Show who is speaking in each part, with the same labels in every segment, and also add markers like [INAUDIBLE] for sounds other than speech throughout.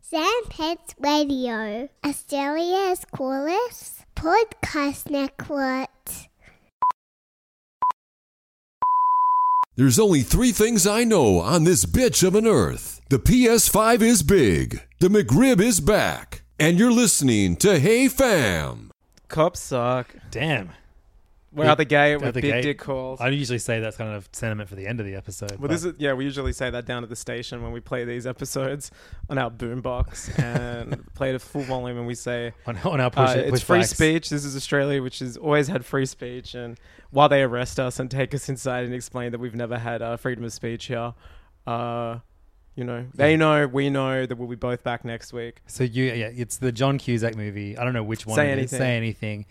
Speaker 1: Sandpets Radio, Australia's coolest podcast network.
Speaker 2: There's only three things I know on this bitch of an earth. The PS5 is big, the McRib is back, and you're listening to Hey Fam.
Speaker 3: Cops suck.
Speaker 4: Damn.
Speaker 3: We're out the gate
Speaker 4: Out
Speaker 3: with
Speaker 4: the
Speaker 3: big
Speaker 4: gate.
Speaker 3: dick calls.
Speaker 4: I usually say that's kind of sentiment for the end of the episode.
Speaker 3: well, this is yeah. We usually say that down at the station when we play these episodes on our
Speaker 4: [LAUGHS]
Speaker 3: boombox and play it at full volume, and we say
Speaker 4: on, on our push,
Speaker 3: uh,
Speaker 4: push
Speaker 3: it's free
Speaker 4: backs.
Speaker 3: speech. This is Australia, which has always had free speech, and while they arrest us and take us inside and explain that we've never had uh, freedom of speech here, uh, you know, they know, we know that we'll be both back next week.
Speaker 4: So you, yeah, it's the John Cusack movie. I don't know which one.
Speaker 3: Say
Speaker 4: it is.
Speaker 3: Anything.
Speaker 4: Say anything.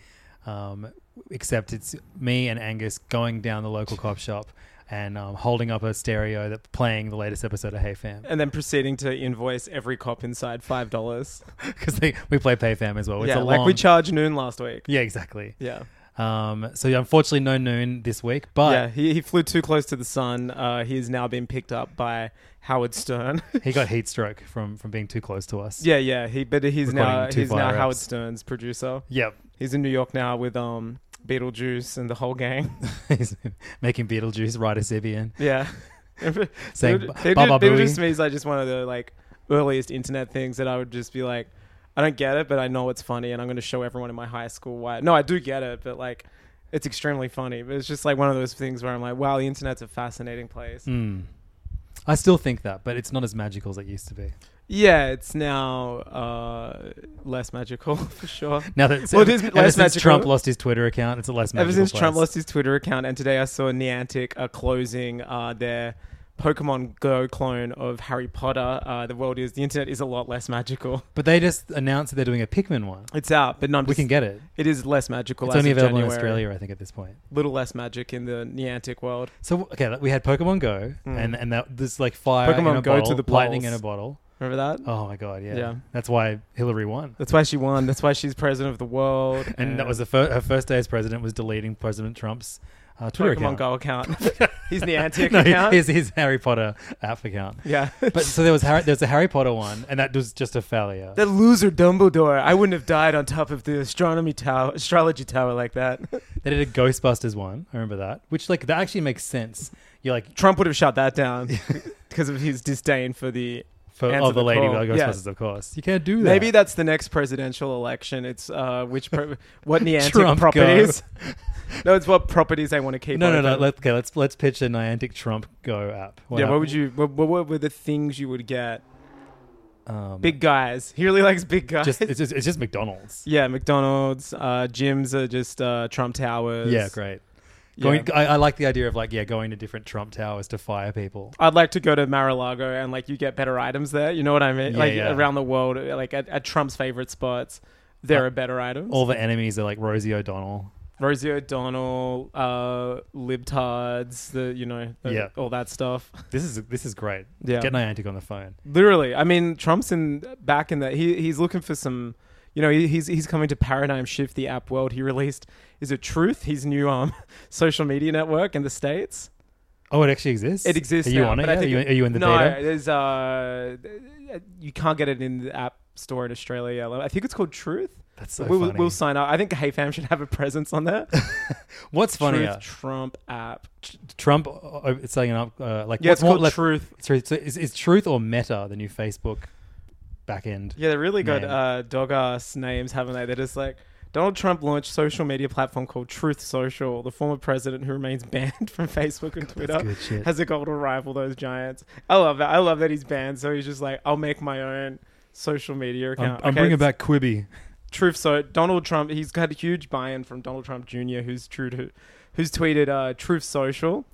Speaker 4: Um, except it's me and Angus going down the local cop shop and um, holding up a stereo that playing the latest episode of Hey Fam
Speaker 3: And then proceeding to invoice every cop inside five dollars.
Speaker 4: because we play Pay Fam as well. It's
Speaker 3: Yeah,
Speaker 4: a
Speaker 3: like
Speaker 4: long,
Speaker 3: we charged noon last week.
Speaker 4: yeah, exactly.
Speaker 3: Yeah.
Speaker 4: Um, so yeah, unfortunately, no noon this week, but
Speaker 3: yeah, he, he flew too close to the sun. Uh, he has now been picked up by Howard Stern. [LAUGHS]
Speaker 4: he got heat stroke from from being too close to us.
Speaker 3: yeah, yeah. He but he's now
Speaker 4: Recording two
Speaker 3: he's now
Speaker 4: fire
Speaker 3: Howard
Speaker 4: ups.
Speaker 3: Stern's producer.
Speaker 4: Yep.
Speaker 3: He's in New York now with um Beetlejuice and the whole gang. [LAUGHS]
Speaker 4: He's making Beetlejuice, Ryder Sibian. [LAUGHS]
Speaker 3: Yeah.
Speaker 4: Saying
Speaker 3: Beetleju-
Speaker 4: ba-
Speaker 3: Beetleju-
Speaker 4: Baba
Speaker 3: Beetlejuice
Speaker 4: Booey.
Speaker 3: to me is like just one of the like earliest internet things that I would just be like, I don't get it, but I know it's funny, and I'm going to show everyone in my high school why. No, I do get it, but like, it's extremely funny. But it's just like one of those things where I'm like, wow, the internet's a fascinating place.
Speaker 4: I still think that, but it's not as magical as it used to be.
Speaker 3: Yeah, it's now uh, less magical [LAUGHS] for sure.
Speaker 4: Now that
Speaker 3: Well, it is
Speaker 4: ever
Speaker 3: less
Speaker 4: since
Speaker 3: magical.
Speaker 4: Trump lost his Twitter account, it's a less magical.
Speaker 3: Ever since Trump
Speaker 4: place.
Speaker 3: lost his Twitter account, and today I saw Niantic uh, closing uh, their Pokemon Go clone of Harry Potter. Uh, the world is the internet is a lot less magical. [LAUGHS]
Speaker 4: but they just announced that they're doing a Pikmin one.
Speaker 3: It's out, but none.
Speaker 4: We can get it.
Speaker 3: It is less magical.
Speaker 4: It's
Speaker 3: as
Speaker 4: only
Speaker 3: of
Speaker 4: available in
Speaker 3: January.
Speaker 4: Australia, I think, at this point.
Speaker 3: Little less magic in the Niantic world.
Speaker 4: So okay, like, we had Pokemon Go, and and that there's like fire
Speaker 3: Hmm. Pokemon
Speaker 4: in a
Speaker 3: Go to
Speaker 4: bottle,
Speaker 3: the
Speaker 4: lightning
Speaker 3: polls.
Speaker 4: in a bottle.
Speaker 3: Remember that?
Speaker 4: Oh my god, yeah,
Speaker 3: Yeah.
Speaker 4: That's why Hillary won.
Speaker 3: That's why she won. That's why she's president of the world.
Speaker 4: And that was the fir- her first day as president was deleting President Trump's uh, Twitter
Speaker 3: Pokemon
Speaker 4: account.
Speaker 3: Go
Speaker 4: [LAUGHS]
Speaker 3: account. His Niantic
Speaker 4: no,
Speaker 3: account.
Speaker 4: his, his Harry Potter app account.
Speaker 3: yeah.
Speaker 4: But so there was Harry, there was a Harry Potter one, and that was just a failure.
Speaker 3: That loser Dumbledore. I wouldn't have died on top of the astronomy tower, astrology tower like
Speaker 4: [LAUGHS]
Speaker 3: that.
Speaker 4: They did a Ghostbusters one. I remember that, which like that actually makes sense. You're like
Speaker 3: Trump would have shut that down [LAUGHS] because of his disdain for the.
Speaker 4: for
Speaker 3: Answer
Speaker 4: oh, the
Speaker 3: the
Speaker 4: lady
Speaker 3: call.
Speaker 4: like
Speaker 3: Yeah.
Speaker 4: Ghostbusters, of course. You can't do that.
Speaker 3: Maybe that's the next presidential election. It's uh, which
Speaker 4: [LAUGHS]
Speaker 3: pro- what Niantic
Speaker 4: Trump go. [LAUGHS]
Speaker 3: properties. [LAUGHS] no, it's what properties they want to keep.
Speaker 4: No, no, no.
Speaker 3: open.
Speaker 4: Let, okay, let's let's pitch a Niantic Trump Go app.
Speaker 3: yeah,
Speaker 4: app-
Speaker 3: what would you? What, what what were the things you would get?
Speaker 4: Um,
Speaker 3: Big guys. He really likes big guys.
Speaker 4: Just it's just, it's just McDonald's.
Speaker 3: [LAUGHS] yeah, McDonald's, uh, gyms are just uh, Trump towers.
Speaker 4: Yeah, great.
Speaker 3: Yeah.
Speaker 4: Going, I, I like the idea of like yeah, going to different Trump towers to fire people.
Speaker 3: I'd like to go to Mar-a-Lago and like you get better items there. You know what I mean?
Speaker 4: Yeah,
Speaker 3: like
Speaker 4: yeah.
Speaker 3: around the world, like at, at Trump's favorite spots, there are better items.
Speaker 4: All the enemies are like Rosie O'Donnell.
Speaker 3: Rosie O'Donnell, uh, libtards, the you know, the-
Speaker 4: Yeah.
Speaker 3: all that stuff.
Speaker 4: This is this is great.
Speaker 3: Yeah.
Speaker 4: Get Niantic on the phone.
Speaker 3: Literally, I mean, Trump's in back in the he he's looking for some. You know, he, he's he's coming to paradigm shift the app world. He released is it Truth, his new um [LAUGHS] social media network in the states.
Speaker 4: Oh, it actually exists.
Speaker 3: It exists.
Speaker 4: Are you
Speaker 3: now,
Speaker 4: on it?
Speaker 3: but I
Speaker 4: yet? Are
Speaker 3: think
Speaker 4: you, are you in the
Speaker 3: no,
Speaker 4: beta?
Speaker 3: there's uh, you can't get it in the app store in Australia. I think it's called Truth.
Speaker 4: That's so
Speaker 3: we'll,
Speaker 4: funny.
Speaker 3: we'll sign up. I think HeyFam should have a presence on there.
Speaker 4: What's [LAUGHS] funnier,
Speaker 3: Truth Trump app.
Speaker 4: Trump uh, it's saying up uh, like
Speaker 3: Yeah,
Speaker 4: what's
Speaker 3: it's
Speaker 4: more
Speaker 3: called
Speaker 4: left-
Speaker 3: Truth.
Speaker 4: Truth. So is, is Truth or Meta the new Facebook back end?
Speaker 3: Yeah, they're really good
Speaker 4: Name.
Speaker 3: uh, dog ass names, haven't they? They're just like Donald Trump launched social media platform called Truth Social. The former president, who remains [LAUGHS] banned from Facebook and Twitter,
Speaker 4: good shit.
Speaker 3: has a goal to rival those giants. I love that. I love that he's banned. So he's just like, I'll make my own social media
Speaker 4: I'm,
Speaker 3: account.
Speaker 4: I'm
Speaker 3: Okay,
Speaker 4: bringing
Speaker 3: it's-
Speaker 4: back Quibi.
Speaker 3: Truth. So Donald Trump, he's got a huge buy-in from Donald Trump Jr., who's true to, who's tweeted uh, Truth Social.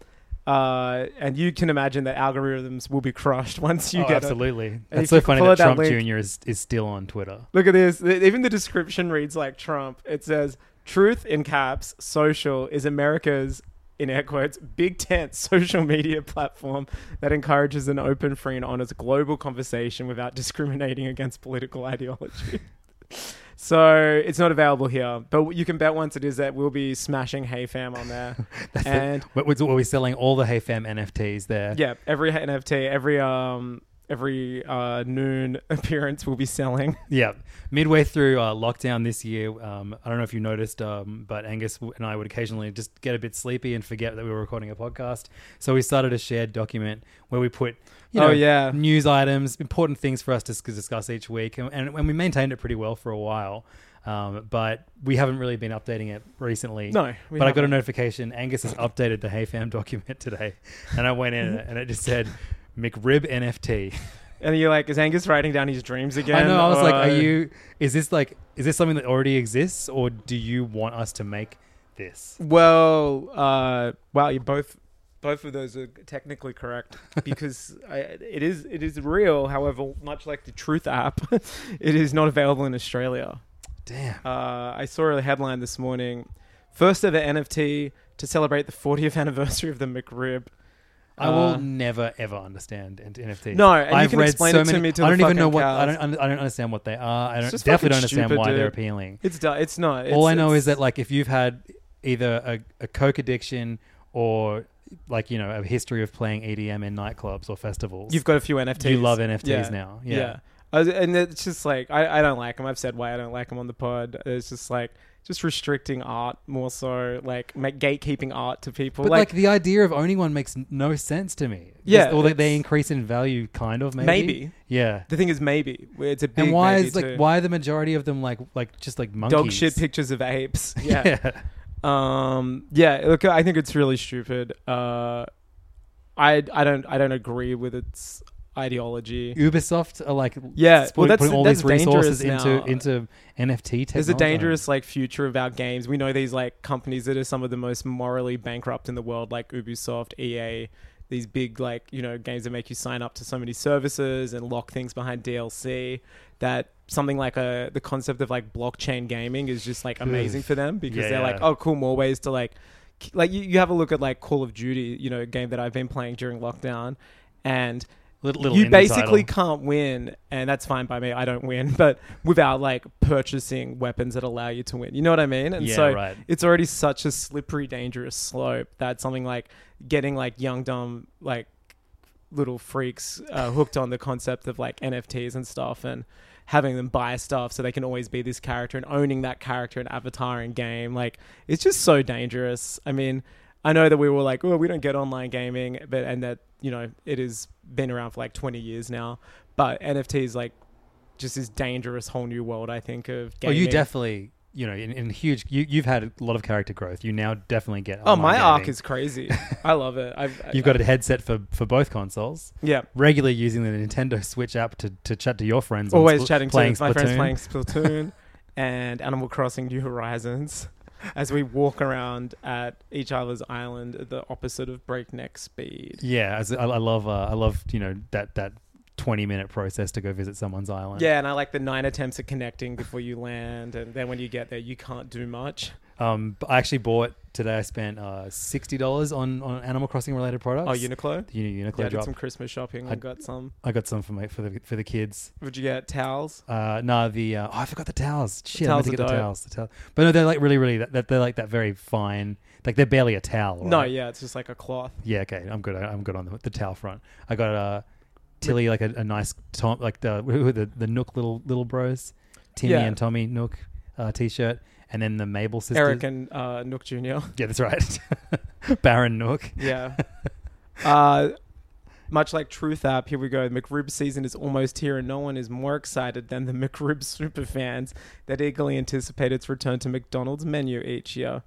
Speaker 3: Uh, and you can imagine that algorithms will be crushed [LAUGHS] once [LAUGHS] you
Speaker 4: Oh,
Speaker 3: get a-
Speaker 4: absolutely.
Speaker 3: and if
Speaker 4: That's so
Speaker 3: you
Speaker 4: funny
Speaker 3: follow
Speaker 4: that
Speaker 3: that
Speaker 4: Trump
Speaker 3: link-
Speaker 4: Jr. is is still on Twitter.
Speaker 3: Look at this. Th- Even the description reads like Trump. It says, "Truth in caps, social is America's." In air quotes, big tent social media platform that encourages an open, free, and honest global conversation without discriminating against political ideology. [LAUGHS] so it's not available here, but you can bet once it is that we'll be smashing Hey Fam on there. and
Speaker 4: But we're, we're selling all the HeyFam NFTs there.
Speaker 3: yeah, every NFT, every um, every uh, noon [LAUGHS] appearance, we'll be selling.
Speaker 4: Yeah. Midway through uh, lockdown this year, um, I don't know if you noticed, um, but Angus w- and I would occasionally just get a bit sleepy and forget that we were recording a podcast. So we started a shared document where we put, you
Speaker 3: Oh,
Speaker 4: know,
Speaker 3: yeah.
Speaker 4: news items, important things for us to s- discuss each week. And, and, and we maintained it pretty well for a while. Um, but we haven't really been updating it recently.
Speaker 3: No, we
Speaker 4: but I got a
Speaker 3: haven't.
Speaker 4: notification. Angus has updated the HeyFam [LAUGHS] document today, and I
Speaker 3: [LAUGHS]
Speaker 4: went in and it just said McRib NFT.
Speaker 3: And you're like, is Angus writing down his dreams again?
Speaker 4: I know. I was like,
Speaker 3: Or-
Speaker 4: "Are you? Is this like? Is this something that already exists, or do you want us to make this?"
Speaker 3: [LAUGHS] Well, uh, wow, you both, both of those are technically correct
Speaker 4: [LAUGHS]
Speaker 3: because I, it is it is real. However, much like the Truth app, [LAUGHS] it is not available in Australia.
Speaker 4: Damn.
Speaker 3: Uh, I saw a headline this morning: first ever NFT to celebrate the 40th [LAUGHS] anniversary of the McRib.
Speaker 4: I will
Speaker 3: uh,
Speaker 4: never ever understand N- NFTs.
Speaker 3: No, and you can explain it to me till
Speaker 4: I
Speaker 3: the
Speaker 4: don't even know
Speaker 3: fucking
Speaker 4: what.
Speaker 3: cows.
Speaker 4: I don't. un- I don't understand what they are. I don't,
Speaker 3: just fucking
Speaker 4: definitely don't understand
Speaker 3: stupid,
Speaker 4: why they're
Speaker 3: dude.
Speaker 4: appealing.
Speaker 3: It's du- it's not. It's,
Speaker 4: All I know
Speaker 3: it's-
Speaker 4: is that like if you've had either a, a coke addiction or like you know a history of playing EDM in nightclubs or festivals,
Speaker 3: You've got a few NFTs.
Speaker 4: you love NFTs now. Yeah.
Speaker 3: I was- and it's just like I, I don't like them. I've said why I don't like them on the pod. It's just like just restricting art more so, like make gatekeeping art to people.
Speaker 4: But like, the idea of owning one makes n- no sense to me.
Speaker 3: Yeah,
Speaker 4: Just- or that they
Speaker 3: it's-
Speaker 4: increase in value, kind of maybe.
Speaker 3: Maybe.
Speaker 4: Yeah.
Speaker 3: the thing is, maybe it's a big
Speaker 4: and why
Speaker 3: maybe
Speaker 4: is like
Speaker 3: too.
Speaker 4: why are the majority of them like like just like monkeys?
Speaker 3: dog shit pictures of apes?
Speaker 4: [LAUGHS] Yeah.
Speaker 3: Yeah. Um. Yeah. Look, I think it's really stupid. Uh, I I don't I don't agree with its ideology.
Speaker 4: Ubisoft are like
Speaker 3: Yeah,
Speaker 4: sp-
Speaker 3: well, that's-
Speaker 4: putting all
Speaker 3: that's
Speaker 4: these resources
Speaker 3: dangerous
Speaker 4: into
Speaker 3: now.
Speaker 4: into NFT technology.
Speaker 3: There's a dangerous like future of our games. We know these like companies that are some of the most morally bankrupt in the world, like Ubisoft, EA. These big like you know games that make you sign up to so many services and lock things behind DLC. That something like a the concept of like blockchain gaming is just like amazing for them because
Speaker 4: Hmm. Yeah,
Speaker 3: they're like,
Speaker 4: yeah.
Speaker 3: oh, cool, more ways to like k- like you, you have a look at like Call of Duty, you know, a game that I've been playing during lockdown, and
Speaker 4: little, little
Speaker 3: you
Speaker 4: indie
Speaker 3: basically
Speaker 4: title.
Speaker 3: can't win, and that's fine by me. I don't win, [LAUGHS] but without like purchasing weapons that allow you to win, you know what I mean? And
Speaker 4: Yeah,
Speaker 3: so
Speaker 4: right.
Speaker 3: it's already such a slippery, dangerous slope that something like getting like young dumb like little freaks uh, hooked on the concept of like NFTs and stuff, and having them buy stuff so they can always be this character and owning that character and avatar in game. Like it's just so dangerous. I mean. I know that we were like, oh, we don't get online gaming, but and that you know it has been around for like 20 years now. But NFT is like just this dangerous whole new world. I think of
Speaker 4: Oh,
Speaker 3: gaming.
Speaker 4: you definitely you know in, in huge. You you've had a lot of character growth. You now definitely get.
Speaker 3: Oh,
Speaker 4: online
Speaker 3: my arc
Speaker 4: gaming.
Speaker 3: is
Speaker 4: [LAUGHS]
Speaker 3: crazy. I love it. I've,
Speaker 4: You've got a headset for for both consoles.
Speaker 3: yeah.
Speaker 4: regularly using the Nintendo Switch app to, to chat to your friends. on
Speaker 3: Always
Speaker 4: Spl-
Speaker 3: chatting
Speaker 4: playing
Speaker 3: to my friends
Speaker 4: Splatoon.
Speaker 3: playing
Speaker 4: [LAUGHS]
Speaker 3: Splatoon and Animal Crossing New Horizons as we walk around at each other's island at the opposite of breakneck speed.
Speaker 4: Yeah, as, I, I love uh, I love you know that that twenty minute process to go visit someone's island.
Speaker 3: Yeah, and I like the nine attempts at connecting before you land, and then when you get there, you can't do much.
Speaker 4: Um, but I actually bought today. I spent uh, sixty dollars on on Animal Crossing related products.
Speaker 3: Oh, Uniqlo.
Speaker 4: The uni- Uniqlo
Speaker 3: Yeah, I did
Speaker 4: drop.
Speaker 3: some Christmas shopping. I
Speaker 4: I-
Speaker 3: got some.
Speaker 4: I got some for my for the for the kids.
Speaker 3: Would you get towels?
Speaker 4: Uh, no, the uh, oh, I forgot the towels. Shit, I
Speaker 3: towels
Speaker 4: meant to
Speaker 3: are
Speaker 4: get the
Speaker 3: dope.
Speaker 4: towels. The towel. But no, they're like really, really. That, that- they're like that very fine. Like they're barely a towel.
Speaker 3: No,
Speaker 4: right?
Speaker 3: yeah, it's just like a cloth.
Speaker 4: Yeah, okay, I'm good. I- I'm good on the, the towel front. I got uh, Tilly like a, a nice Tom, like the [LAUGHS] who are the the Nook little little bros, Timmy
Speaker 3: Yeah.
Speaker 4: and Tommy Nook uh, t-shirt, and then the Mabel sisters.
Speaker 3: Eric and uh, Nook Jr.
Speaker 4: yeah, that's right. [LAUGHS] Baron Nook.
Speaker 3: Yeah. [LAUGHS] uh, much like Truth App, here we go. McRib season is almost here, and no one is more excited than the [LAUGHS] McRib superfans that eagerly anticipate its return to McDonald's menu each year.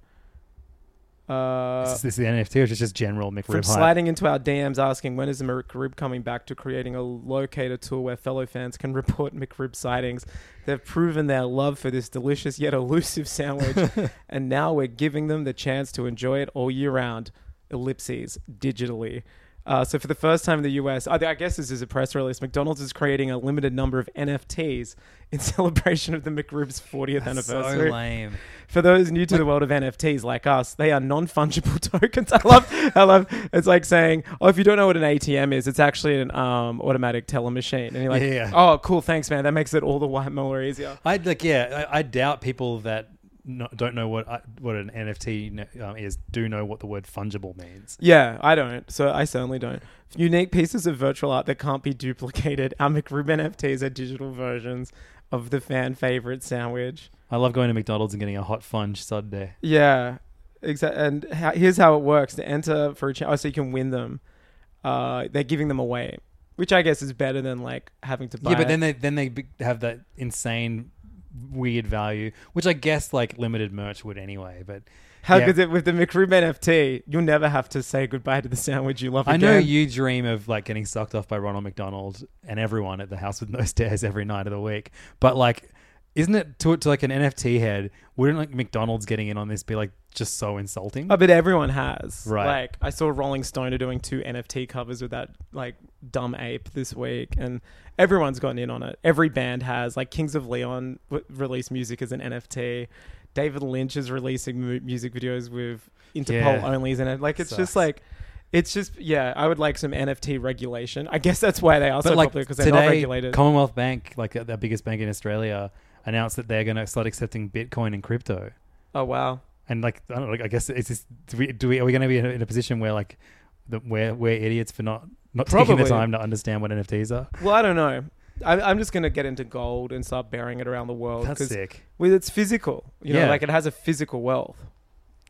Speaker 3: Uh,
Speaker 4: is this the NFT or is it just general
Speaker 3: from
Speaker 4: McRib hype?
Speaker 3: sliding into our DMs asking when is the McRib coming back to creating a locator tool where fellow fans can [LAUGHS] report McRib sightings. They've proven their love for this delicious yet elusive sandwich, and now we're giving them the chance to enjoy it all year round. ellipses digitally. Uh, so for the first time in the US, I, I guess this is a press release. McDonald's is creating a limited number of NFTs in [LAUGHS] celebration of the McRib's 40th anniversary.
Speaker 4: So lame.
Speaker 3: For those new to the world of NFTs like us, they are non-fungible [LAUGHS] tokens. I love, I love. It's like saying, "Oh, if you don't know what an ATM is, it's actually an um, automatic teller machine." And you're like,
Speaker 4: Yeah.
Speaker 3: "Oh, cool, thanks, man. That makes it all the way more easier."
Speaker 4: I like yeah. I, I doubt people that no, don't know what I, what an NFT kn- um, is do know what the word fungible means.
Speaker 3: Yeah, I don't. So I certainly don't. Unique pieces of virtual art that can't be duplicated. Our McRib NFTs are digital versions of the fan favorite sandwich.
Speaker 4: I love going to McDonald's and getting a hot funge sundae.
Speaker 3: Yeah, exactly. And how, here's how it works: to enter for a chance, oh, so you can win them. Uh, they're giving them away, which I guess is better than like having to buy.
Speaker 4: Yeah, but
Speaker 3: it.
Speaker 4: then they then they be- have that insane weird value, which I guess like limited merch would anyway. But
Speaker 3: how
Speaker 4: yeah.
Speaker 3: could it with the McRib NFT? You'll never have to say goodbye to the sandwich you love.
Speaker 4: I know
Speaker 3: again.
Speaker 4: you dream of like getting sucked off by Ronald McDonald and everyone at the house with [LAUGHS] no stairs every night of the week, but like, isn't it to to like an NFT head? Wouldn't like McDonald's getting in on this be like just so insulting?
Speaker 3: Oh, but everyone has.
Speaker 4: Right.
Speaker 3: Like I saw Rolling Stone are doing two NFT covers with that like dumb ape this week, and everyone's gotten in on it. Every band has. Like Kings of Leon w- released music as an NFT. David Lynch is releasing mu- music videos with Interpol
Speaker 4: Yeah.
Speaker 3: onlys in it. Like it's
Speaker 4: Sucks.
Speaker 3: just like. It's just yeah. I would like some NFT regulation. I guess that's why they are so
Speaker 4: but like
Speaker 3: popular because they're not
Speaker 4: today,
Speaker 3: regulated.
Speaker 4: Commonwealth Bank, like uh, their biggest bank in Australia, announced that they're going to start accepting Bitcoin and crypto.
Speaker 3: oh wow.
Speaker 4: And like, I don't know, like, I guess it's just, do we, do we are we going to be in a, in a position where like the, we're we're idiots for not not taking
Speaker 3: Probably.
Speaker 4: the time to understand what NFTs are?
Speaker 3: Well, I don't know. I, I'm just gonna get into gold and start burying it around the world
Speaker 4: That's
Speaker 3: 'cause
Speaker 4: sick.
Speaker 3: Well, it's physical. You
Speaker 4: Yeah.
Speaker 3: know, like it has a physical wealth.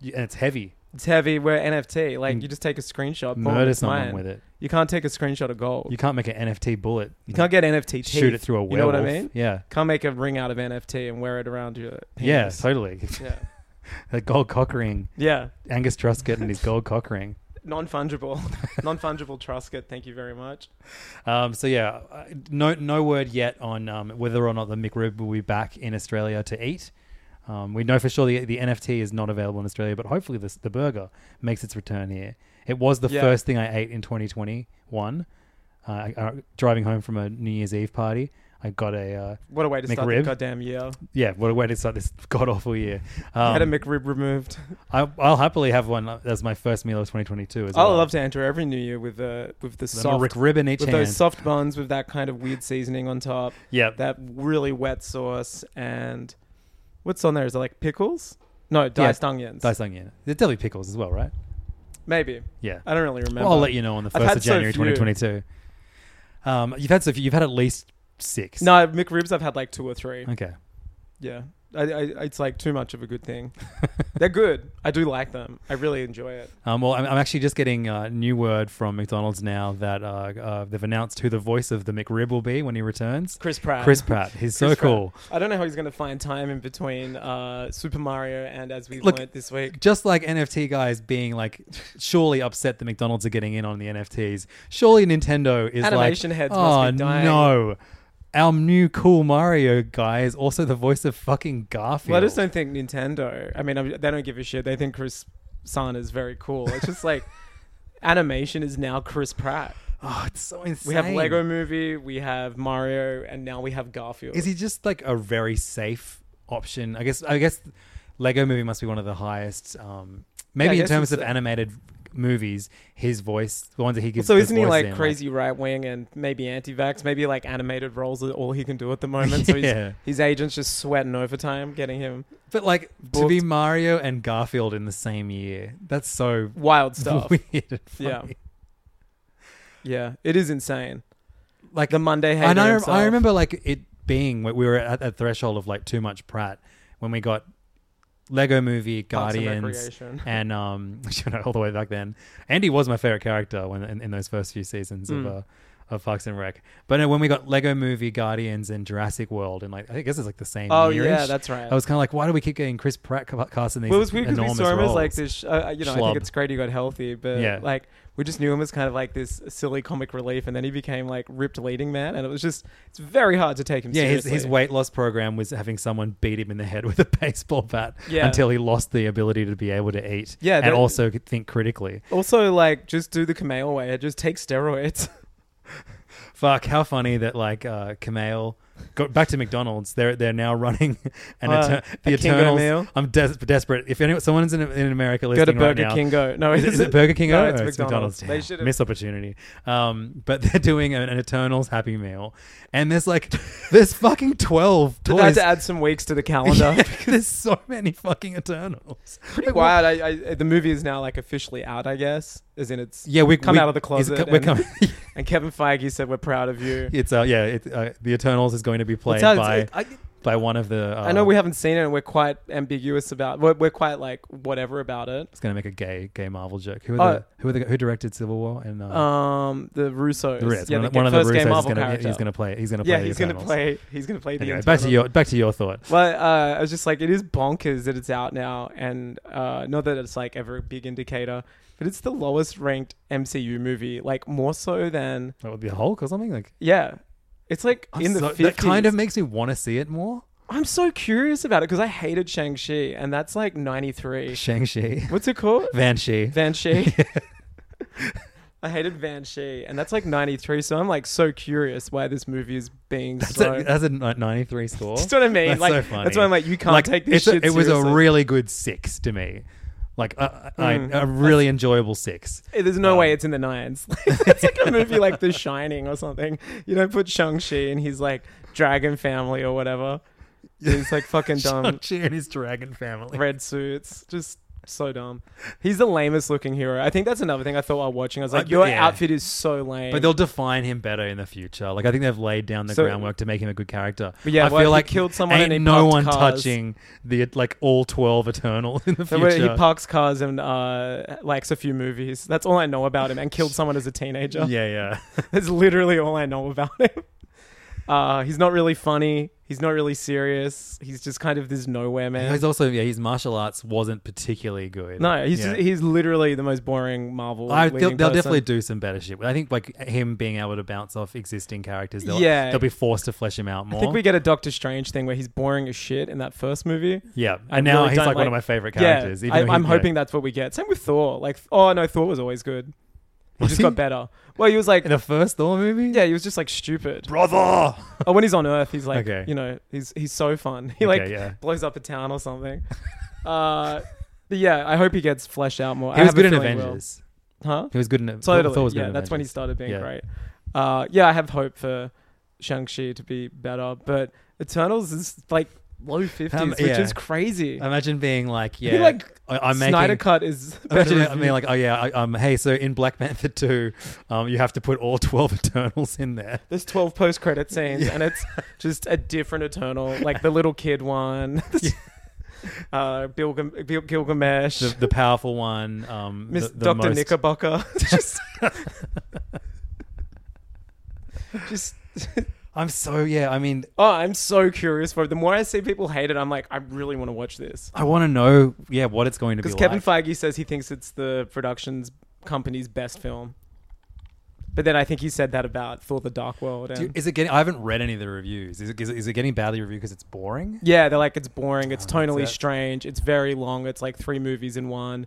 Speaker 4: Yeah, And it's heavy.
Speaker 3: It's heavy. We're NFT. Like
Speaker 4: Mm.
Speaker 3: you just take a screenshot. Boom,
Speaker 4: Murder
Speaker 3: it's
Speaker 4: someone
Speaker 3: mine.
Speaker 4: with it.
Speaker 3: You can't take a screenshot of gold.
Speaker 4: You
Speaker 3: You,
Speaker 4: can't make an NFT bullet.
Speaker 3: can't get NFT.
Speaker 4: shoot
Speaker 3: teeth.
Speaker 4: it through a
Speaker 3: You know
Speaker 4: werewolf.
Speaker 3: what I mean?
Speaker 4: Yeah.
Speaker 3: Can't make a ring out of NFT and wear it around your.
Speaker 4: Yeah,
Speaker 3: Penis.
Speaker 4: totally. [LAUGHS]
Speaker 3: Yeah.
Speaker 4: the gold cock ring.
Speaker 3: Yeah.
Speaker 4: Angus Truscott and his gold cock ring.
Speaker 3: Non [LAUGHS] fungible. non fungible Truscott. Thank you very much.
Speaker 4: Um, so yeah, uh, no no word yet on um, whether or not the McRib will be back in Australia to eat. Um, we know for sure the, the NFT is not available in Australia, but hopefully this, the burger makes its return here. It was the
Speaker 3: Yeah.
Speaker 4: first thing I ate in 2021. Uh, I, I, driving home from a New Year's Eve party, I got a uh,
Speaker 3: What a way to start the
Speaker 4: McRib?
Speaker 3: goddamn year.
Speaker 4: yeah. What a way to start this [LAUGHS] god awful year! Um,
Speaker 3: Had a McRib removed.
Speaker 4: I, I'll happily have one as my first meal of 2022 as
Speaker 3: I
Speaker 4: well.
Speaker 3: love to enter every new year with the with the
Speaker 4: With a
Speaker 3: soft
Speaker 4: McRib in each
Speaker 3: with
Speaker 4: hand.
Speaker 3: those soft buns with that kind of weird seasoning on top.
Speaker 4: Yep.
Speaker 3: that really wet sauce and what's on there is it like pickles no diced onions
Speaker 4: Diced onion. There's definitely pickles as well, right?
Speaker 3: maybe
Speaker 4: Yeah.
Speaker 3: i don't really remember
Speaker 4: Well, I'll let you know on the
Speaker 3: I've
Speaker 4: 1st
Speaker 3: had
Speaker 4: of
Speaker 3: so
Speaker 4: January
Speaker 3: few.
Speaker 4: 2022. Um, you've had so few. You've had at least six.
Speaker 3: no mcribs i've had like two or three
Speaker 4: Okay.
Speaker 3: yeah I, I, it's like too much of a good
Speaker 4: [LAUGHS]
Speaker 3: thing they're good i do like them i really enjoy it
Speaker 4: Um, well, I'm, I'm actually just getting uh, new word from McDonald's now that uh, uh, they've announced who the voice of the McRib will be when he returns.
Speaker 3: chris pratt
Speaker 4: Chris Pratt. He's so
Speaker 3: Chris Pratt.
Speaker 4: cool.
Speaker 3: i don't know how he's going to find time in between uh, super mario and as we
Speaker 4: Look-
Speaker 3: learned this week
Speaker 4: Just like NFT guys being like, surely upset that McDonald's are getting in on the NFTs. Surely Nintendo is
Speaker 3: Animation
Speaker 4: like,
Speaker 3: heads
Speaker 4: oh
Speaker 3: must be dying."
Speaker 4: no, our new cool Mario guy is also the voice of fucking Garfield.
Speaker 3: well, i just don't think nintendo i mean I mean, they don't give a shit they think chris san is very cool it's just
Speaker 4: [LAUGHS]
Speaker 3: like animation is now chris pratt
Speaker 4: oh, it's so insane.
Speaker 3: We have Lego Movie, we have Mario, and now we have Garfield.
Speaker 4: Is he just like a very safe option? I guess. I guess Lego Movie must be one of the highest. Um, maybe
Speaker 3: Yeah, I
Speaker 4: in
Speaker 3: guess
Speaker 4: terms
Speaker 3: it's
Speaker 4: of
Speaker 3: a-
Speaker 4: animated movies, his voice, the ones that he gives.
Speaker 3: so
Speaker 4: his
Speaker 3: isn't he
Speaker 4: voice
Speaker 3: like
Speaker 4: in,
Speaker 3: crazy right wing and maybe anti-vax? Maybe like animated roles are all he can do at the
Speaker 4: [LAUGHS]
Speaker 3: moment. So
Speaker 4: Yeah.
Speaker 3: his, his agents just sweating overtime, getting him
Speaker 4: But like to be Mario and Garfield in the same year, that's so [LAUGHS]
Speaker 3: wild stuff.
Speaker 4: weird. And funny.
Speaker 3: Yeah. yeah, it is insane.
Speaker 4: Like
Speaker 3: The Monday hater
Speaker 4: and I,
Speaker 3: himself.
Speaker 4: I remember like it being we were at that threshold of like too much Pratt when we got Lego Movie,
Speaker 3: Parks and
Speaker 4: Guardians,
Speaker 3: Recreation.
Speaker 4: and [LAUGHS]
Speaker 3: Hmm.
Speaker 4: um, you know, all the way back then. Andy was my favorite character when in, in those first few seasons of uh, of Parks and Rec. But no, when we got Lego Movie, Guardians, and Jurassic World, and like I think this is like the same.
Speaker 3: Oh,
Speaker 4: year-ish,
Speaker 3: yeah, that's right.
Speaker 4: I was kind of like, why do we keep getting Chris Pratt ca- cast in these
Speaker 3: Well, it was weird because we
Speaker 4: enormous
Speaker 3: saw him
Speaker 4: roles?
Speaker 3: as like this. sh- Uh, you know, I
Speaker 4: Schlub.
Speaker 3: think it's great he got healthy, but
Speaker 4: Yeah.
Speaker 3: like we just knew him as kind of like this silly comic relief, and then he became like ripped leading man, and it was just it's very hard to take him.
Speaker 4: yeah, his,
Speaker 3: seriously.
Speaker 4: his weight loss program was having someone beat him in the head [LAUGHS] with a baseball bat
Speaker 3: Yeah.
Speaker 4: until he lost the ability to be able to eat
Speaker 3: Yeah,
Speaker 4: and
Speaker 3: that-
Speaker 4: also think critically.
Speaker 3: Also, like just do the Kamel way, just take steroids.
Speaker 4: Fuck, how funny that like uh, Kamel got back to McDonald's. They're they're now running [LAUGHS] an
Speaker 3: Uh,
Speaker 4: eter- the
Speaker 3: a Kingo
Speaker 4: Eternals.
Speaker 3: meal?
Speaker 4: I'm des- desperate. If anyone, someone's in, in
Speaker 3: [LAUGHS]
Speaker 4: America
Speaker 3: Go to
Speaker 4: listening right
Speaker 3: Burger
Speaker 4: now,
Speaker 3: King. Go. No,
Speaker 4: [LAUGHS] Is, it-
Speaker 3: [LAUGHS]
Speaker 4: is it Burger King?
Speaker 3: No,
Speaker 4: Oh,
Speaker 3: it's
Speaker 4: it's
Speaker 3: McDonald's. They
Speaker 4: Damn,
Speaker 3: should have-
Speaker 4: missed opportunity. Um, but [LAUGHS] they're doing an, an Eternals Happy Meal, and there's like [LAUGHS] there's fucking twelve
Speaker 3: They [LAUGHS] had
Speaker 4: toys.
Speaker 3: to add some weeks to the [LAUGHS] calendar.
Speaker 4: [LAUGHS] Yeah, there's so many fucking Eternals.
Speaker 3: Pretty
Speaker 4: Like, what-
Speaker 3: wild. I, I, the movie is now like officially out, I guess, as in it's
Speaker 4: Yeah, we
Speaker 3: come
Speaker 4: we-
Speaker 3: out of the
Speaker 4: is
Speaker 3: closet.
Speaker 4: it- We're
Speaker 3: and,
Speaker 4: coming.
Speaker 3: [LAUGHS]
Speaker 4: [LAUGHS]
Speaker 3: and Kevin Feige said we're proud of you.
Speaker 4: It's uh, yeah, it, uh, the Eternals is going to be played
Speaker 3: It's how
Speaker 4: by
Speaker 3: it's- I,
Speaker 4: by one of the. Uh,
Speaker 3: uh, I know we haven't seen it, and we're quite ambiguous about. We're, we're quite like whatever about it.
Speaker 4: It's going to make a gay gay Marvel joke. Who are
Speaker 3: Oh.
Speaker 4: the who are the, who directed Civil War and uh,
Speaker 3: Um, the Russos.
Speaker 4: the Ritz?
Speaker 3: Yeah,
Speaker 4: one,
Speaker 3: the
Speaker 4: of the- one of the
Speaker 3: first game
Speaker 4: Russos is
Speaker 3: Marvel
Speaker 4: going to
Speaker 3: character.
Speaker 4: he's going to play he's going to play.
Speaker 3: yeah,
Speaker 4: the
Speaker 3: he's going to
Speaker 4: Eternals.
Speaker 3: play. He's going to play the.
Speaker 4: Anyway, back to
Speaker 3: Eternals.
Speaker 4: your back to your thought.
Speaker 3: Well, uh, I was just like, it is bonkers that it's out now, and uh, not that it's like ever a big indicator, but it's the lowest ranked MCU movie, like more so than
Speaker 4: That would be a Hulk or something like.
Speaker 3: yeah. It's like
Speaker 4: I'm
Speaker 3: in the
Speaker 4: so-
Speaker 3: 50s.
Speaker 4: that kind of makes me want to see it more.
Speaker 3: I'm so curious about it because I hated Shang Chi, and that's like '93.
Speaker 4: Shang [LAUGHS] Chi,
Speaker 3: What's it called?
Speaker 4: Van Chi. [LAUGHS]
Speaker 3: Banshee. [LAUGHS] I hated Banshee, and that's like '93. So I'm like so curious why this movie is being
Speaker 4: That's
Speaker 3: so.
Speaker 4: a uh, that's a ni- ninety-three score.
Speaker 3: That's what I mean.
Speaker 4: That's
Speaker 3: like
Speaker 4: so funny.
Speaker 3: that's why I'm like, you can't
Speaker 4: like
Speaker 3: take this
Speaker 4: it's a-
Speaker 3: shit.
Speaker 4: it was a
Speaker 3: seriously.
Speaker 4: really good six to me. Like a, a-
Speaker 3: Mm.
Speaker 4: a really enjoyable six.
Speaker 3: Eh, There's no
Speaker 4: um,
Speaker 3: way it's in the
Speaker 4: [LAUGHS]
Speaker 3: nines. [LAUGHS] Like, it's like a movie like The Shining or something. You don't put Shang Chi and he's like dragon family or
Speaker 4: [LAUGHS]
Speaker 3: whatever. He's like fucking [LAUGHS] dumb.
Speaker 4: Shang-Chi and his dragon family.
Speaker 3: Red suits, just so dumb. He's the lamest looking hero. I think that's another thing I thought while watching. I was like,
Speaker 4: Uh,
Speaker 3: your
Speaker 4: yeah.
Speaker 3: outfit is so lame.
Speaker 4: But they'll define him better in the future. Like I think they've laid down the
Speaker 3: So-
Speaker 4: groundwork to make him a good character.
Speaker 3: But yeah,
Speaker 4: I
Speaker 3: well, he killed someone
Speaker 4: ain't
Speaker 3: and he
Speaker 4: no
Speaker 3: parked
Speaker 4: one
Speaker 3: cars.
Speaker 4: touching the like all twelve Eternals [LAUGHS] in the
Speaker 3: So where he
Speaker 4: future.
Speaker 3: parks cars and uh, likes a few movies. That's all I know about him. And killed someone as a teenager.
Speaker 4: yeah,
Speaker 3: [LAUGHS]
Speaker 4: yeah.
Speaker 3: That's literally all I know about him. Uh, he's not really funny. He's not really serious. He's just kind of this nowhere man.
Speaker 4: He's also yeah. His martial arts wasn't particularly good.
Speaker 3: no, he's
Speaker 4: Yeah.
Speaker 3: just, he's literally the most boring Marvel.
Speaker 4: I, they'll,
Speaker 3: leading
Speaker 4: they'll
Speaker 3: person.
Speaker 4: definitely do some better shit. I think like him being able to bounce off existing characters, they'll,
Speaker 3: Yeah.
Speaker 4: they'll be forced to flesh him out more.
Speaker 3: I think we get a Doctor Strange thing where he's boring as shit in that first movie.
Speaker 4: yeah,
Speaker 3: I
Speaker 4: and now
Speaker 3: really
Speaker 4: he's
Speaker 3: don't
Speaker 4: like, one of
Speaker 3: like-
Speaker 4: my favorite characters.
Speaker 3: yeah,
Speaker 4: even though
Speaker 3: I, I'm
Speaker 4: he- yeah.
Speaker 3: hoping that's what we get. Same with Thor. Like, oh no, Thor was always good. He
Speaker 4: Was
Speaker 3: just
Speaker 4: he?
Speaker 3: got better. Well, he was like,
Speaker 4: in the first Thor movie.
Speaker 3: yeah, he was just like stupid.
Speaker 4: brother.
Speaker 3: Oh, when he's on Earth, he's like,
Speaker 4: Okay.
Speaker 3: you know, he's he's so fun. [LAUGHS] He
Speaker 4: Okay,
Speaker 3: like
Speaker 4: yeah.
Speaker 3: blows up a town or something. [LAUGHS] uh, but yeah, I hope he gets fleshed out more. I
Speaker 4: He was
Speaker 3: have a
Speaker 4: good in
Speaker 3: feeling he will.
Speaker 4: Avengers.
Speaker 3: huh?
Speaker 4: He was good in Thor-
Speaker 3: Totally.
Speaker 4: Thor was good
Speaker 3: yeah,
Speaker 4: in
Speaker 3: that's when he
Speaker 4: Avengers.
Speaker 3: started being
Speaker 4: Yeah.
Speaker 3: great. Uh, yeah, I have hope for Shang Chi to be better, but Eternals is like low fifties,
Speaker 4: Um,
Speaker 3: which
Speaker 4: yeah.
Speaker 3: is crazy.
Speaker 4: Imagine being like,
Speaker 3: I
Speaker 4: yeah,
Speaker 3: feel like
Speaker 4: I, I'm making.
Speaker 3: Snyder cut is.
Speaker 4: imagine
Speaker 3: better
Speaker 4: it, [LAUGHS] I mean,
Speaker 3: reviewed.
Speaker 4: like, oh yeah, I, um, hey, so in Black Panther [LAUGHS] two, um, you have to put all [LAUGHS] twelve Eternals in there.
Speaker 3: There's 12 post credit scenes, and it's just a different Eternal, like the little kid
Speaker 4: [LAUGHS]
Speaker 3: one, [LAUGHS] uh, Bilgam- Bil- Gilgamesh,
Speaker 4: The, the powerful one, um,
Speaker 3: Miss
Speaker 4: the, the
Speaker 3: Doctor
Speaker 4: most- [LAUGHS]
Speaker 3: Knickerbocker. [LAUGHS] just, just.
Speaker 4: I'm so yeah. I mean,
Speaker 3: Oh, I'm so curious for it. The more I see people hate it, I'm like, I really want to watch this
Speaker 4: I want to know, yeah, what it's going to be
Speaker 3: because Kevin
Speaker 4: like.
Speaker 3: Feige says he thinks it's the production's company's best film. But then I think he said that about Thor: The Dark World. And
Speaker 4: Do- is it getting? I haven't read any of the reviews. Is it is it, is it getting badly reviewed because it's boring?
Speaker 3: Yeah, they're like it's boring. It's
Speaker 4: Oh,
Speaker 3: tonally
Speaker 4: is that-
Speaker 3: strange. It's very long. It's like three movies in one.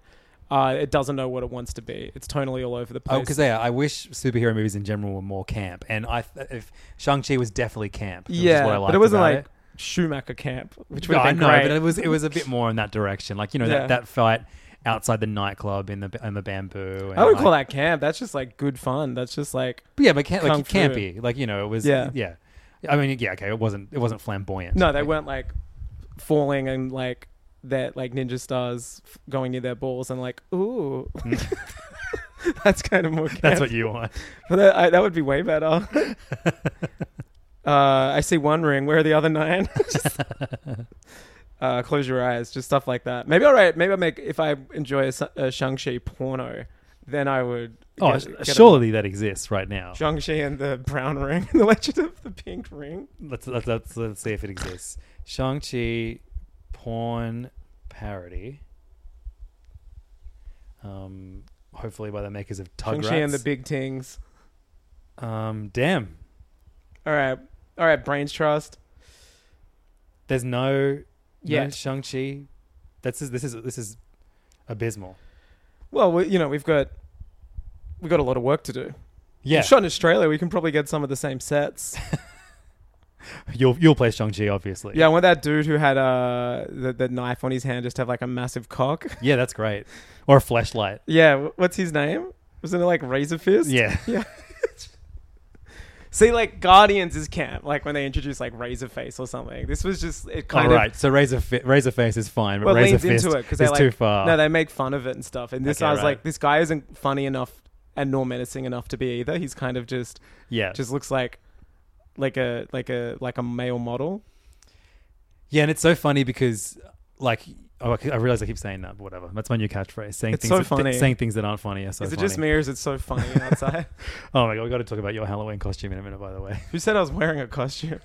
Speaker 3: Uh, it doesn't know what it wants to be. It's totally all over the
Speaker 4: Oh,
Speaker 3: place.
Speaker 4: because yeah, I wish superhero movies in general were more camp. And I, th- if Shang Chi was definitely camp, which is
Speaker 3: yeah,
Speaker 4: what I
Speaker 3: but
Speaker 4: liked
Speaker 3: it wasn't
Speaker 4: about
Speaker 3: like Schumacher camp, which would
Speaker 4: No,
Speaker 3: have
Speaker 4: I
Speaker 3: been
Speaker 4: know,
Speaker 3: great.
Speaker 4: but it was
Speaker 3: [LAUGHS]
Speaker 4: it was a bit more in that direction. Like you know
Speaker 3: Yeah.
Speaker 4: that, that fight outside the nightclub in the in the bamboo. And
Speaker 3: I would
Speaker 4: like,
Speaker 3: call that camp. That's just like good fun. That's just like
Speaker 4: but yeah, but can, like
Speaker 3: kung
Speaker 4: it can't
Speaker 3: fu.
Speaker 4: be like you know it was yeah
Speaker 3: Yeah.
Speaker 4: yeah. I mean yeah okay it wasn't it wasn't flamboyant.
Speaker 3: no, they
Speaker 4: Like,
Speaker 3: weren't like falling and like that like ninja stars f- going near their balls and like ooh. [LAUGHS] That's kind of more. Camp.
Speaker 4: Mm. That's what you want.
Speaker 3: But that, I, that would be way better.
Speaker 4: [LAUGHS]
Speaker 3: uh, I see one ring. Where are the other
Speaker 4: [LAUGHS]
Speaker 3: nine? Just- uh, close your eyes. Just stuff like that. Maybe I'll write. Maybe I'll make if I enjoy a, Shang Chi porno. then I would.
Speaker 4: Oh,
Speaker 3: get- get a-
Speaker 4: surely that exists right now.
Speaker 3: Shang-Chi and the brown ring, [LAUGHS] the legend of the pink ring.
Speaker 4: Let's let's let's, let's see if it exists. Shang Chi porn parody. Um, hopefully by the makers of Tugrats.
Speaker 3: Shang-Chi and the big tings.
Speaker 4: um, damn,
Speaker 3: All right. All right. Brains trust.
Speaker 4: there's no yeah
Speaker 3: Yeah.
Speaker 4: no Shang Chi. That's this is this is abysmal.
Speaker 3: Well, we, you know, we've got we've got a lot of work to do.
Speaker 4: Yeah,
Speaker 3: Shot in Australia, we can probably get some of the same sets.
Speaker 4: you'll you'll play Shang Chi obviously.
Speaker 3: yeah, I want that dude who had uh, the, the knife on his hand just to have like a massive cock. [LAUGHS]
Speaker 4: yeah, that's great. Or a flashlight.
Speaker 3: Yeah, wh- what's his name? Wasn't it like Razor Fist?
Speaker 4: Yeah.
Speaker 3: See, like Guardians is camp, like when they introduced like Razor Face or something. This was just it [LAUGHS]
Speaker 4: All
Speaker 3: kind of
Speaker 4: right, so razor fi- razor face is fine, but
Speaker 3: well
Speaker 4: razor
Speaker 3: leans
Speaker 4: fist
Speaker 3: into it because
Speaker 4: is
Speaker 3: they like
Speaker 4: too far.
Speaker 3: no, they make fun of it and stuff. And this,
Speaker 4: Okay,
Speaker 3: I was
Speaker 4: right.
Speaker 3: like, this guy isn't funny enough and nor menacing enough to be either. He's kind of just
Speaker 4: yeah,
Speaker 3: just looks like like a like a like a male model.
Speaker 4: yeah, and it's so funny because like oh, I I realize I keep saying that, but whatever. That's my new catchphrase. Saying
Speaker 3: It's
Speaker 4: things
Speaker 3: so
Speaker 4: that, th-
Speaker 3: funny.
Speaker 4: saying things that aren't funny. Are so
Speaker 3: is it
Speaker 4: funny.
Speaker 3: just me or is it so funny
Speaker 4: [LAUGHS]
Speaker 3: outside?
Speaker 4: Oh my god, we got to talk about your Halloween costume in a minute, by the way. [LAUGHS]
Speaker 3: Who said I was wearing a costume?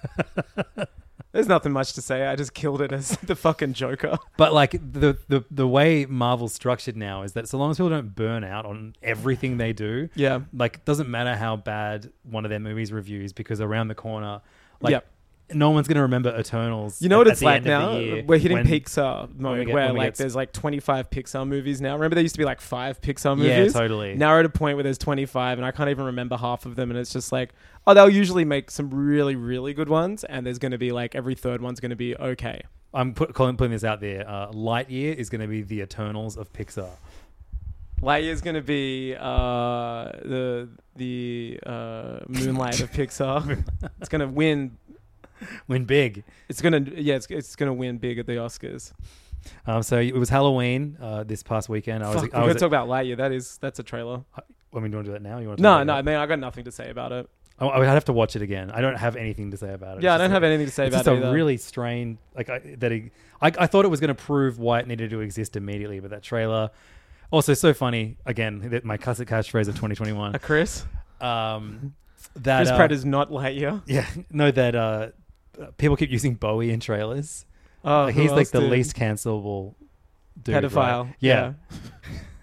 Speaker 3: There's nothing much to say. I just killed it as [LAUGHS] the fucking Joker.
Speaker 4: But like the the the way Marvel's structured now is that so long as people don't burn out on everything they do,
Speaker 3: Yeah.
Speaker 4: like it doesn't matter how bad one of their movies reviews because around the corner, like
Speaker 3: Yep.
Speaker 4: no one's gonna remember Eternals.
Speaker 3: You know what
Speaker 4: at
Speaker 3: it's
Speaker 4: the
Speaker 3: like
Speaker 4: end of the
Speaker 3: now?
Speaker 4: year
Speaker 3: We're hitting
Speaker 4: when-
Speaker 3: Pixar moment
Speaker 4: get-
Speaker 3: where
Speaker 4: when we
Speaker 3: like
Speaker 4: get-
Speaker 3: there's like 25 Pixar movies now. Remember there used to be like five Pixar
Speaker 4: Yeah,
Speaker 3: movies?
Speaker 4: totally.
Speaker 3: Now we're at a point where there's 25 and I can't even remember half of them. And it's just like, oh, they'll usually make some really, really good ones. And there's going to be like every third one's going to be okay.
Speaker 4: I'm put, calling, putting this out there. Uh, Lightyear is going to be the Eternals of Pixar.
Speaker 3: Lightyear's going to be uh, the the uh,
Speaker 4: [LAUGHS]
Speaker 3: Moonlight of Pixar. it's going to win.
Speaker 4: Win big.
Speaker 3: It's going to, yeah, it's, it's going to win big at the Oscars.
Speaker 4: Um, so it was Halloween uh, this past weekend. I was.
Speaker 3: Fuck, we're
Speaker 4: I
Speaker 3: going
Speaker 4: was.
Speaker 3: to talk about Lightyear. That is, that's a trailer.
Speaker 4: I mean, do you want to do that now? You want to
Speaker 3: No, no, I mean, I got nothing to say about it.
Speaker 4: I, I would have to watch it again. I don't have anything to say about it.
Speaker 3: Yeah, I
Speaker 4: It's just
Speaker 3: don't have
Speaker 4: like-
Speaker 3: anything to say
Speaker 4: It's
Speaker 3: about
Speaker 4: just
Speaker 3: it.
Speaker 4: a
Speaker 3: either.
Speaker 4: really strange, like I, that. It, I, I thought it was going to prove why it needed to exist immediately, but that trailer. Also, so funny again. That my classic catchphrase of 2021.
Speaker 3: a [LAUGHS] Chris.
Speaker 4: Um, that
Speaker 3: Chris
Speaker 4: uh,
Speaker 3: Pratt is not Lightyear.
Speaker 4: [LAUGHS] yeah, no, that uh, people keep using Bowie in trailers.
Speaker 3: Oh,
Speaker 4: Like,
Speaker 3: who
Speaker 4: he's like
Speaker 3: else
Speaker 4: the
Speaker 3: did-
Speaker 4: least cancelable dude, right?
Speaker 3: pedophile.
Speaker 4: Yeah.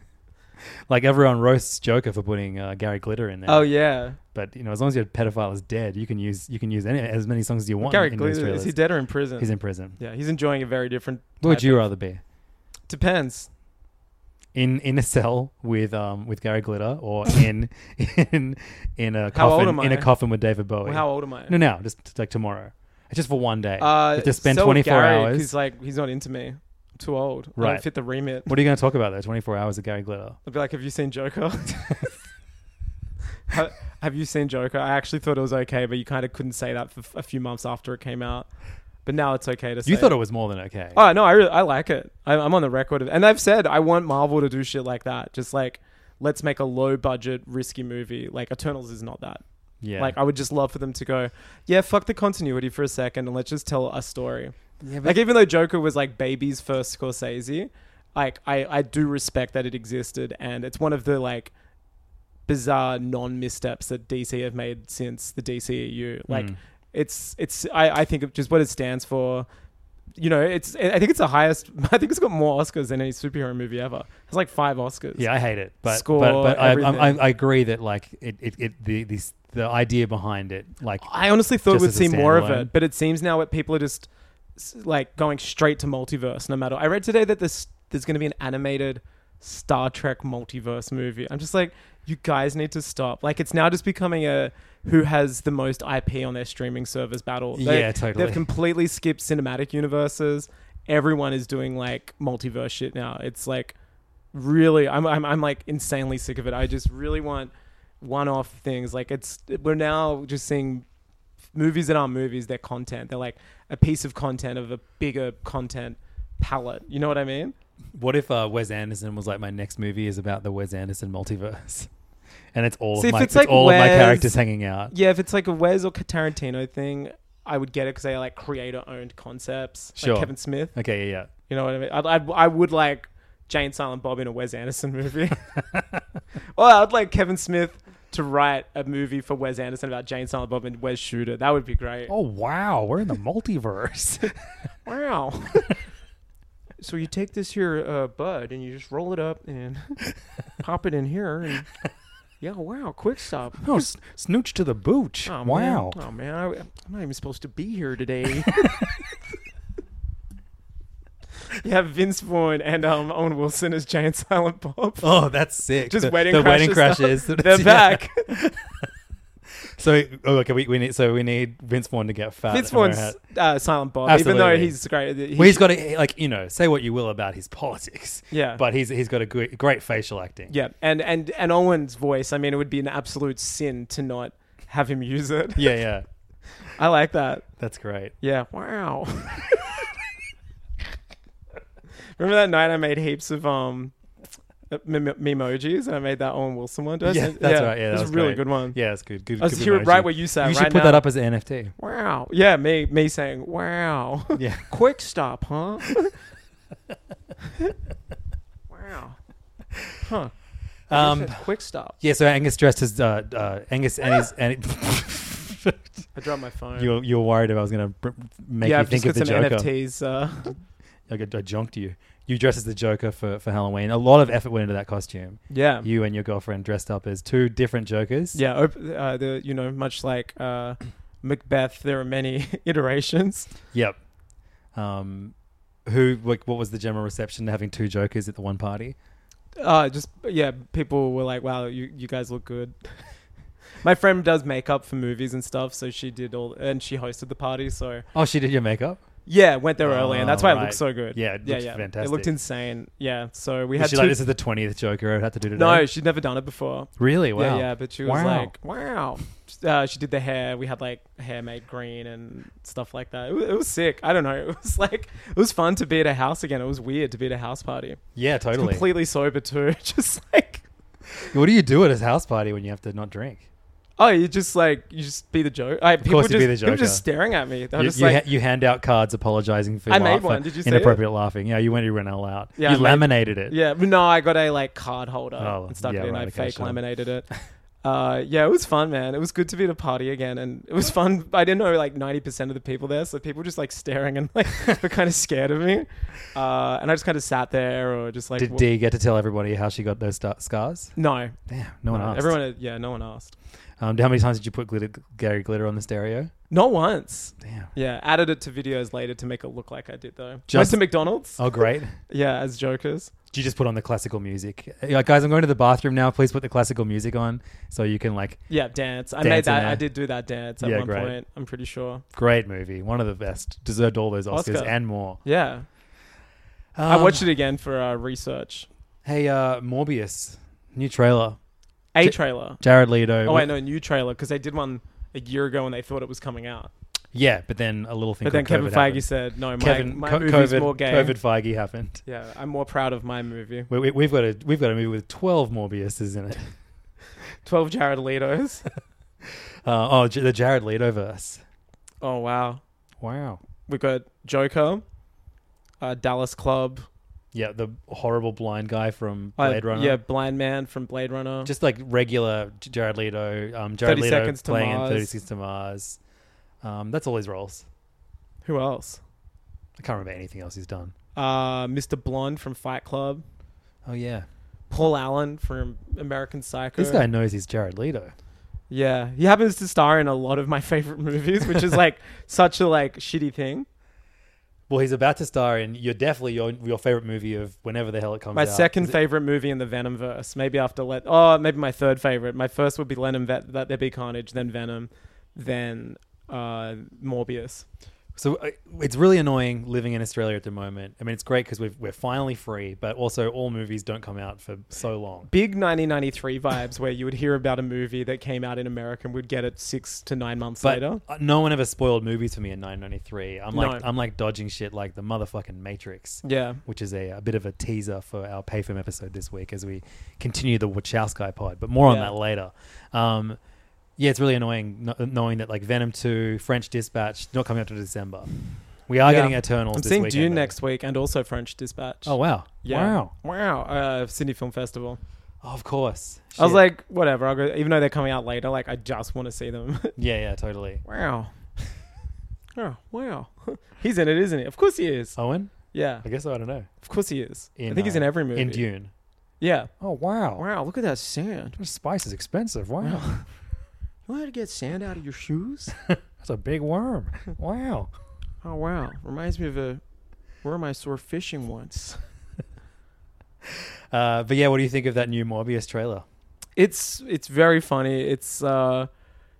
Speaker 4: [LAUGHS] like everyone roasts Joker for putting uh, Gary Glitter in there.
Speaker 3: Oh yeah.
Speaker 4: but you know, as long as your pedophile is dead, you can use you can use any as many songs as you want.
Speaker 3: Gary
Speaker 4: in these
Speaker 3: Glitter is
Speaker 4: trailers.
Speaker 3: he dead or in prison?
Speaker 4: He's in prison.
Speaker 3: yeah, he's enjoying a very different.
Speaker 4: What would
Speaker 3: type
Speaker 4: you
Speaker 3: of-
Speaker 4: rather be?
Speaker 3: Depends.
Speaker 4: In in a cell with um with Gary Glitter
Speaker 3: [LAUGHS]
Speaker 4: or in in in a
Speaker 3: How old
Speaker 4: coffin
Speaker 3: am
Speaker 4: in a
Speaker 3: I?
Speaker 4: coffin with David Bowie?
Speaker 3: Well, how old am I?
Speaker 4: no, now just t- like tomorrow. Just for one day. You
Speaker 3: Uh,
Speaker 4: have to spend
Speaker 3: so would
Speaker 4: twenty four
Speaker 3: Gary,
Speaker 4: hours.
Speaker 3: He's like he's not into me. I'm too old. I
Speaker 4: Right.
Speaker 3: don't fit the remit.
Speaker 4: What are you going to talk about though? Twenty four hours of Gary Glitter.
Speaker 3: I'd be like, have you seen Joker? [LAUGHS] Ha- have you seen Joker? I actually thought it was okay, but you kind of couldn't say that for f- a few months after it came out. But now it's okay to say.
Speaker 4: You thought it was more than okay.
Speaker 3: Oh no, I really, I like it. I, I'm on the record of, and I've said I want Marvel to do shit like that. Just like let's make a low budget, risky movie. Like Eternals is not that.
Speaker 4: yeah.
Speaker 3: Like I would just love for them to go, yeah, fuck the continuity for a second, and let's just tell a story.
Speaker 4: yeah, but
Speaker 3: Like even though Joker was like baby's first Scorsese, like I I do respect that it existed, and it's one of the like bizarre non missteps that DC have made since the DCEU. Like
Speaker 4: Mm.
Speaker 3: it's it's I I think of just what it stands for. You know, it's I think it's the highest. [LAUGHS] I think it's got more Oscars than any superhero movie ever. It's like five Oscars.
Speaker 4: Yeah, I hate it, but
Speaker 3: Score,
Speaker 4: but, but I,
Speaker 3: everything.
Speaker 4: I, I agree that like it, it, it the this the idea behind it like
Speaker 3: I honestly thought
Speaker 4: Just
Speaker 3: we'd
Speaker 4: as a
Speaker 3: see more of
Speaker 4: standalone.
Speaker 3: it, but it seems now that people are just s- like going straight to multiverse. No matter. I read today that this there's going to be an animated Star Trek multiverse movie. I'm just like, you guys need to stop. Like, it's now just becoming a who has the most IP on their streaming service battle.
Speaker 4: Yeah, totally.
Speaker 3: They've completely skipped cinematic universes. Everyone is doing like multiverse shit now. It's like really I'm, I'm I'm like insanely sick of it. I just really want one-off things. Like it's we're now just seeing movies that aren't movies. They're content. They're like a piece of content of a bigger content palette. You know what I mean?
Speaker 4: what if uh, Wes Anderson was like my next movie is about the Wes Anderson multiverse, [LAUGHS] and it's all
Speaker 3: See,
Speaker 4: of
Speaker 3: if
Speaker 4: my
Speaker 3: it's
Speaker 4: it's
Speaker 3: like
Speaker 4: all of my
Speaker 3: Wes-
Speaker 4: characters hanging out.
Speaker 3: Yeah. If it's like a Wes or Tarantino thing, I would get it because they are like creator-owned concepts.
Speaker 4: Sure.
Speaker 3: Like Kevin Smith.
Speaker 4: Okay, yeah, yeah.
Speaker 3: [LAUGHS] You know what I mean? I'd, I'd, I would like Jane Silent Bob in a Wes Anderson movie. Well, I'd like Kevin Smith to write a movie for Wes Anderson about Jane Silent Bob and Wes Shooter. That would be great.
Speaker 5: Oh wow, we're in the
Speaker 4: [LAUGHS]
Speaker 5: multiverse.
Speaker 3: Wow. [LAUGHS] so you take this here uh, bud and you just roll it up and [LAUGHS] pop it in here and yeah, wow, quick stop.
Speaker 5: oh, s- snooch to the booch.
Speaker 3: Oh,
Speaker 5: wow.
Speaker 3: Man. Oh man, I, am not even supposed to be here
Speaker 4: [LAUGHS]
Speaker 3: today. you have Vince Vaughn and um, Owen Wilson as Giant Silent Bob.
Speaker 4: Oh, that's sick.
Speaker 3: Just
Speaker 4: the,
Speaker 3: wedding
Speaker 4: the
Speaker 3: crashes
Speaker 4: wedding
Speaker 3: [LAUGHS]
Speaker 4: crashes.
Speaker 3: They're
Speaker 4: [LAUGHS] Yeah.
Speaker 3: back.
Speaker 4: So oh, okay, we, we need so we need Vince Vaughn to get fat.
Speaker 3: Vince
Speaker 4: and wear a
Speaker 3: Vaughn's
Speaker 4: hat.
Speaker 3: uh, Silent Bob, even though
Speaker 4: Absolutely.
Speaker 3: he's great. He
Speaker 4: Well, he's
Speaker 3: should-
Speaker 4: got a, like you know say what you will about his politics.
Speaker 3: Yeah.
Speaker 4: but he's he's got a great, great facial acting.
Speaker 3: Yeah, and and and Owen's voice. I mean, it would be an absolute sin to not have him use
Speaker 4: [LAUGHS]
Speaker 3: it.
Speaker 4: yeah, yeah.
Speaker 3: I like that.
Speaker 4: That's great.
Speaker 3: Yeah. Wow. [LAUGHS] Remember that night I made heaps of um mem- memojis and I made that Owen Wilson one. Did I
Speaker 4: Yeah,
Speaker 3: send-
Speaker 4: that's right. Yeah,
Speaker 3: it was a
Speaker 4: that
Speaker 3: really good one.
Speaker 4: Yeah, that's good. Good.
Speaker 3: I was
Speaker 4: good
Speaker 3: here
Speaker 4: emoji.
Speaker 3: right where you sat.
Speaker 4: You should
Speaker 3: right
Speaker 4: put that
Speaker 3: now.
Speaker 4: up as an NFT.
Speaker 3: Wow. Yeah, me me saying wow. [LAUGHS]
Speaker 4: Yeah.
Speaker 3: Quick stop, huh? wow. Huh.
Speaker 4: [LAUGHS] Um,
Speaker 3: Quick stop.
Speaker 4: yeah. So Angus dressed as uh, uh, Angus and his and.
Speaker 3: I dropped my phone.
Speaker 4: [LAUGHS] You're, you're worried if I was going to make
Speaker 3: yeah,
Speaker 4: you
Speaker 3: I've
Speaker 4: think
Speaker 3: just
Speaker 4: of
Speaker 3: got some
Speaker 4: the Joker.
Speaker 3: NFTs. Uh, [LAUGHS]
Speaker 4: Like I, I junked you. You dressed as the Joker for, for Halloween. A lot of effort went into that costume.
Speaker 3: yeah.
Speaker 4: You and your girlfriend dressed up as two different Jokers.
Speaker 3: Yeah, op- uh, the you know much like uh, Macbeth, there are many [LAUGHS] iterations.
Speaker 4: Yep. Um, who like what was the general reception to having two Jokers at the one party?
Speaker 3: Uh, just yeah, people were like, "Wow, you you guys look good." [LAUGHS] My friend does makeup for movies and stuff, so she did all and she hosted the party. So
Speaker 4: Oh, she did your makeup.
Speaker 3: yeah, went there early, and
Speaker 4: Oh,
Speaker 3: that's why it
Speaker 4: right.
Speaker 3: looked so good.
Speaker 4: Yeah, it looked
Speaker 3: It looked
Speaker 4: fantastic.
Speaker 3: insane. Yeah, so we
Speaker 4: Was
Speaker 3: had
Speaker 4: she
Speaker 3: two.
Speaker 4: like this is the twentieth Joker I've had to do today.
Speaker 3: no, she'd never done it before.
Speaker 4: really? Wow.
Speaker 3: Yeah, yeah, but she was
Speaker 4: Wow.
Speaker 3: like, "Wow." Uh, she did the hair. We had like hair made green and stuff like that. It was, it was sick. I don't know. [LAUGHS] It was like it was fun to be at a house again. It was weird to be at a house party.
Speaker 4: Yeah, totally.
Speaker 3: Completely sober too. [LAUGHS] just like
Speaker 4: what do you do at a house party when you have to not drink?
Speaker 3: oh, you just like you just be the joke. I, people
Speaker 4: course
Speaker 3: just,
Speaker 4: you'd be the
Speaker 3: People just
Speaker 4: joker.
Speaker 3: staring at me. They were
Speaker 4: You,
Speaker 3: just
Speaker 4: you,
Speaker 3: like
Speaker 4: ha- you hand out cards apologizing for,
Speaker 3: I made
Speaker 4: laugh- for
Speaker 3: one. Did you see it?
Speaker 4: inappropriate laughing. Yeah, you went you went all out.
Speaker 3: Yeah, I
Speaker 4: you
Speaker 3: made-
Speaker 4: laminated it.
Speaker 3: yeah. But no, I got a like card holder
Speaker 4: Oh,
Speaker 3: and stuck
Speaker 4: yeah,
Speaker 3: it in.
Speaker 4: right,
Speaker 3: I
Speaker 4: okay,
Speaker 3: fake
Speaker 4: sure.
Speaker 3: laminated it. Uh, yeah, it was fun, man. It was good to be at a party again, and it was fun. I didn't know like ninety percent of the people there, so people just like staring and like [LAUGHS] were kind of scared of me. Uh, and I just kind of sat there or just like
Speaker 4: Did
Speaker 3: wa-
Speaker 4: Dee get to tell everybody how she got those sta- scars?
Speaker 3: no,
Speaker 4: Damn, no one asked.
Speaker 3: everyone. Yeah, no one asked.
Speaker 4: Um, how many times did you put glitter, Gary glitter on the stereo?
Speaker 3: Not once. [LAUGHS]
Speaker 4: Damn.
Speaker 3: Yeah, added it to videos later to make it look like I did though. Went
Speaker 4: Just-
Speaker 3: to McDonald's.
Speaker 4: Oh, great.
Speaker 3: Yeah, as jokers.
Speaker 4: Do you just put on the classical music? Yeah, guys, I'm going to the bathroom now. Please put the classical music on so you can like
Speaker 3: Yeah, dance. I made
Speaker 4: Dance in
Speaker 3: that.
Speaker 4: there.
Speaker 3: I did do that dance at
Speaker 4: Yeah,
Speaker 3: one
Speaker 4: great.
Speaker 3: point. I'm pretty sure.
Speaker 4: great movie, one of the best. Deserved all those Oscars
Speaker 3: Oscar.
Speaker 4: and more.
Speaker 3: Yeah, I
Speaker 4: Um,
Speaker 3: watched it again for uh, research.
Speaker 4: Hey, uh, Morbius, new trailer.
Speaker 3: A
Speaker 4: J-
Speaker 3: trailer.
Speaker 4: Jared Leto.
Speaker 3: Oh, I know, new trailer because they did one a year ago and they thought it was coming out.
Speaker 4: Yeah, but then a little thing.
Speaker 3: But then
Speaker 4: called
Speaker 3: Kevin
Speaker 4: COVID
Speaker 3: Feige
Speaker 4: happened.
Speaker 3: said, "No, my,
Speaker 4: Kevin
Speaker 3: my
Speaker 4: co-
Speaker 3: movie's
Speaker 4: COVID,
Speaker 3: more gay."
Speaker 4: COVID Feige happened.
Speaker 3: Yeah, I'm more proud of my movie.
Speaker 4: We, we, we've got a we've got a movie with twelve Morbiuses in
Speaker 3: [LAUGHS]
Speaker 4: it.
Speaker 3: Twelve Jared
Speaker 4: [LAUGHS]
Speaker 3: Leto's.
Speaker 4: Uh, oh, J- the Jared Leto verse.
Speaker 3: oh wow,
Speaker 4: Wow.
Speaker 3: we got Joker, uh, Dallas Club,
Speaker 4: Yeah, the horrible blind guy from
Speaker 3: uh,
Speaker 4: Blade Runner.
Speaker 3: yeah, Blind Man from Blade Runner.
Speaker 4: just like regular J- Jared Leto. Um, Jared
Speaker 3: 30
Speaker 4: Leto
Speaker 3: Seconds to
Speaker 4: playing
Speaker 3: Mars.
Speaker 4: in Thirty Seconds to Mars. Um, that's all his roles.
Speaker 3: Who else?
Speaker 4: I can't remember anything else he's done.
Speaker 3: Uh, Mr. Blonde from Fight Club.
Speaker 4: Oh yeah,
Speaker 3: Paul Allen from American Psycho.
Speaker 4: this guy knows he's Jared Leto.
Speaker 3: Yeah, he happens to star in a lot of my [LAUGHS] favorite movies, which is
Speaker 4: [LAUGHS]
Speaker 3: like such a like shitty thing.
Speaker 4: Well, he's about to star in you're definitely your your favorite movie of whenever the hell it comes
Speaker 3: My
Speaker 4: out.
Speaker 3: second
Speaker 4: Is it-
Speaker 3: favorite movie in the Venom verse, maybe after Let. Oh, maybe my third favorite. My first would be Lennon That Let There Be Carnage, then Venom, then uh, Morbius.
Speaker 4: So uh, it's really annoying living in Australia at the moment. I mean, it's great because we're finally free, but also all movies don't come out for so long.
Speaker 3: Big 1993 vibes, where you would hear about a movie that came out in America and would get it six to nine months
Speaker 4: But
Speaker 3: later.
Speaker 4: uh, no one ever spoiled movies for me in 993. I'm like
Speaker 3: No.
Speaker 4: I'm like dodging shit like the motherfucking Matrix.
Speaker 3: Yeah,
Speaker 4: which is a, a bit of a teaser for our PayFM episode this week as we continue the Wachowski pod, but more on
Speaker 3: Yeah.
Speaker 4: that later. Um, yeah, it's really annoying kno- knowing that like Venom 2, French Dispatch, not coming out to December. We are
Speaker 3: Yeah.
Speaker 4: getting Eternals.
Speaker 3: I'm
Speaker 4: this
Speaker 3: seeing
Speaker 4: weekend,
Speaker 3: Dune
Speaker 4: though.
Speaker 3: next week and also French Dispatch.
Speaker 4: Oh wow!
Speaker 3: yeah.
Speaker 4: Wow!
Speaker 3: wow! Uh, Sydney Film Festival.
Speaker 4: of course.
Speaker 3: I was
Speaker 4: Shit.
Speaker 3: like, whatever. I'll go, even though they're coming out later, like I just want to see them. [LAUGHS]
Speaker 4: yeah, yeah, totally.
Speaker 3: wow. [LAUGHS] Oh wow. [LAUGHS] he's in it, isn't he? Of course he is.
Speaker 4: Owen?
Speaker 3: Yeah.
Speaker 4: I guess so, I don't know.
Speaker 3: Of course he is. I
Speaker 4: In,
Speaker 3: think he's in
Speaker 4: uh,
Speaker 3: every movie.
Speaker 4: In Dune.
Speaker 3: Yeah.
Speaker 5: Oh wow.
Speaker 3: Wow. Look at that sand.
Speaker 5: This spice is expensive. Wow.
Speaker 3: You want to get sand out of your shoes?
Speaker 5: That's a big worm. Wow.
Speaker 3: [LAUGHS] Oh wow. Reminds me of a where I saw fishing once.
Speaker 4: Uh, but yeah, what do you think of that new Morbius trailer?
Speaker 3: It's it's very funny. It's uh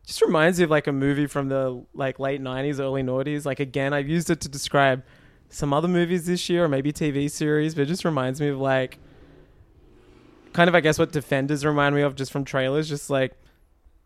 Speaker 3: just reminds me of like a movie from the like late nineties, early noughties. Like again, I've used it to describe some other movies this year or maybe TV series, but it just reminds me of like kind of I guess what Defenders remind me of just from trailers, just like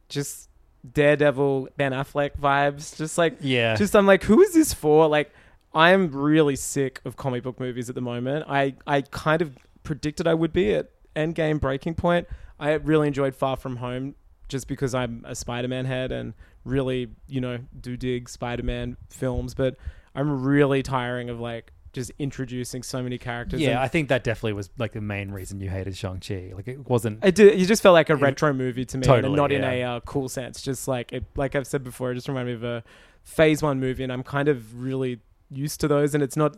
Speaker 3: just Daredevil Ben Affleck vibes. Just like
Speaker 4: Yeah.
Speaker 3: just I'm like, who is this for? Like, I'm really sick of comic book movies at the moment. I I kind of predicted I would be at Endgame breaking point. I really enjoyed Far From Home just because I'm a Spider-Man head and really you know do dig Spider-Man films, but I'm really tiring of like just introducing so many characters.
Speaker 4: yeah,
Speaker 3: and
Speaker 4: I think that definitely was like the main reason you hated Shang-Chi. Like it wasn't.
Speaker 3: It did. It just felt like a retro movie to me, and
Speaker 4: Totally,
Speaker 3: not in
Speaker 4: yeah.
Speaker 3: a uh, cool sense. Just like it, like I've said before, it just reminded me of a Phase One movie, and I'm kind of really used to those. And it's not,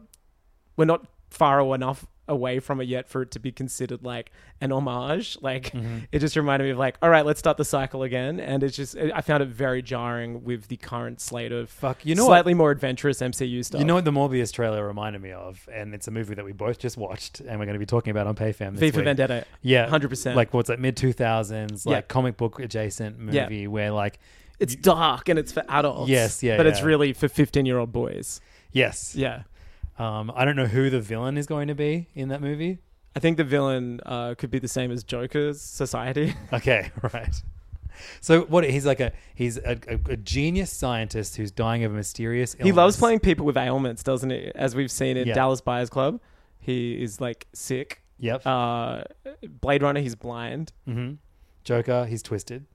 Speaker 3: we're not far enough away from it yet for it to be considered like an homage. Like
Speaker 4: Mm-hmm.
Speaker 3: it just reminded me of like, all right, let's start the cycle again. And it's just, I found it very jarring with the current slate of
Speaker 4: Fuck, you know what-
Speaker 3: slightly more adventurous MCU stuff.
Speaker 4: You know what the Morbius trailer reminded me of, and it's a movie that we both just watched, and we're going to be talking about on PayFam. This
Speaker 3: V for
Speaker 4: week.
Speaker 3: Vendetta.
Speaker 4: yeah,
Speaker 3: 100%.
Speaker 4: Like what's that mid two thousands,
Speaker 3: Yeah.
Speaker 4: like comic book adjacent
Speaker 3: Yeah.
Speaker 4: movie where like
Speaker 3: It's dark and it's for adults.
Speaker 4: Yes, yeah,
Speaker 3: But it's
Speaker 4: yeah.
Speaker 3: really for 15 year old boys.
Speaker 4: yes,
Speaker 3: Yeah.
Speaker 4: Um, I don't know who the villain is going to be in that movie.
Speaker 3: I think the villain uh, could be the same as Joker's society. [LAUGHS]
Speaker 4: Okay, [LAUGHS] right. So what? He's like a he's a, a, a genius scientist who's dying of a mysterious. Illness.
Speaker 3: he loves playing people with ailments, doesn't he? As we've seen in
Speaker 4: Yeah.
Speaker 3: Dallas Buyers Club, he is like sick.
Speaker 4: Yep.
Speaker 3: Uh, Blade Runner, he's blind.
Speaker 4: hmm Joker, he's twisted.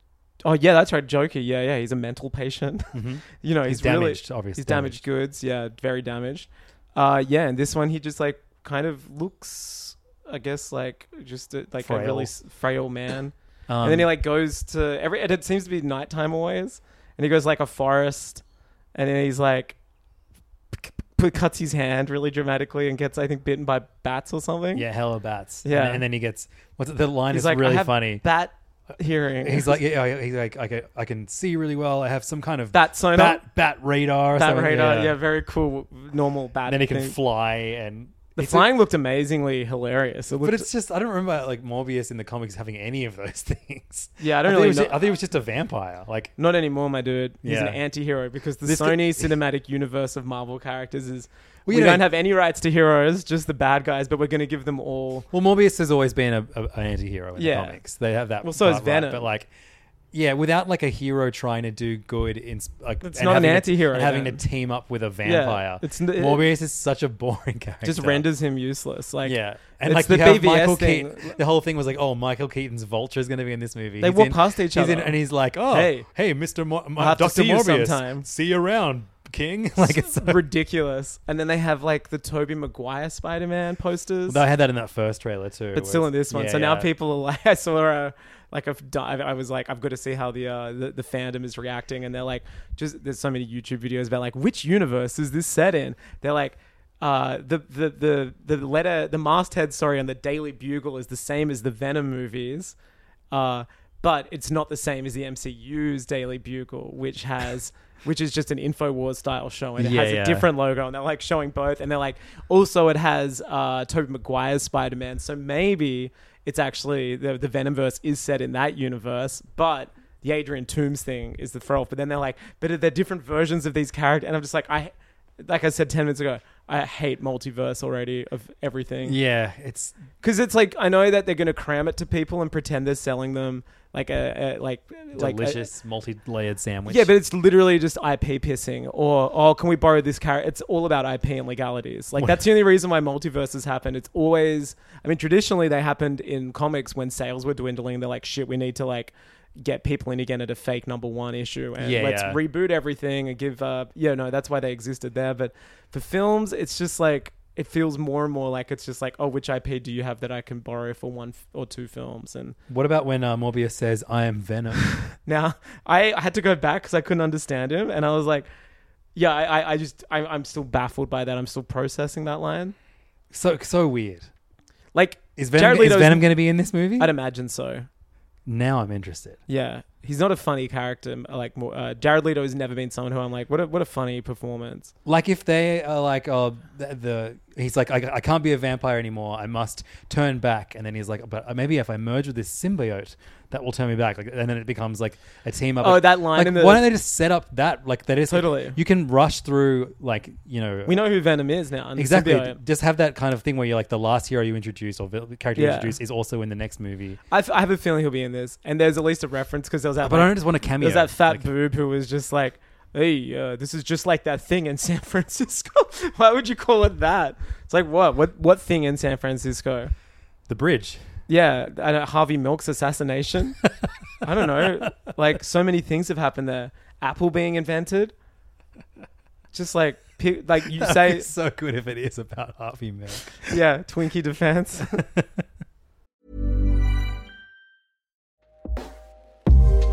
Speaker 3: Oh yeah, that's right, Joker. Yeah, yeah, he's a mental patient. [LAUGHS] you know, he's,
Speaker 4: Mm-hmm. He's
Speaker 3: really
Speaker 4: damaged, obviously
Speaker 3: He's damaged, goods. Yeah, very damaged. Uh, yeah, and this one he just like kind of looks, I guess, like just a, like a
Speaker 4: Frail.
Speaker 3: really s- frail man.
Speaker 4: Um,
Speaker 3: and then he like goes to every. and It seems to be nighttime always, and he goes like a forest, and then he's like, p- p- cuts his hand really dramatically and gets I think bitten by bats or something.
Speaker 4: yeah, hella bats.
Speaker 3: Yeah.
Speaker 4: and, and then he gets what's the line
Speaker 3: he's
Speaker 4: is
Speaker 3: like I
Speaker 4: really
Speaker 3: have
Speaker 4: funny.
Speaker 3: Bat hearing.
Speaker 4: He's like, yeah, I- he's like, I can, I can see really well. I have some kind
Speaker 3: [LAUGHS]
Speaker 4: of
Speaker 3: Bat sonar?
Speaker 4: bat, bat radar, or
Speaker 3: bat
Speaker 4: something,
Speaker 3: radar. Yeah. very cool normal bat.
Speaker 4: And then he can
Speaker 3: thing.
Speaker 4: fly, and
Speaker 3: The
Speaker 4: it's a-
Speaker 3: flying looked amazingly hilarious. It looked,
Speaker 4: but it's just, I don't remember like Morbius in the comics having any of those [LAUGHS] things.
Speaker 3: Yeah, I don't
Speaker 4: think it
Speaker 3: really
Speaker 4: was-
Speaker 3: know.
Speaker 4: I think it was just a vampire. Like,
Speaker 3: not anymore, my dude. He's an
Speaker 4: Yeah.
Speaker 3: anti-hero because the
Speaker 4: This [LAUGHS]
Speaker 3: Sony cinematic universe of Marvel characters is we
Speaker 4: Well, you know-
Speaker 3: don't have any rights to heroes, just the bad guys. But we're going to give them all.
Speaker 4: well, Morbius has always been a, a, an anti-hero in
Speaker 3: Yeah.
Speaker 4: the comics. They have that.
Speaker 3: Well, so is
Speaker 4: part right,
Speaker 3: Venom.
Speaker 4: but like. Yeah, without like a hero trying to do good, in sp- like
Speaker 3: It's
Speaker 4: and
Speaker 3: not an
Speaker 4: having to-
Speaker 3: anti-hero,
Speaker 4: and having
Speaker 3: then.
Speaker 4: to team up with a vampire.
Speaker 3: it's n- it-
Speaker 4: Morbius is such a boring character.
Speaker 3: Just renders him useless. Like
Speaker 4: yeah, and
Speaker 3: it's
Speaker 4: like
Speaker 3: the
Speaker 4: you have
Speaker 3: BVS
Speaker 4: Michael
Speaker 3: thing.
Speaker 4: Keaton. The whole thing was like, oh, Michael Keaton's Vulture is going to be in this movie.
Speaker 3: They
Speaker 4: He's
Speaker 3: walk
Speaker 4: in-
Speaker 3: past each
Speaker 4: he's
Speaker 3: other.
Speaker 4: in, and he's like, oh,
Speaker 3: Hey.
Speaker 4: hey, hey, Mister Mor- Mo-
Speaker 3: have to
Speaker 4: Doctor
Speaker 3: see you
Speaker 4: Morbius,
Speaker 3: sometime."
Speaker 4: see you around, King. [LAUGHS] Like it's. So-
Speaker 3: [LAUGHS] [LAUGHS] ridiculous. And then they have like the Toby Maguire Spider-Man posters.
Speaker 4: I had that in that first trailer too.
Speaker 3: but
Speaker 4: where
Speaker 3: still in
Speaker 4: it's-
Speaker 3: this one.
Speaker 4: yeah,
Speaker 3: so now
Speaker 4: yeah.
Speaker 3: people are like, [LAUGHS] I saw a like a dive. I was like, I've got to see how the, uh, the the fandom is reacting, and they're like, just there's so many YouTube videos about like which universe is this set in. They're like. Uh, the, the the the letter the masthead sorry on the Daily Bugle is the same as the Venom movies, uh, but it's not the same as the MCU's Daily Bugle, which has [LAUGHS] which is just an Infowars style show and it
Speaker 4: Yeah,
Speaker 3: has a
Speaker 4: yeah.
Speaker 3: different logo and they're like showing both and they're like also it has uh Toby Maguire's Spider-Man so maybe it's actually the the Venomverse is set in that universe but the Adrian Toomes thing is the throw but then they're like but they're different versions of these characters and I'm just like I like I said 10 minutes ago I hate multiverse already of everything
Speaker 4: yeah, it's
Speaker 3: because it's like I know that they're gonna cram it to people and pretend they're selling them like a, a like like a-
Speaker 4: delicious multi-layered sandwich.
Speaker 3: yeah, but it's literally just IP pissing or oh, can we borrow this character? It's all about IP and legalities. Like that's the only reason why multiverses happen. It's always I mean traditionally they happened in comics when sales were dwindling. They're like shit, we need to like get people in again at a fake number one issue and
Speaker 4: Yeah,
Speaker 3: let's
Speaker 4: yeah.
Speaker 3: reboot everything and give uh yeah no that's why they existed there but for films it's just like it feels more and more like it's just like, oh, which IP do you have that I can borrow for one f- or two films? And
Speaker 4: What about when uh, Morbius says, I am Venom? [LAUGHS]
Speaker 3: now [LAUGHS] I had to go back because I couldn't understand him, and I was like, yeah, I, I, I just I, I'm still baffled by that. I'm still processing that line.
Speaker 4: so so weird.
Speaker 3: Like
Speaker 4: Is
Speaker 3: Jared
Speaker 4: Venom, is
Speaker 3: Leto's-
Speaker 4: Venom going to be in this movie?
Speaker 3: I'd imagine so.
Speaker 4: now I'm interested.
Speaker 3: Yeah, he's not a funny character. Like more- uh, Jared Leto has never been someone who I'm like, what a what a funny performance.
Speaker 4: Like if they are like, oh, the, the he's like, I, I can't be a vampire anymore. I must turn back. And then he's like, but maybe if I merge with this symbiote, that will turn me back. Like, and then it becomes like a team up.
Speaker 3: Oh,
Speaker 4: Like-
Speaker 3: that line
Speaker 4: Like,
Speaker 3: in the-
Speaker 4: why don't they just set up that? Like that is
Speaker 3: Totally.
Speaker 4: you can rush through like you know
Speaker 3: We know who Venom is now. and
Speaker 4: exactly
Speaker 3: symbiote.
Speaker 4: just have that kind of thing where you're like the last hero you introduce or vil- character you
Speaker 3: Yeah.
Speaker 4: introduce is also in the next movie.
Speaker 3: I, f- I have a feeling he'll be in this, and there's at least a reference because there was that.
Speaker 4: Uh, But I
Speaker 3: like,
Speaker 4: don't just want a cameo.
Speaker 3: There's that fat
Speaker 4: Like,
Speaker 3: boob who was just like, "Hey, uh, this is just like that thing in [LAUGHS] San Francisco. Why would you call it that? It's like what? What? What thing in San Francisco?
Speaker 4: the bridge. [LAUGHS]
Speaker 3: Yeah, I don't, Harvey Milk's assassination. I don't know. Like so many things have happened there. Apple being invented. Just like pe- like you [LAUGHS]
Speaker 4: That'd
Speaker 3: say,
Speaker 4: be so good if it is about Harvey Milk.
Speaker 3: yeah, Twinkie defense.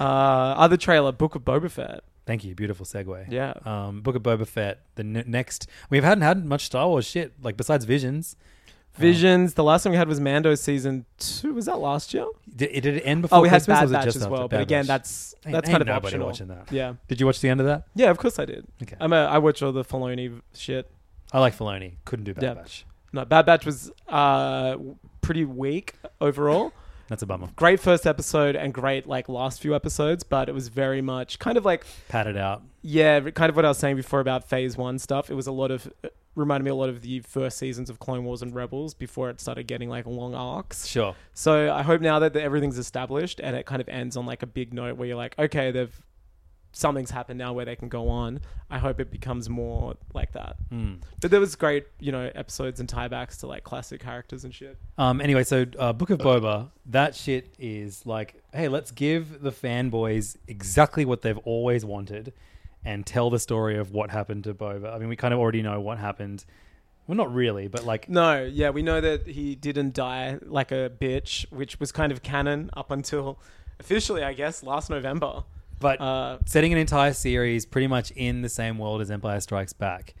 Speaker 3: Uh, other trailer, Book of Boba Fett.
Speaker 4: Thank you. Beautiful segue.
Speaker 3: Yeah.
Speaker 4: Um, Book of Boba Fett. The n- next, we haven't had much Star Wars shit like besides Visions.
Speaker 3: Visions. The last one we had was Mando season two. Was that last year?
Speaker 4: Did, it- did it end before
Speaker 3: Oh, we had
Speaker 4: Christmas? or
Speaker 3: Bad
Speaker 4: was it
Speaker 3: Batch
Speaker 4: just
Speaker 3: as
Speaker 4: after
Speaker 3: well.
Speaker 4: Bad
Speaker 3: But again,
Speaker 4: Batch?
Speaker 3: that's
Speaker 4: Ain't-
Speaker 3: that's
Speaker 4: ain't
Speaker 3: kind of
Speaker 4: nobody
Speaker 3: optional.
Speaker 4: watching that.
Speaker 3: Yeah,
Speaker 4: Did you watch the end of that?
Speaker 3: yeah. Of course I did.
Speaker 4: Okay.
Speaker 3: I'm a, I watch all the Filoni shit.
Speaker 4: I like Filoni. Couldn't do Bad
Speaker 3: Yeah.
Speaker 4: Batch.
Speaker 3: No, Bad Batch was uh, pretty weak overall.
Speaker 4: That's a bummer.
Speaker 3: great first episode and great like last few episodes, but it was very much kind of like
Speaker 4: Padded out.
Speaker 3: yeah, kind of what I was saying before about Phase One stuff. It was a lot of it reminded me a lot of the first seasons of Clone Wars and Rebels before it started getting like long arcs.
Speaker 4: Sure.
Speaker 3: So I hope now that the, everything's established and it kind of ends on like a big note where you're like, okay, they've something's happened now where they can go on. I hope it becomes more like that.
Speaker 4: Hmm.
Speaker 3: But there was great, you know, episodes and tiebacks to like classic characters and shit.
Speaker 4: Um, anyway, so uh, Book of Boba, that shit is like, hey, let's give the fanboys exactly what they've always wanted and tell the story of what happened to Boba. I mean, we kind of already know what happened. Well, not really, but like,
Speaker 3: No, yeah, we know that he didn't die like a bitch, which was kind of canon up until officially, I guess, last November.
Speaker 4: but
Speaker 3: Uh,
Speaker 4: setting an entire series pretty much in the same world as Empire Strikes Back,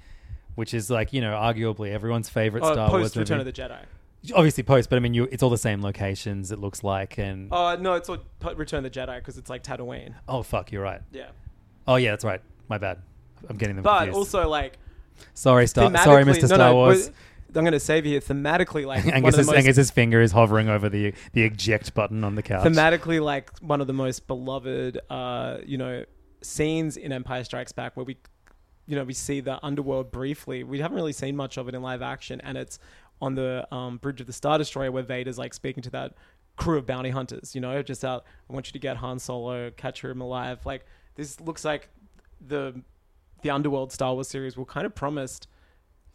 Speaker 4: which is like, you know, arguably everyone's favorite
Speaker 3: oh,
Speaker 4: Star Wars
Speaker 3: post Return
Speaker 4: movie.
Speaker 3: of the Jedi.
Speaker 4: Obviously post, but I mean, you, it's all the same locations, it looks like. And oh,
Speaker 3: Oh no, it's all po- Return of the Jedi because it's like Tatooine.
Speaker 4: fuck, you're right.
Speaker 3: Yeah,
Speaker 4: Oh, yeah, that's right. My bad. I'm getting them
Speaker 3: but
Speaker 4: confused.
Speaker 3: also like
Speaker 4: sorry, Star-
Speaker 3: thematically-
Speaker 4: sorry, Mr.
Speaker 3: no,
Speaker 4: Star
Speaker 3: no,
Speaker 4: [LAUGHS] Wars.
Speaker 3: but I'm going to save you here thematically,
Speaker 4: [LAUGHS]
Speaker 3: like one of the
Speaker 4: Angus's,
Speaker 3: most
Speaker 4: Angus's finger is hovering over the the eject button on the couch.
Speaker 3: thematically like one of the most beloved uh you know scenes in empire strikes back where we you know we see the underworld briefly we haven't really seen much of it in live action and it's on the um, bridge of the star destroyer where vader's like speaking to that crew of bounty hunters you know just out i want you to get han solo catch him alive like this looks like the the Underworld Star Wars series were kind of promised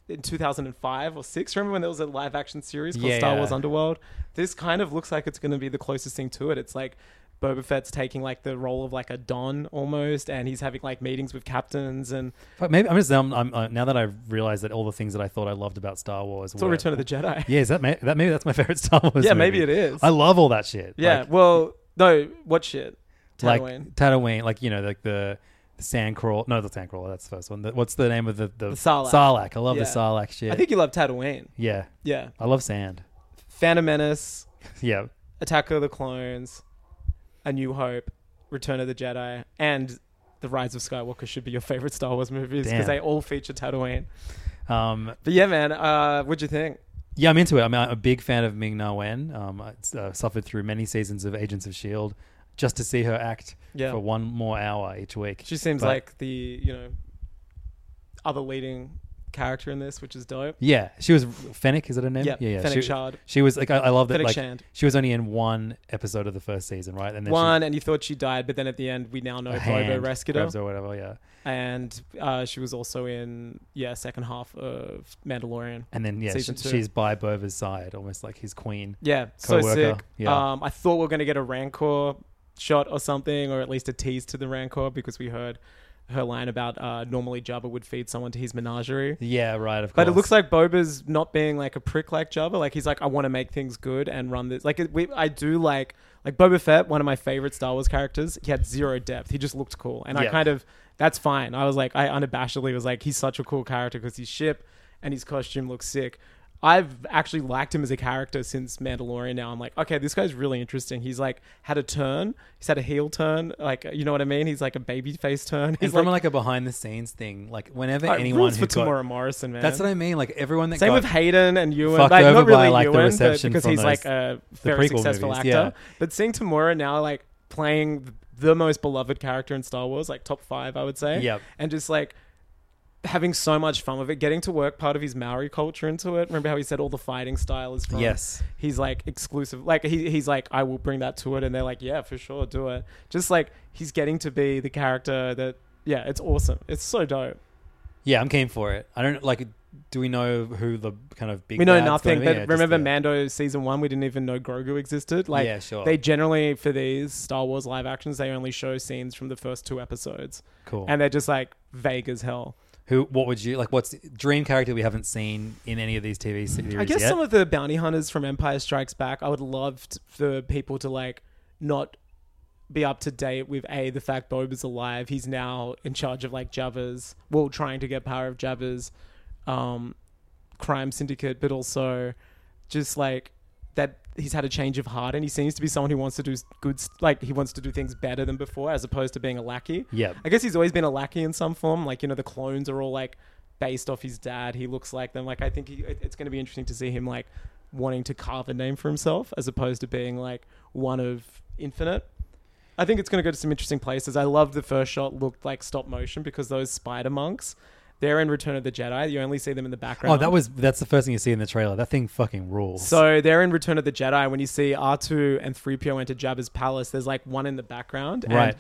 Speaker 3: in 2005 or 6 remember when there was a live action series called
Speaker 4: Yeah,
Speaker 3: Star
Speaker 4: yeah.
Speaker 3: Wars Underworld this kind of looks like it's going to be the closest thing to it it's like Boba Fett's taking like the role of like a don almost and he's having like meetings with captains and
Speaker 4: But maybe I'm just I'm, I'm, uh, now that I've realized that all the things that I thought I loved about Star Wars.
Speaker 3: it's all Return of the Jedi
Speaker 4: Yeah, is that, ma- that maybe that's my [LAUGHS] favorite Star Wars.
Speaker 3: Yeah,
Speaker 4: movie.
Speaker 3: maybe it is.
Speaker 4: I love all that shit.
Speaker 3: [LAUGHS] Yeah,
Speaker 4: Like-
Speaker 3: well no what shit
Speaker 4: like
Speaker 3: Tatooine.
Speaker 4: Tatooine, like you know, like the, the Sandcrawler. No, the Sandcrawler. That's the first one. The, what's the name of the the,
Speaker 3: Sarlacc.
Speaker 4: I love
Speaker 3: Yeah.
Speaker 4: the Sarlacc shit.
Speaker 3: I think you love Tatooine
Speaker 4: yeah,
Speaker 3: yeah
Speaker 4: I love sand.
Speaker 3: Phantom Menace
Speaker 4: Yeah,
Speaker 3: Attack of the Clones, A New Hope, Return of the Jedi, and The Rise of Skywalker should be your favorite Star Wars movies because
Speaker 4: Damn.
Speaker 3: they all feature Tatooine.
Speaker 4: um,
Speaker 3: But yeah, man, uh, what'd you think?
Speaker 4: yeah, I'm into it. I'm a a big fan of Ming Na Wen. Um, I s- uh, suffered through many seasons of Agents of Shield E just to see her act
Speaker 3: Yeah.
Speaker 4: for one more hour each week.
Speaker 3: She seems
Speaker 4: But-
Speaker 3: like the you know other leading character in this, which is dope.
Speaker 4: Yeah, she was Fennec. Is that her name?
Speaker 3: Yeah,
Speaker 4: yeah, yeah.
Speaker 3: Fennec
Speaker 4: she,
Speaker 3: Shand.
Speaker 4: she was like, I, I love that.
Speaker 3: Fennec
Speaker 4: Like,
Speaker 3: Shand.
Speaker 4: she was only in one episode of the first season, right? And then
Speaker 3: One, and you thought she died, but then at the end, we now know
Speaker 4: she, a
Speaker 3: Bobo
Speaker 4: hand
Speaker 3: rescued her,
Speaker 4: grabs or whatever. Yeah,
Speaker 3: and uh, she was also in yeah second half of Mandalorian.
Speaker 4: And then yeah,
Speaker 3: Season
Speaker 4: sh-
Speaker 3: two.
Speaker 4: she's by Bova's side, almost like his queen.
Speaker 3: Yeah, so
Speaker 4: Co-worker,
Speaker 3: sick.
Speaker 4: yeah.
Speaker 3: Um, I thought we were going to get a Rancor shot or something, or at least a tease to the Rancor because we heard her line about uh, normally Jabba would feed someone to his menagerie.
Speaker 4: Yeah, right. Of course.
Speaker 3: But it looks like Boba's not being like a prick like Jabba. Like he's like, I want to make things good and run this. Like it, we, I do like like Boba Fett, one of my favorite Star Wars characters. He had zero depth. He just looked cool, and I
Speaker 4: Yeah.
Speaker 3: kind of that's fine. I was like, I unabashedly was like, he's such a cool character because his ship and his costume looks sick. I've actually liked him as a character since Mandalorian. Now I'm like, okay, this guy's really interesting. He's like had a turn. He's had a heel turn. Like you know what I mean? He's like a baby face turn.
Speaker 4: and
Speaker 3: He's
Speaker 4: from
Speaker 3: like,
Speaker 4: like, a behind the scenes thing. Like whenever
Speaker 3: like,
Speaker 4: anyone
Speaker 3: rules
Speaker 4: who
Speaker 3: for
Speaker 4: got,
Speaker 3: Tamora Morrison, man.
Speaker 4: that's what I mean. Like everyone that
Speaker 3: Same
Speaker 4: got,
Speaker 3: with Hayden and Ewan.
Speaker 4: fucked
Speaker 3: like,
Speaker 4: over
Speaker 3: not really
Speaker 4: by, like, the
Speaker 3: Ewan, but
Speaker 4: reception
Speaker 3: because
Speaker 4: from
Speaker 3: he's
Speaker 4: those-
Speaker 3: like a
Speaker 4: the
Speaker 3: very
Speaker 4: prequel
Speaker 3: successful
Speaker 4: movies,
Speaker 3: actor.
Speaker 4: yeah.
Speaker 3: But seeing Tamora now like playing the most beloved character in Star Wars, like top five, I would say.
Speaker 4: Yep.
Speaker 3: And just like having so much fun with it, getting to work part of his Maori culture into it. Remember how he said all the fighting style is from
Speaker 4: Yes.
Speaker 3: he's like exclusive. Like he, he's like, I will bring that to it, and they're like, yeah, for sure, do it. Just like he's getting to be the character that. Yeah, it's awesome. It's so dope.
Speaker 4: yeah, I'm keen for it. I don't like. Do we know who the kind of big?
Speaker 3: we know
Speaker 4: bad's
Speaker 3: nothing,
Speaker 4: gonna be?
Speaker 3: but
Speaker 4: Yeah, just
Speaker 3: remember
Speaker 4: the-
Speaker 3: Mando season one? We didn't even know Grogu existed. Like,
Speaker 4: Yeah, sure.
Speaker 3: they generally for these Star Wars live actions, they only show scenes from the first two episodes,
Speaker 4: Cool.
Speaker 3: and they're just like vague as hell.
Speaker 4: who? What would you like? What's dream character we haven't seen in any of these TV series?
Speaker 3: I guess
Speaker 4: yet?
Speaker 3: some of the bounty hunters from Empire Strikes Back, I would love t- for people to like not be up to date with a the fact Boba's alive. He's now in charge of like Jabba's, well, trying to get power of Jabba's um, crime syndicate, but also just like that he's had a change of heart and he seems to be someone who wants to do s- good, s- like he wants to do things better than before, as opposed to being a lackey.
Speaker 4: Yeah.
Speaker 3: I guess he's always been a lackey in some form. Like you know, the clones are all like based off his dad. He looks like them. Like I think he, it- it's going to be interesting to see him like wanting to carve a name for himself as opposed to being like one of infinite. I think it's going to go to some interesting places. I love the first shot looked like stop motion because those spider monks, they're in Return of the Jedi. You only see them in the background.
Speaker 4: Oh, that was that's the first thing you see in the trailer. That thing fucking rules.
Speaker 3: So they're in Return of the Jedi. When you see R2 and 3PO enter Jabba's palace, there's like one in the background.
Speaker 4: Right.
Speaker 3: And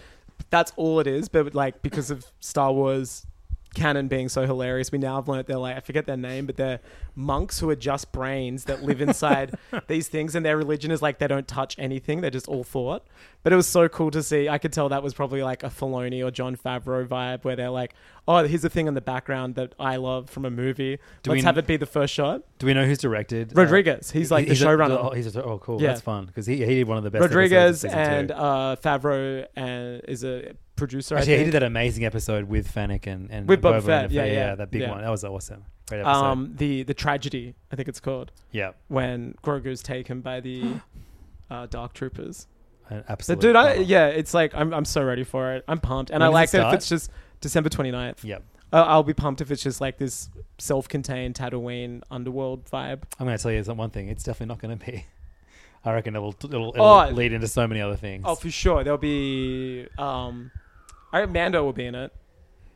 Speaker 3: that's all it is. But like because of Star Wars canon being so hilarious, we now have learned they're like, I forget their name, but they're monks who are just brains that live
Speaker 4: [LAUGHS]
Speaker 3: inside these things. And their religion is like they don't touch anything, they're just all thought. But it was so cool to see. I could tell that was probably like a Filoni or John Favreau vibe where they're like, oh, here's a thing in the background that I love from a movie.
Speaker 4: Do we
Speaker 3: Let's
Speaker 4: kn-
Speaker 3: have it be the first shot.
Speaker 4: do we know who's directed? Uh,
Speaker 3: Rodriguez, he's like the
Speaker 4: a-
Speaker 3: showrunner.
Speaker 4: oh, he's a, oh, cool.
Speaker 3: Yeah.
Speaker 4: That's fun because he, he did one of the best. episodes of
Speaker 3: Rodriguez
Speaker 4: season two.
Speaker 3: and uh, Favreau and is a producer. I
Speaker 4: Actually, yeah, he
Speaker 3: think.
Speaker 4: did that amazing episode with Fennec and, and
Speaker 3: With Boba
Speaker 4: Boba
Speaker 3: Fett,
Speaker 4: and
Speaker 3: yeah, yeah,
Speaker 4: that big
Speaker 3: yeah.
Speaker 4: one. That was awesome. Great episode.
Speaker 3: Um, the the tragedy, I think it's called,
Speaker 4: yeah,
Speaker 3: when Grogu's taken by [GASPS] the uh, Dark Troopers.
Speaker 4: an
Speaker 3: So,
Speaker 4: absolute.
Speaker 3: dude, I,
Speaker 4: bomber.
Speaker 3: yeah, it's like I'm I'm so ready for it. I'm pumped, and
Speaker 4: When
Speaker 3: I
Speaker 4: does it
Speaker 3: like that if
Speaker 4: start?
Speaker 3: it's just December 29th.
Speaker 4: Yep.
Speaker 3: Uh, I'll be pumped if it's just like this self-contained Tatooine underworld vibe.
Speaker 4: I'm going to tell you some- one thing. It's definitely not going to be. [LAUGHS] I reckon it'll it'll, it'll
Speaker 3: Oh.
Speaker 4: lead into so many other things.
Speaker 3: Oh, for sure, there'll be. Um, I Mando will be in it.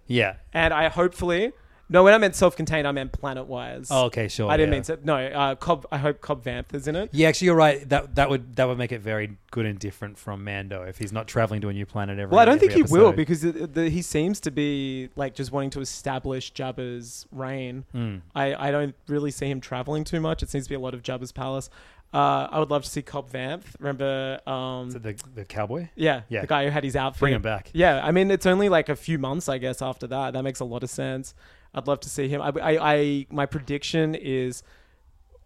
Speaker 4: yeah,
Speaker 3: and I hopefully No, when I meant self-contained, I meant planet-wise.
Speaker 4: Oh, okay, sure.
Speaker 3: I didn't
Speaker 4: yeah.
Speaker 3: mean so. No, uh, Cobb. I hope Cobb Vanth is in it.
Speaker 4: Yeah, actually, you're right. That that would that would make it very good and different from Mando if he's not traveling to a new planet every.
Speaker 3: Well, I don't
Speaker 4: every
Speaker 3: think he will
Speaker 4: episode.
Speaker 3: because the, the, he seems to be like just wanting to establish Jabba's reign.
Speaker 4: Hmm.
Speaker 3: I, I don't really see him traveling too much. It seems to be a lot of Jabba's palace. Uh, I would love to see Cobb Vanth. Remember? Um,
Speaker 4: Is it the, the cowboy.
Speaker 3: yeah,
Speaker 4: Yeah.
Speaker 3: the guy who had his outfit.
Speaker 4: Bring him back.
Speaker 3: Yeah, I mean it's only like a few months, I guess, after that. That makes a lot of sense. I'd love to see him. I, I, I my prediction is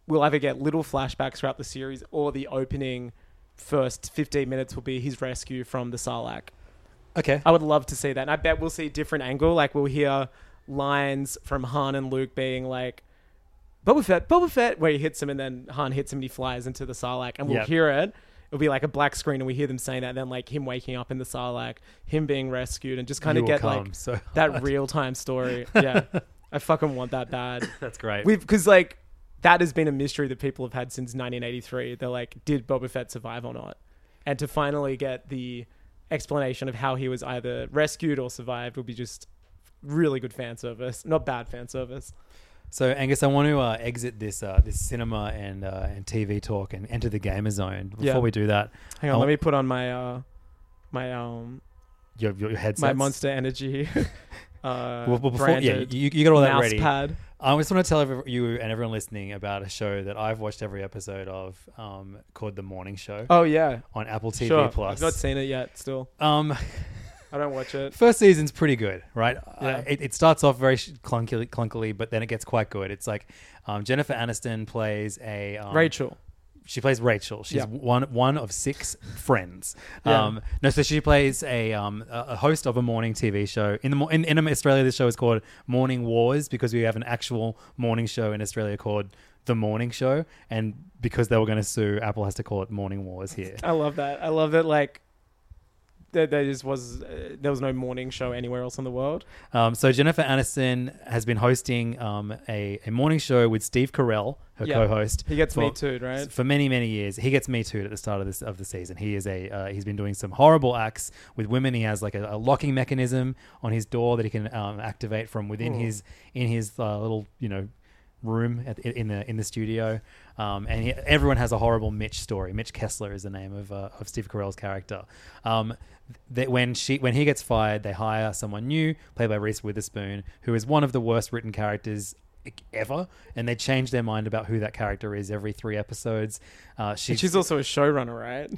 Speaker 3: we'll either get little flashbacks throughout the series, or the opening first fifteen minutes will be his rescue from the Sarlacc.
Speaker 4: Okay.
Speaker 3: I would love to see that. And I bet we'll see a different angle. Like we'll hear lines from Han and Luke being like, Boba Fett, Boba Fett, where he hits him and then Han hits him and he flies into the Sarlacc and we'll
Speaker 4: Yep.
Speaker 3: hear it. It'll be like a black screen and we hear them saying that and then like him waking up in the Sarlacc, him being rescued and just kind
Speaker 4: You
Speaker 3: of
Speaker 4: will
Speaker 3: get
Speaker 4: come
Speaker 3: like
Speaker 4: so
Speaker 3: that real time
Speaker 4: [LAUGHS]
Speaker 3: story. Yeah. I fucking want that bad.
Speaker 4: That's great.
Speaker 3: We've because like that has been a mystery that people have had since 1983. They're like, did Boba Fett survive or not? And to finally get the explanation of how he was either rescued or survived would be just really good fan service, not bad fan service.
Speaker 4: So Angus, I want to uh, exit this uh, this cinema and uh, and TV talk and enter the gamer zone. Before
Speaker 3: Yeah.
Speaker 4: we do that,
Speaker 3: Hang on,
Speaker 4: I
Speaker 3: let me
Speaker 4: want-
Speaker 3: put on my uh, my um
Speaker 4: your your, your headsets.
Speaker 3: my Monster Energy. [LAUGHS] Uh,
Speaker 4: Well, well, before, yeah,
Speaker 3: branded
Speaker 4: you, you got all that
Speaker 3: mouse
Speaker 4: ready.
Speaker 3: pad.
Speaker 4: I just want to tell every, you and everyone listening about a show that I've watched every episode of um, called The Morning Show
Speaker 3: Oh yeah,
Speaker 4: on Apple TV
Speaker 3: sure. I've
Speaker 4: Plus.
Speaker 3: not seen it yet. Still,
Speaker 4: um,
Speaker 3: I don't watch it.
Speaker 4: first season's pretty good, right?
Speaker 3: Yeah.
Speaker 4: Uh, it, it starts off very sh- clunkily, clunkily, but then it gets quite good. It's like um, Jennifer Aniston plays a um,
Speaker 3: Rachel.
Speaker 4: She plays Rachel. She's
Speaker 3: Yeah.
Speaker 4: one one of six friends.
Speaker 3: Yeah.
Speaker 4: Um, no, so she plays a um, a a host of a morning TV show in the mo- in, in Australia. This show is called Morning Wars because we have an actual morning show in Australia called The Morning Show, and because they were going to sue, Apple has to call it Morning Wars
Speaker 3: [LAUGHS]
Speaker 4: here.
Speaker 3: I love that. I love that. Like there, there just was uh, there was no morning show anywhere else in the world.
Speaker 4: Um, so Jennifer Aniston has been hosting um, a, a morning show with Steve Carell, her
Speaker 3: Yeah.
Speaker 4: co-host.
Speaker 3: He gets
Speaker 4: for-
Speaker 3: Me Too'd, right?
Speaker 4: For many many years, he gets me too at the start of this of the season. He is a uh, he's been doing some horrible acts with women. He has like a, a locking mechanism on his door that he can um, activate from within his in his uh, little you know room at, in the in the studio. Um, and he, everyone has a horrible Mitch story. Mitch Kessler is the name of, uh, of Steve Carell's character. Um, that when she when he gets fired, they hire someone new, played by Reese Witherspoon, who is one of the worst written characters ever. And they change their mind about who that character is every three episodes. Uh, she's,
Speaker 3: She's also a showrunner, right?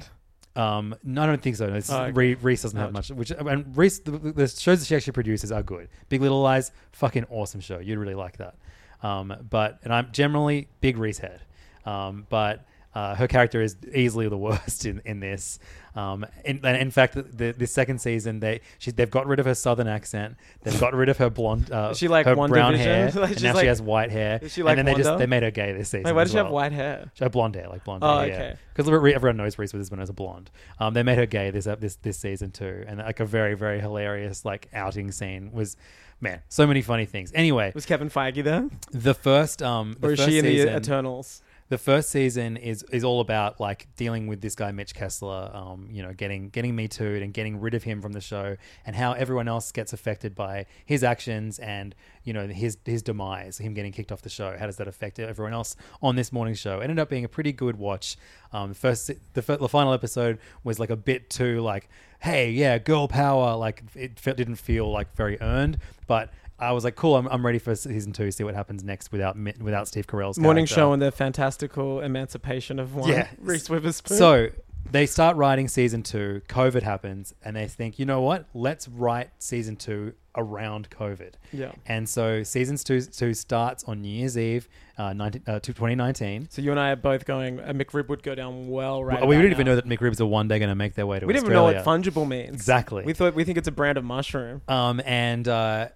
Speaker 4: um, no, I don't think so. No, it's,
Speaker 3: Oh, okay.
Speaker 4: Ree- Reese doesn't have much. Which and Reese, the, the shows that she actually produces are good. Big Little Lies, fucking awesome show. You'd really like that. Um, but and I'm generally big Reese head. Um, but uh, her character is easily the [LAUGHS] worst in, in this. Um, and, and in fact, the, the, this second season, they she, they've got rid of her southern accent. They've got rid of her blonde. Uh,
Speaker 3: [LAUGHS] Is she like
Speaker 4: her
Speaker 3: Wanda
Speaker 4: brown
Speaker 3: Vision?
Speaker 4: hair,
Speaker 3: Like,
Speaker 4: and
Speaker 3: she's
Speaker 4: now
Speaker 3: like-
Speaker 4: she has white hair.
Speaker 3: Is she like
Speaker 4: and then they just
Speaker 3: Wanda?
Speaker 4: they made her gay this season.
Speaker 3: Wait, why
Speaker 4: as
Speaker 3: does she have
Speaker 4: well.
Speaker 3: white hair?
Speaker 4: She had blonde hair, like blonde
Speaker 3: Oh,
Speaker 4: hair.
Speaker 3: okay.
Speaker 4: Because everyone knows Reese Witherspoon as a blonde. Um, they made her gay this this this season too, and like a very very hilarious like outing scene was, man, so many funny things. Anyway,
Speaker 3: Was Kevin Feige there,
Speaker 4: the first um, the
Speaker 3: or is
Speaker 4: first
Speaker 3: she in
Speaker 4: season,
Speaker 3: the uh, Eternals?
Speaker 4: the first season is is all about like dealing with this guy Mitch Kessler, um, you know, getting getting me tooed and getting rid of him from the show, and how everyone else gets affected by his actions and you know his his demise, him getting kicked off the show. How does that affect everyone else on this morning show? It ended up being a pretty good watch. Um, first, the, fir- the final episode was like a bit too like, hey, yeah, girl power. Like it fe- didn't feel like very earned, but. I was like, cool. I'm, I'm ready for season two. See what happens next without Mi- without Steve Carell's
Speaker 3: Morning
Speaker 4: character.
Speaker 3: show and the fantastical emancipation of one.
Speaker 4: Yeah.
Speaker 3: Reese Witherspoon.
Speaker 4: So they start writing season two. COVID happens, and they think, you know what? Let's write season two around COVID.
Speaker 3: Yeah.
Speaker 4: And so season two, two starts on New Year's Eve, uh, 19, uh, 2019.
Speaker 3: so you and I are both going. A McRib would go down well, right?
Speaker 4: we
Speaker 3: about
Speaker 4: didn't even
Speaker 3: now.
Speaker 4: know that McRibs are one day going to make their way to
Speaker 3: We didn't even know
Speaker 4: Australia.
Speaker 3: what fungible means.
Speaker 4: Exactly.
Speaker 3: We thought we think it's a brand of mushroom.
Speaker 4: um, and uh,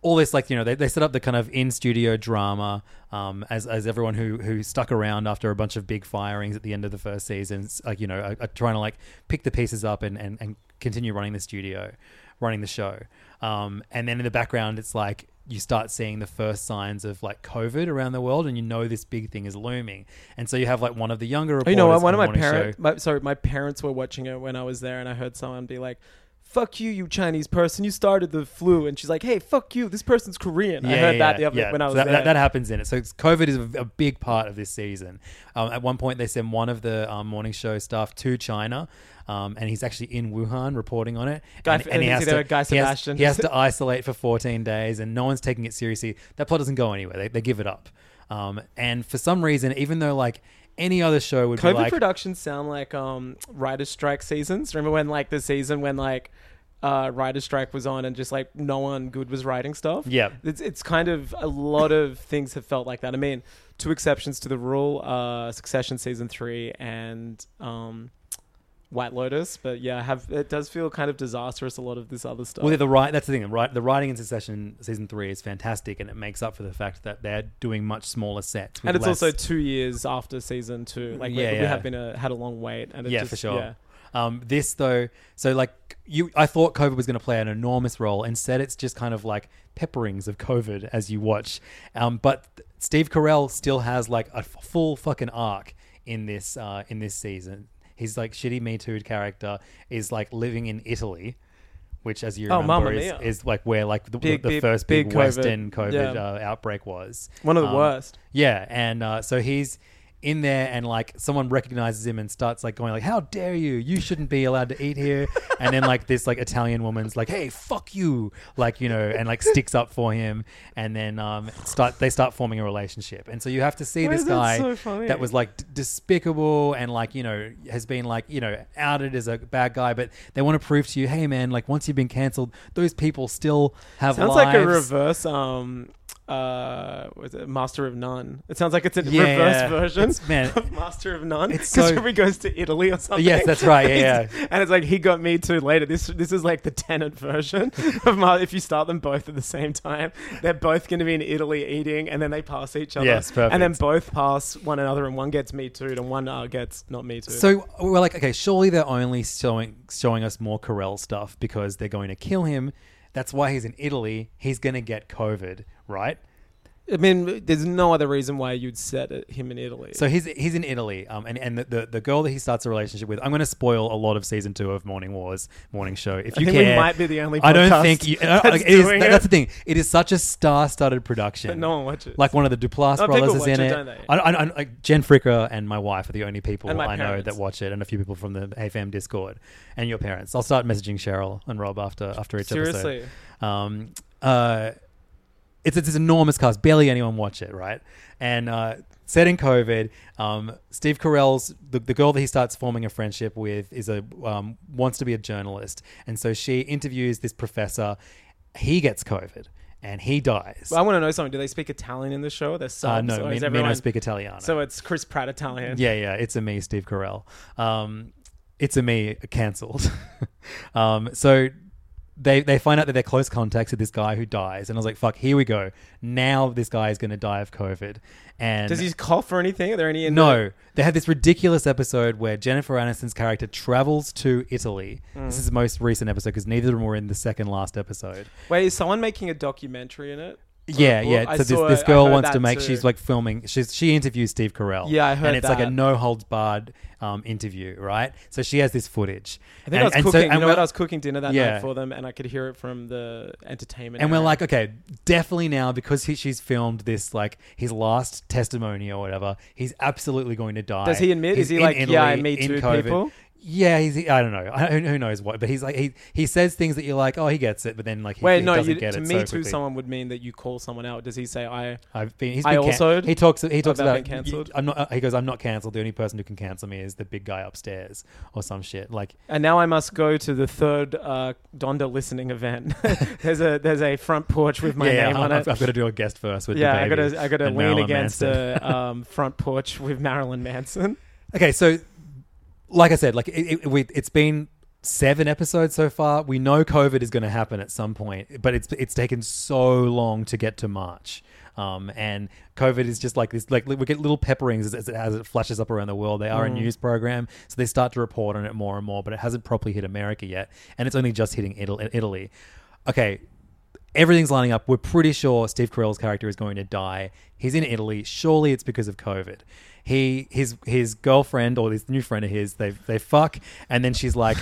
Speaker 4: all this like you know they, they set up the kind of in studio drama um, as, as everyone who who stuck around after a bunch of big firings at the end of the first season s- like you know are, are trying to like pick the pieces up and, and, and continue running the studio running the show um, and then in the background it's like you start seeing the first signs of like COVID around the world, and you know this big thing is looming. And so you have like one of the younger
Speaker 3: Oh,
Speaker 4: reporters.
Speaker 3: you know what?
Speaker 4: on
Speaker 3: One of my
Speaker 4: the morning show-
Speaker 3: parents, my, sorry, my parents were watching it when I was there, and I heard someone be like, fuck you, you Chinese person. You started the flu. And she's like, hey, fuck you. This person's Korean. I heard that the other when I
Speaker 4: So
Speaker 3: was
Speaker 4: that,
Speaker 3: there.
Speaker 4: That, that happens in it. So it's- COVID is a, a big part of this season. Um, at one point, they send one of the um, morning show staff to China, um, and he's actually in Wuhan reporting on it.
Speaker 3: Guy-
Speaker 4: and, and
Speaker 3: is he there with Guy
Speaker 4: he has-
Speaker 3: Sebastian?
Speaker 4: He has,
Speaker 3: [LAUGHS]
Speaker 4: to isolate for 14 days, and no one's taking it seriously. That plot doesn't go anywhere. They, they give it up. Um, and for some reason, even though like any other show would
Speaker 3: COVID
Speaker 4: be like,
Speaker 3: productions sound like um, writer's strike seasons. Remember when like the season when like uh, writer's strike was on and just like no one good was writing stuff.
Speaker 4: Yeah.
Speaker 3: it's it's kind of a lot of things have felt like that. I mean, two exceptions to the rule: uh, Succession season three and um, White Lotus. But yeah, have it does feel kind of disastrous. A lot of this other stuff.
Speaker 4: Well, the right. That's the thing. The, right, the writing in Succession season three is fantastic, and it makes up for the fact that they're doing much smaller sets. With
Speaker 3: and it's
Speaker 4: less-
Speaker 3: also two years after season two. Like we,
Speaker 4: Yeah,
Speaker 3: we
Speaker 4: yeah.
Speaker 3: have been a, had a long wait. And it
Speaker 4: yeah,
Speaker 3: just,
Speaker 4: for sure.
Speaker 3: Yeah.
Speaker 4: Um, this though, so like you, I thought COVID was going to play an enormous role. Instead, it's just kind of like pepperings of COVID as you watch. Um, but Steve Carell still has like a f- full fucking arc in this uh, in this season. His like shitty Me Too character is like living in Italy. Which, as you
Speaker 3: Oh, Mamma
Speaker 4: remember, is,
Speaker 3: Mia.
Speaker 4: is like where like the,
Speaker 3: Big,
Speaker 4: the
Speaker 3: big,
Speaker 4: first big,
Speaker 3: big COVID.
Speaker 4: Western COVID
Speaker 3: Yeah.
Speaker 4: uh, outbreak was.
Speaker 3: One of the
Speaker 4: Um,
Speaker 3: worst.
Speaker 4: yeah, and uh, so he's in there, and like someone recognizes him and starts like going like, "How dare you? You shouldn't be allowed to
Speaker 3: [LAUGHS]
Speaker 4: eat here." and then like this like Italian woman's like, "Hey, fuck you!" Like you know, and like sticks up for him, and then um start they start forming a relationship, and so you have to see
Speaker 3: Why
Speaker 4: this
Speaker 3: is that
Speaker 4: guy
Speaker 3: so funny?
Speaker 4: that was like d- despicable and like you know has been like you know outed as a bad guy, but they want to prove to you, "Hey, man, like once you've been cancelled, those people still have
Speaker 3: Sounds like
Speaker 4: lives."
Speaker 3: a reverse um uh was it Master of None. It sounds like it's a
Speaker 4: Yeah,
Speaker 3: reverse
Speaker 4: yeah.
Speaker 3: version
Speaker 4: It's- man,
Speaker 3: of Master of None.
Speaker 4: it's
Speaker 3: Because
Speaker 4: so-
Speaker 3: he goes to Italy or something.
Speaker 4: Yes, that's right, yeah,
Speaker 3: He's- [LAUGHS] And it's like he got me too later. This this is like the tenant version of Ma- if you start them both at the same time, they're both gonna be in Italy eating and then they pass each other.
Speaker 4: Yes, perfect.
Speaker 3: And then both pass one another and one gets me too and one uh, gets not me too.
Speaker 4: So we're like, okay, surely they're only showing showing us more Carell stuff because they're going to kill him. That's why he's in Italy. He's going to get COVID, right?
Speaker 3: I mean there's no other reason why you'd set it- him in Italy.
Speaker 4: So he's he's in Italy, um, and and the, the the girl that he starts a relationship with. I'm going to spoil a lot of season two of Morning Wars Morning Show. If
Speaker 3: I
Speaker 4: you
Speaker 3: think we
Speaker 4: care,
Speaker 3: might be the only
Speaker 4: I don't
Speaker 3: podcast
Speaker 4: think you,
Speaker 3: [LAUGHS] that's
Speaker 4: like, it is-
Speaker 3: doing
Speaker 4: that's
Speaker 3: it.
Speaker 4: the thing. It is such a star-studded production.
Speaker 3: But no one watches.
Speaker 4: Like one of the Duplass
Speaker 3: No, Oh, people
Speaker 4: brothers is
Speaker 3: watch
Speaker 4: in
Speaker 3: it,
Speaker 4: it.
Speaker 3: don't they?
Speaker 4: I, I, I, like Jen Fricker and my wife are the only people
Speaker 3: And my
Speaker 4: I know
Speaker 3: parents.
Speaker 4: that watch it, and a few people from the AFM Discord and your parents. I'll start messaging Cheryl and Rob after after each
Speaker 3: Seriously.
Speaker 4: episode. Um, uh, it's, it's this enormous cast. Barely anyone watch it, right? And uh, set in COVID, um, Steve Carell's the, the girl that he starts forming a friendship with is a um, wants to be a journalist, and so she interviews this professor. He gets COVID and he dies.
Speaker 3: Well, I want to know something. Do they speak Italian in the show? They're
Speaker 4: Uh,
Speaker 3: subs.
Speaker 4: no,
Speaker 3: or
Speaker 4: me,
Speaker 3: is
Speaker 4: me and I
Speaker 3: everyone-
Speaker 4: speak Italiano.
Speaker 3: So it's Chris Pratt Italian.
Speaker 4: yeah, yeah, it's a me, Steve Carell. Um, it's a me cancelled. [LAUGHS] um, so they they find out that they're close contacts with this guy who dies, and I was like, fuck, here we go. Now this guy is going to die of COVID, and
Speaker 3: Does he cough or anything? Are there any? In
Speaker 4: no, they had this ridiculous episode where Jennifer Aniston's character travels to Italy.
Speaker 3: Mm.
Speaker 4: This is the most recent episode because neither of them were in the second last episode.
Speaker 3: the- Wait, is someone making a documentary in it?
Speaker 4: Yeah,
Speaker 3: Or-
Speaker 4: yeah.
Speaker 3: I
Speaker 4: So this,
Speaker 3: saw-
Speaker 4: this
Speaker 3: I
Speaker 4: girl
Speaker 3: heard
Speaker 4: wants
Speaker 3: that
Speaker 4: to make.
Speaker 3: too.
Speaker 4: She's like filming. She's she interviews Steve Carell.
Speaker 3: Yeah, I heard
Speaker 4: And it's like a
Speaker 3: that.
Speaker 4: no holds barred um, interview, right? So she has this footage.
Speaker 3: I think I was cooking. you know
Speaker 4: we're-
Speaker 3: what? I was cooking dinner that
Speaker 4: Yeah.
Speaker 3: night for them, and I could hear it from the entertainment.
Speaker 4: and we're
Speaker 3: area.
Speaker 4: like, okay, definitely now because he, she's filmed this like his last testimony or whatever. He's absolutely going to die.
Speaker 3: Does he admit?
Speaker 4: He's
Speaker 3: Is he
Speaker 4: in
Speaker 3: like,
Speaker 4: Italy,
Speaker 3: yeah, I me
Speaker 4: in
Speaker 3: too
Speaker 4: COVID.
Speaker 3: people?
Speaker 4: Yeah, he's. I don't know. I, who, who knows what? But he's like he he says things that you're like, oh, he gets it, but then like he,
Speaker 3: Wait,
Speaker 4: he
Speaker 3: no.
Speaker 4: doesn't
Speaker 3: You,
Speaker 4: get
Speaker 3: to
Speaker 4: it.
Speaker 3: me
Speaker 4: so
Speaker 3: too,
Speaker 4: quickly.
Speaker 3: someone would mean that you call someone out. Does he say I?
Speaker 4: I've been. He's
Speaker 3: I
Speaker 4: been can-
Speaker 3: also-
Speaker 4: He talks. He talks
Speaker 3: I've not been
Speaker 4: about
Speaker 3: cancelled.
Speaker 4: I'm not. He goes. I'm not cancelled. The only person who can cancel me is the big guy upstairs or some shit. Like
Speaker 3: And now I must go to the third uh, Donda listening event. [LAUGHS] there's a there's a front porch with my
Speaker 4: yeah,
Speaker 3: name on
Speaker 4: I've,
Speaker 3: it.
Speaker 4: I've got to do a guest first with
Speaker 3: yeah, I
Speaker 4: the baby.
Speaker 3: gotta I gotta
Speaker 4: and
Speaker 3: lean
Speaker 4: Marilyn
Speaker 3: against
Speaker 4: Manson.
Speaker 3: a um, front porch with Marilyn Manson.
Speaker 4: Okay, so like I said, like it, it, we, it's been seven episodes so far. We know COVID is going to happen at some point, but it's it's taken so long to get to March. Um, and COVID is just like this, like we get little pepperings as, as, it, as it flashes up around the world. They are a news program, so they start to report on it more and more, but it hasn't properly hit America yet, and it's only just hitting Ital- Italy. Okay, everything's lining up. We're pretty sure Steve Carell's character is going to die. He's in Italy. Surely it's because of COVID.
Speaker 3: [LAUGHS]
Speaker 4: He his his girlfriend or this new friend of his they they fuck and then she's like.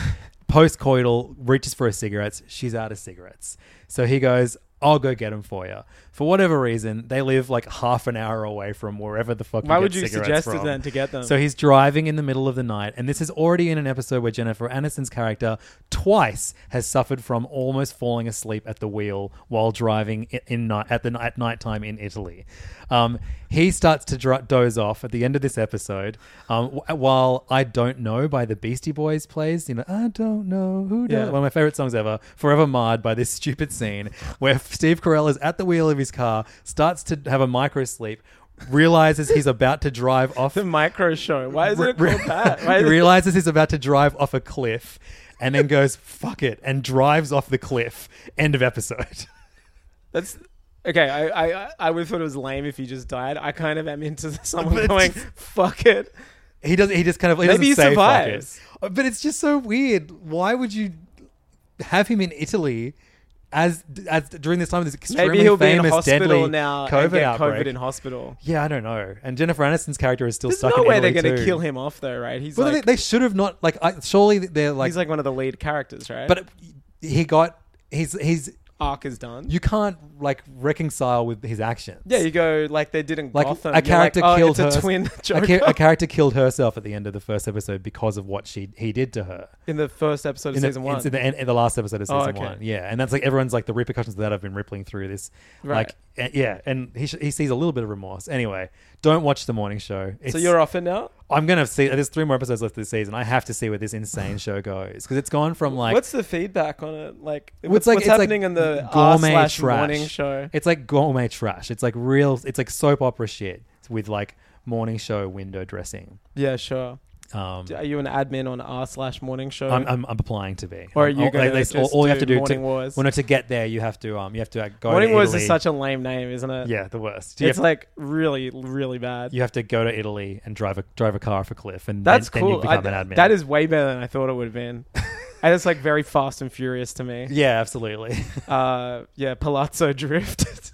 Speaker 4: postcoital, reaches for her cigarettes. She's out of cigarettes. So he goes, I'll go get them for you. For whatever reason, they live like half an hour away from wherever the fuck
Speaker 3: Why
Speaker 4: get
Speaker 3: would you
Speaker 4: cigarettes
Speaker 3: suggest it
Speaker 4: from.
Speaker 3: then to get them?
Speaker 4: So he's driving in the middle of the night, and this is already in an episode where Jennifer Aniston's character twice has suffered from almost falling asleep at the wheel while driving in, in night at the ni- at nighttime in Italy. Um, he starts to dro- doze off at the end of this episode, um, wh- while "I Don't Know" by the Beastie Boys plays. You know, I don't know who. Does,
Speaker 3: Yeah.
Speaker 4: One of my favorite songs ever. Forever marred by this stupid scene where Steve Carell is at the wheel of his car, starts to have a micro sleep. Realizes he's about to drive off
Speaker 3: [LAUGHS] the micro show. Why is it
Speaker 4: Re-
Speaker 3: called that? Why is it-
Speaker 4: realizes he's about to drive off a cliff and then goes, fuck it, and drives off the cliff. End of episode.
Speaker 3: That's okay. I, I I would have thought it was lame if he just died. I kind of am into [LAUGHS] someone
Speaker 4: But-
Speaker 3: going, "Fuck it."
Speaker 4: [LAUGHS] He does he just kind of he
Speaker 3: Maybe
Speaker 4: doesn't
Speaker 3: he
Speaker 4: say fuck
Speaker 3: survives.
Speaker 4: it. Uh, But it's just so weird. Why would you have him in Italy as as during this time of this extremely
Speaker 3: Maybe he'll be in
Speaker 4: famous
Speaker 3: hospital
Speaker 4: deadly
Speaker 3: now
Speaker 4: COVID
Speaker 3: and get
Speaker 4: outbreak?
Speaker 3: COVID in hospital.
Speaker 4: yeah, I don't know. And Jennifer Aniston's character is still
Speaker 3: There's
Speaker 4: stuck
Speaker 3: no
Speaker 4: in
Speaker 3: way
Speaker 4: Italy
Speaker 3: they're going
Speaker 4: too.
Speaker 3: to kill him off though, right? He's
Speaker 4: Well,
Speaker 3: like,
Speaker 4: they, they should have not. Like, I, surely they're like,
Speaker 3: he's like one of the lead characters, right?
Speaker 4: but he got. He's he's
Speaker 3: arc is done.
Speaker 4: you can't like reconcile with his actions.
Speaker 3: yeah, you go like they did in
Speaker 4: like
Speaker 3: Gotham.
Speaker 4: a
Speaker 3: You're like,
Speaker 4: character
Speaker 3: "Oh,
Speaker 4: killed
Speaker 3: it's
Speaker 4: her.
Speaker 3: a twin [LAUGHS]
Speaker 4: a,
Speaker 3: Joker."
Speaker 4: cha- a character killed herself at the end of the first episode because of what she he did to her
Speaker 3: in the first episode of
Speaker 4: in the,
Speaker 3: season one.
Speaker 4: it's in the, end, in the last episode of
Speaker 3: Oh,
Speaker 4: season
Speaker 3: okay.
Speaker 4: one. Yeah, and that's like everyone's like the repercussions of that have been rippling through this.
Speaker 3: Right.
Speaker 4: Like, uh, yeah, and he sh- he sees a little bit of remorse. Anyway, don't watch the morning show. It's,
Speaker 3: so you're off it now.
Speaker 4: I'm gonna see. There's three more episodes left this season. I have to see where this
Speaker 3: [SIGHS]
Speaker 4: insane show goes because it's gone from like
Speaker 3: what's the feedback on it? Like,
Speaker 4: Well,
Speaker 3: what's, what's happening in the R slash morning show?
Speaker 4: It's like gourmet trash. It's like real. It's like soap opera shit with like morning show window dressing.
Speaker 3: Yeah, sure.
Speaker 4: Um,
Speaker 3: Are you an admin on R slash morning show?
Speaker 4: I'm, I'm, I'm applying to be.
Speaker 3: Or are
Speaker 4: I'm-
Speaker 3: you
Speaker 4: all-
Speaker 3: gonna
Speaker 4: at least
Speaker 3: just
Speaker 4: all, all you have
Speaker 3: do
Speaker 4: to do
Speaker 3: Morning
Speaker 4: to,
Speaker 3: Wars?
Speaker 4: Well, no, to get there, you have to um, you have to uh, go.
Speaker 3: morning
Speaker 4: to
Speaker 3: Wars
Speaker 4: Italy.
Speaker 3: is such a lame name, isn't it?
Speaker 4: yeah, the worst. You
Speaker 3: It's
Speaker 4: have,
Speaker 3: like really, really bad.
Speaker 4: you have to go to Italy and drive a drive a car off a cliff, and
Speaker 3: That's
Speaker 4: then,
Speaker 3: cool.
Speaker 4: Then you
Speaker 3: I-
Speaker 4: become an admin.
Speaker 3: That is way better than I thought it would have
Speaker 4: [LAUGHS]
Speaker 3: been. and it's like very fast and furious to me.
Speaker 4: Yeah, absolutely. [LAUGHS]
Speaker 3: Uh, yeah, Palazzo [LAUGHS] Drift.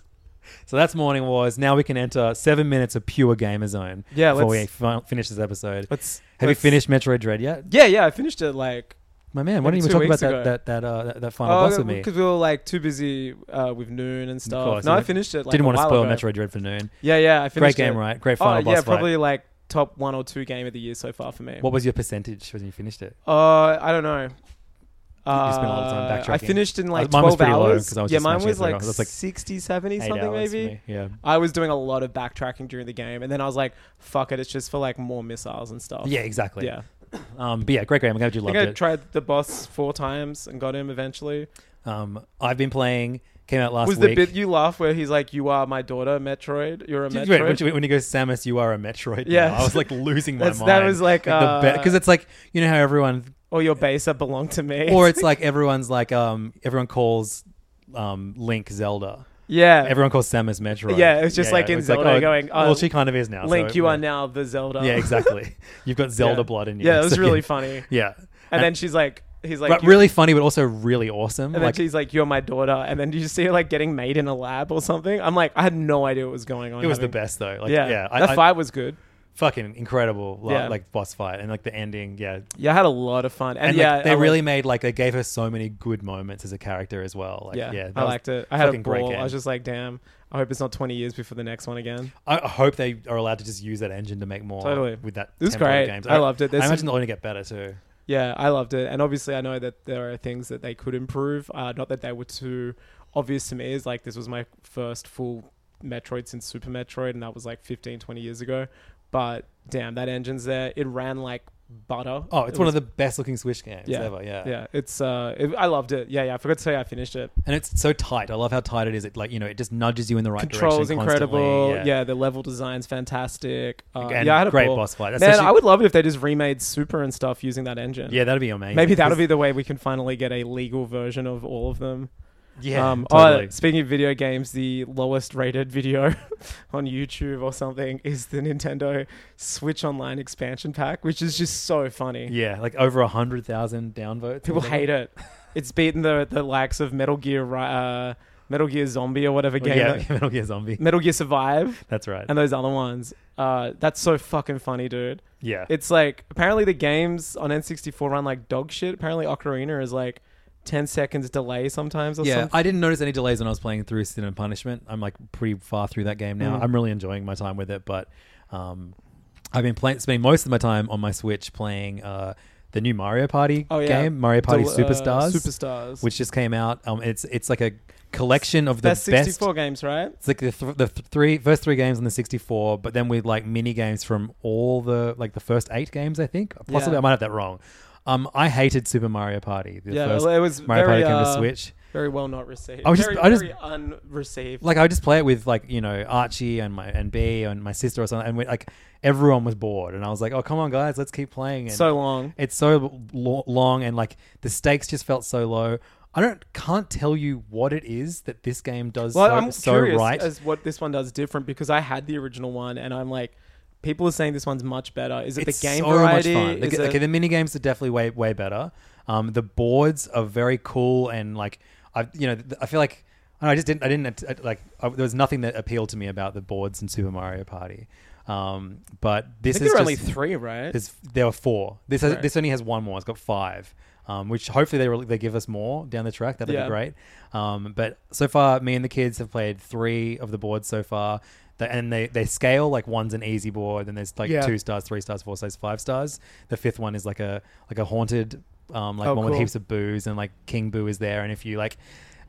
Speaker 4: so that's Morning Wars. Now we can enter seven minutes of pure gamer zone.
Speaker 3: Yeah,
Speaker 4: before
Speaker 3: let's-
Speaker 4: we fin- finish this episode.
Speaker 3: Let's-
Speaker 4: Have
Speaker 3: let's-
Speaker 4: you finished Metroid Dread yet?
Speaker 3: yeah, yeah. I finished it like
Speaker 4: My man, why
Speaker 3: Maybe
Speaker 4: didn't you
Speaker 3: two
Speaker 4: talk about
Speaker 3: weeks
Speaker 4: that,
Speaker 3: ago.
Speaker 4: that that uh that, that final boss
Speaker 3: oh,
Speaker 4: with me?
Speaker 3: because we were like too busy uh, with noon and
Speaker 4: Of
Speaker 3: stuff.
Speaker 4: course,
Speaker 3: no,
Speaker 4: you
Speaker 3: I
Speaker 4: know.
Speaker 3: finished it. Like,
Speaker 4: Didn't
Speaker 3: a
Speaker 4: want to
Speaker 3: while
Speaker 4: spoil
Speaker 3: ago.
Speaker 4: Metroid Dread for noon.
Speaker 3: Yeah, yeah. I
Speaker 4: Great
Speaker 3: finished
Speaker 4: game,
Speaker 3: it.
Speaker 4: right? Great
Speaker 3: Oh,
Speaker 4: final boss
Speaker 3: Yeah,
Speaker 4: fight.
Speaker 3: probably like top one or two game of the year so far for me.
Speaker 4: What was your percentage when you finished it?
Speaker 3: Uh, I don't know.
Speaker 4: you spent a lot of time
Speaker 3: Uh,
Speaker 4: backtracking.
Speaker 3: I finished in like
Speaker 4: Uh, mine was
Speaker 3: 12
Speaker 4: pretty low,
Speaker 3: hours.
Speaker 4: 'cause I was
Speaker 3: yeah,
Speaker 4: just
Speaker 3: mine
Speaker 4: smashing
Speaker 3: was
Speaker 4: it through.
Speaker 3: like,
Speaker 4: I was like
Speaker 3: 60, 70
Speaker 4: Eight
Speaker 3: something
Speaker 4: hours for
Speaker 3: maybe.
Speaker 4: me, Yeah.
Speaker 3: I was doing a lot of backtracking during the game, and then I was like, "Fuck it, it's just for like more missiles and stuff."
Speaker 4: Yeah, exactly.
Speaker 3: yeah.
Speaker 4: Um, but yeah, great game. I'm glad you
Speaker 3: I
Speaker 4: loved
Speaker 3: think I
Speaker 4: it.
Speaker 3: tried the boss four times and got him eventually.
Speaker 4: um, I've been playing. Came out last
Speaker 3: was
Speaker 4: week.
Speaker 3: the bit you laugh where he's like, "You are my daughter, Metroid. You're a
Speaker 4: Did-
Speaker 3: Metroid."
Speaker 4: wait, when you- when he goes, Samus, you are a Metroid. Yeah,
Speaker 3: Yeah.
Speaker 4: I was like losing
Speaker 3: [LAUGHS]
Speaker 4: my
Speaker 3: That's-
Speaker 4: mind.
Speaker 3: that was like, uh,
Speaker 4: because it's like you know
Speaker 3: [LAUGHS]
Speaker 4: how everyone,
Speaker 3: or your base that belonged to me.
Speaker 4: or it's like everyone's like um everyone calls um Link Zelda.
Speaker 3: [LAUGHS] yeah,
Speaker 4: Everyone calls Samus Metroid.
Speaker 3: Yeah, it's just like in
Speaker 4: it's
Speaker 3: Zelda going, oh,
Speaker 4: well, she kind of is now. so
Speaker 3: Link, you
Speaker 4: yeah.
Speaker 3: are now the Zelda. [LAUGHS]
Speaker 4: Yeah, exactly. You've got Zelda
Speaker 3: Yeah.
Speaker 4: blood in you.
Speaker 3: Yeah, it was
Speaker 4: So,
Speaker 3: really funny.
Speaker 4: [LAUGHS] Yeah.
Speaker 3: And then she's like, he's like,
Speaker 4: but
Speaker 3: "You-
Speaker 4: really Oh funny, but also really awesome.
Speaker 3: And
Speaker 4: like,
Speaker 3: then she's like, "You're my daughter," and then you just see her like getting made in a lab or something. I'm like, I had no idea what was going on.
Speaker 4: it was the
Speaker 3: having-
Speaker 4: best though. Like,
Speaker 3: yeah,
Speaker 4: yeah,
Speaker 3: yeah.
Speaker 4: I,
Speaker 3: that
Speaker 4: I-
Speaker 3: fight was good.
Speaker 4: fucking incredible. Like,
Speaker 3: Yeah.
Speaker 4: like boss fight and like the ending. Yeah,
Speaker 3: Yeah, I had a lot of fun, and,
Speaker 4: and
Speaker 3: yeah,
Speaker 4: like, they
Speaker 3: I
Speaker 4: really made like they gave her so many good moments as a character as well. Like, yeah,
Speaker 3: yeah,
Speaker 4: that
Speaker 3: I
Speaker 4: was
Speaker 3: liked it. I had a
Speaker 4: fucking great
Speaker 3: ball. I
Speaker 4: game.
Speaker 3: was just like, damn. I hope it's not 20 years before the next one again.
Speaker 4: I I hope they are allowed to just use that engine to make more
Speaker 3: Totally.
Speaker 4: with that.
Speaker 3: It was
Speaker 4: template of
Speaker 3: great.
Speaker 4: Games.
Speaker 3: I loved it. There's
Speaker 4: I
Speaker 3: some-
Speaker 4: imagine they'll only get better too.
Speaker 3: Yeah, I loved it, and obviously I know that there are things that they could improve. Uh, not that they were too obvious to me. Is like this was my first full Metroid since Super Metroid, and that was like 15, 20 years ago. But damn, that engine's there. It ran like butter.
Speaker 4: Oh, it's
Speaker 3: It
Speaker 4: one
Speaker 3: was
Speaker 4: of the best looking Switch games ever. Yeah,
Speaker 3: yeah. It's uh, it, I loved it. Yeah, yeah. I forgot to say I finished it.
Speaker 4: and it's so tight. I love how tight it is. It like you know it just nudges you in the right
Speaker 3: Controls
Speaker 4: direction.
Speaker 3: incredible.
Speaker 4: constantly.
Speaker 3: Yeah. the level design's fantastic. Uh,
Speaker 4: And
Speaker 3: yeah, I had a
Speaker 4: great
Speaker 3: ball.
Speaker 4: boss fight. That's
Speaker 3: Man,
Speaker 4: actually-
Speaker 3: I would love it if they just remade Super and stuff using that engine.
Speaker 4: yeah, that'd be amazing.
Speaker 3: Maybe that'll
Speaker 4: 'Cause-
Speaker 3: be the way we can finally get a legal version of all of them.
Speaker 4: yeah.
Speaker 3: um,
Speaker 4: totally.
Speaker 3: oh, speaking of video games, the lowest rated video [LAUGHS] on YouTube or something is the Nintendo Switch Online expansion pack, which is just so funny.
Speaker 4: Yeah, like over a hundred thousand downvotes.
Speaker 3: People hate it. It's beaten the the likes of Metal Gear Ri- uh, Metal Gear Zombie or whatever game.
Speaker 4: yeah,
Speaker 3: that- [LAUGHS]
Speaker 4: [LAUGHS] Metal Gear Zombie.
Speaker 3: Metal Gear Survive
Speaker 4: That's right.
Speaker 3: and those other ones. Uh, that's so fucking funny, dude.
Speaker 4: yeah,
Speaker 3: It's like apparently the games on N64 run like dog shit. Apparently Ocarina is like 10 seconds delay sometimes or
Speaker 4: yeah.
Speaker 3: something.
Speaker 4: I didn't notice any delays when I was playing through Sin and Punishment. I'm like pretty far through that game
Speaker 3: Mm.
Speaker 4: now. I'm really enjoying my time with it, but um, I've been playing spending most of my time on my Switch playing uh, the new Mario Party
Speaker 3: Oh, yeah.
Speaker 4: game, Mario Party
Speaker 3: Del- uh,
Speaker 4: Superstars,
Speaker 3: Superstars.
Speaker 4: which just came out. Um, it's it's like a collection of the
Speaker 3: That's
Speaker 4: best.
Speaker 3: 64 games, right?
Speaker 4: It's like the, th- the th- three first three games on the 64, but then with like mini games from all the like the first eight games, I think. Possibly,
Speaker 3: Yeah.
Speaker 4: I might have that wrong. Um, I hated Super Mario Party. The
Speaker 3: Yeah,
Speaker 4: first
Speaker 3: well, it was
Speaker 4: Mario
Speaker 3: very,
Speaker 4: Party came
Speaker 3: uh,
Speaker 4: to Switch.
Speaker 3: Very well not received.
Speaker 4: I was just-
Speaker 3: very,
Speaker 4: I just-
Speaker 3: very unreceived.
Speaker 4: Like I would just play it with like you know Archie and my and B and my sister or something, and we, like everyone was bored, and I was like, oh come on guys, let's keep playing. And
Speaker 3: so long.
Speaker 4: It's so lo- long, and like the stakes just felt so low. I don't can't tell you what it is that this game does
Speaker 3: Well,
Speaker 4: so,
Speaker 3: I'm
Speaker 4: so
Speaker 3: curious
Speaker 4: right.
Speaker 3: as what this one does different because I had the original one and I'm like, people are saying this one's much better. Is it
Speaker 4: it's
Speaker 3: the game
Speaker 4: so
Speaker 3: variety?
Speaker 4: much fun. The,
Speaker 3: Is
Speaker 4: g-
Speaker 3: it-
Speaker 4: okay, the mini games are definitely way way better. Um, the boards are very cool and like I you know th- I feel like I, don't know, I just didn't I didn't uh, like I, there was nothing that appealed to me about the boards in Super Mario Party. Um, but
Speaker 3: I
Speaker 4: this
Speaker 3: think
Speaker 4: is
Speaker 3: there are
Speaker 4: just,
Speaker 3: only three, right?
Speaker 4: There's, there are four. This has,
Speaker 3: Right.
Speaker 4: this only has one more. It's got five. Um, which hopefully they re- they give us more down the track. That'd
Speaker 3: Yeah.
Speaker 4: be great. Um, but so far, me and the kids have played three of the boards so far, The- and they, they scale like one's an easy board, then there's like
Speaker 5: Yeah.
Speaker 4: two stars, three stars, four stars, five stars. The fifth one is like a like a haunted, um, like
Speaker 3: Oh,
Speaker 4: one with
Speaker 3: cool.
Speaker 4: heaps of booze, and like King Boo is there. And if you like,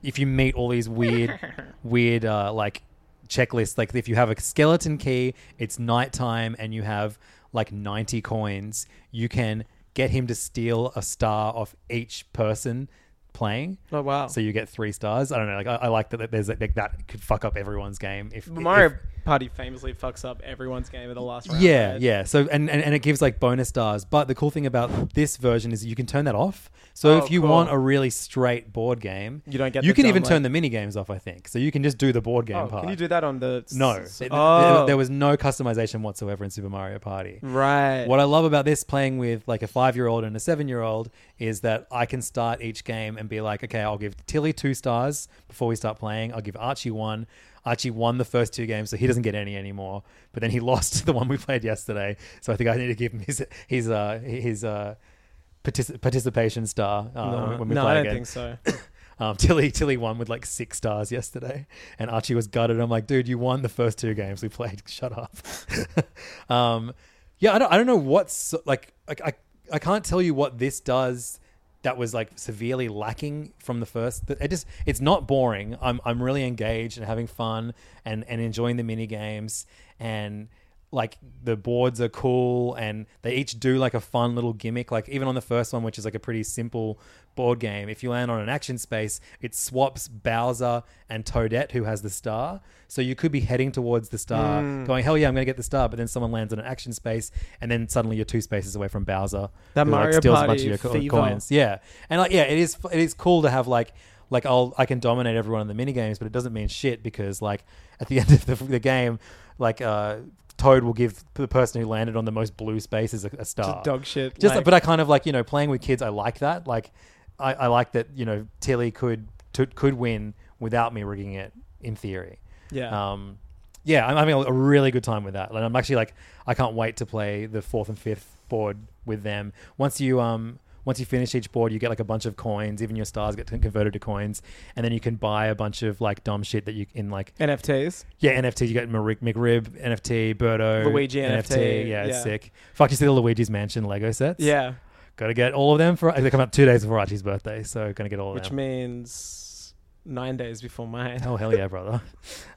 Speaker 4: if you meet all
Speaker 3: [LAUGHS]
Speaker 4: these weird, weird uh, like checklists, like if you have a skeleton key, it's nighttime, and you have like ninety coins, you can get him to steal a star off each person playing.
Speaker 3: oh, wow.
Speaker 4: So you get three stars. I don't know. Like I, I like that. There's like that could fuck up everyone's game. If
Speaker 3: Mario
Speaker 4: if-
Speaker 3: Party famously fucks up everyone's game at the last round.
Speaker 4: yeah,
Speaker 3: right?
Speaker 4: yeah. So and, and and it gives like bonus stars. But the cool thing about this version is you can turn that off. So
Speaker 3: Oh,
Speaker 4: if you
Speaker 3: cool.
Speaker 4: want a really straight board game,
Speaker 3: You don't get
Speaker 4: You
Speaker 3: the
Speaker 4: can
Speaker 3: dumb,
Speaker 4: even
Speaker 3: like-
Speaker 4: turn the mini games off. I think so. You can just do the board game
Speaker 3: Oh,
Speaker 4: part.
Speaker 3: can you do that on the?
Speaker 4: No,
Speaker 3: s-
Speaker 4: There-
Speaker 3: oh,
Speaker 4: there, there was no customization whatsoever in Super Mario Party.
Speaker 3: right.
Speaker 4: What I love about this playing with like a five year old and a seven year old is that I can start each game and be like, okay, I'll give Tilly two stars before we start playing. I'll give Archie one. Archie won the first two games, so he doesn't get any anymore. But then he [LAUGHS] lost the one we played yesterday, so I think I need to give him his his uh his uh partici- participation star uh,
Speaker 3: no,
Speaker 4: when we
Speaker 3: no,
Speaker 4: play
Speaker 3: I don't think
Speaker 4: again. [LAUGHS]
Speaker 3: so.
Speaker 4: Um, Tilly Tilly won with like six stars yesterday, and Archie was gutted. I'm like, dude, you won the first two games we played. [LAUGHS] Shut up. um, yeah, I don't, I don't know what's like. I, I I can't tell you what this does that was like severely lacking from the first. It just it's not boring. I'm I'm really engaged and having fun and and enjoying the mini games and like the boards are cool and they each do like a fun little gimmick like even on the first one which is like a pretty simple board game if you land on an action space it swaps bowser and toadette who has the star so you could be heading towards the star
Speaker 3: Mm.
Speaker 4: going hell yeah i'm gonna get the star but then someone lands on an action space and then suddenly you're two spaces away from bowser
Speaker 3: That
Speaker 4: who,
Speaker 3: Mario Party
Speaker 4: co-
Speaker 3: fever.
Speaker 4: yeah and like yeah it is it is cool to have like like I'll I can dominate everyone in the mini games, but it doesn't mean shit because like at the [LAUGHS] end of the, the game, like uh, Toad will give the person who landed on the most blue spaces a, a star.
Speaker 3: Just dog shit,
Speaker 4: Just
Speaker 3: like-
Speaker 4: but I kind of like you know playing with kids. I like that. Like I, I like that you know Tilly could to, could win without me rigging it in theory.
Speaker 3: Yeah.
Speaker 4: Um, yeah, I'm having a, a really good time with that. Like, I'm actually like, I can't wait to play the fourth and fifth board with them. Once you um, once you finish each board, you get like a bunch of coins. Even your stars get converted to coins, and then you can buy a bunch of like dumb shit that you in like
Speaker 3: NFTs.
Speaker 4: yeah NFT. You get Marik- McRib NFT, Birdo,
Speaker 3: Luigi NFT,
Speaker 4: Yeah, it's
Speaker 3: yeah.
Speaker 4: sick. Fuck, you see the Luigi's Mansion Lego sets?
Speaker 3: Yeah,
Speaker 4: gotta get all of them for. They come out two days before Archie's birthday, so gonna get all of
Speaker 3: which
Speaker 4: them.
Speaker 3: means nine days before mine.
Speaker 4: Oh hell yeah, brother!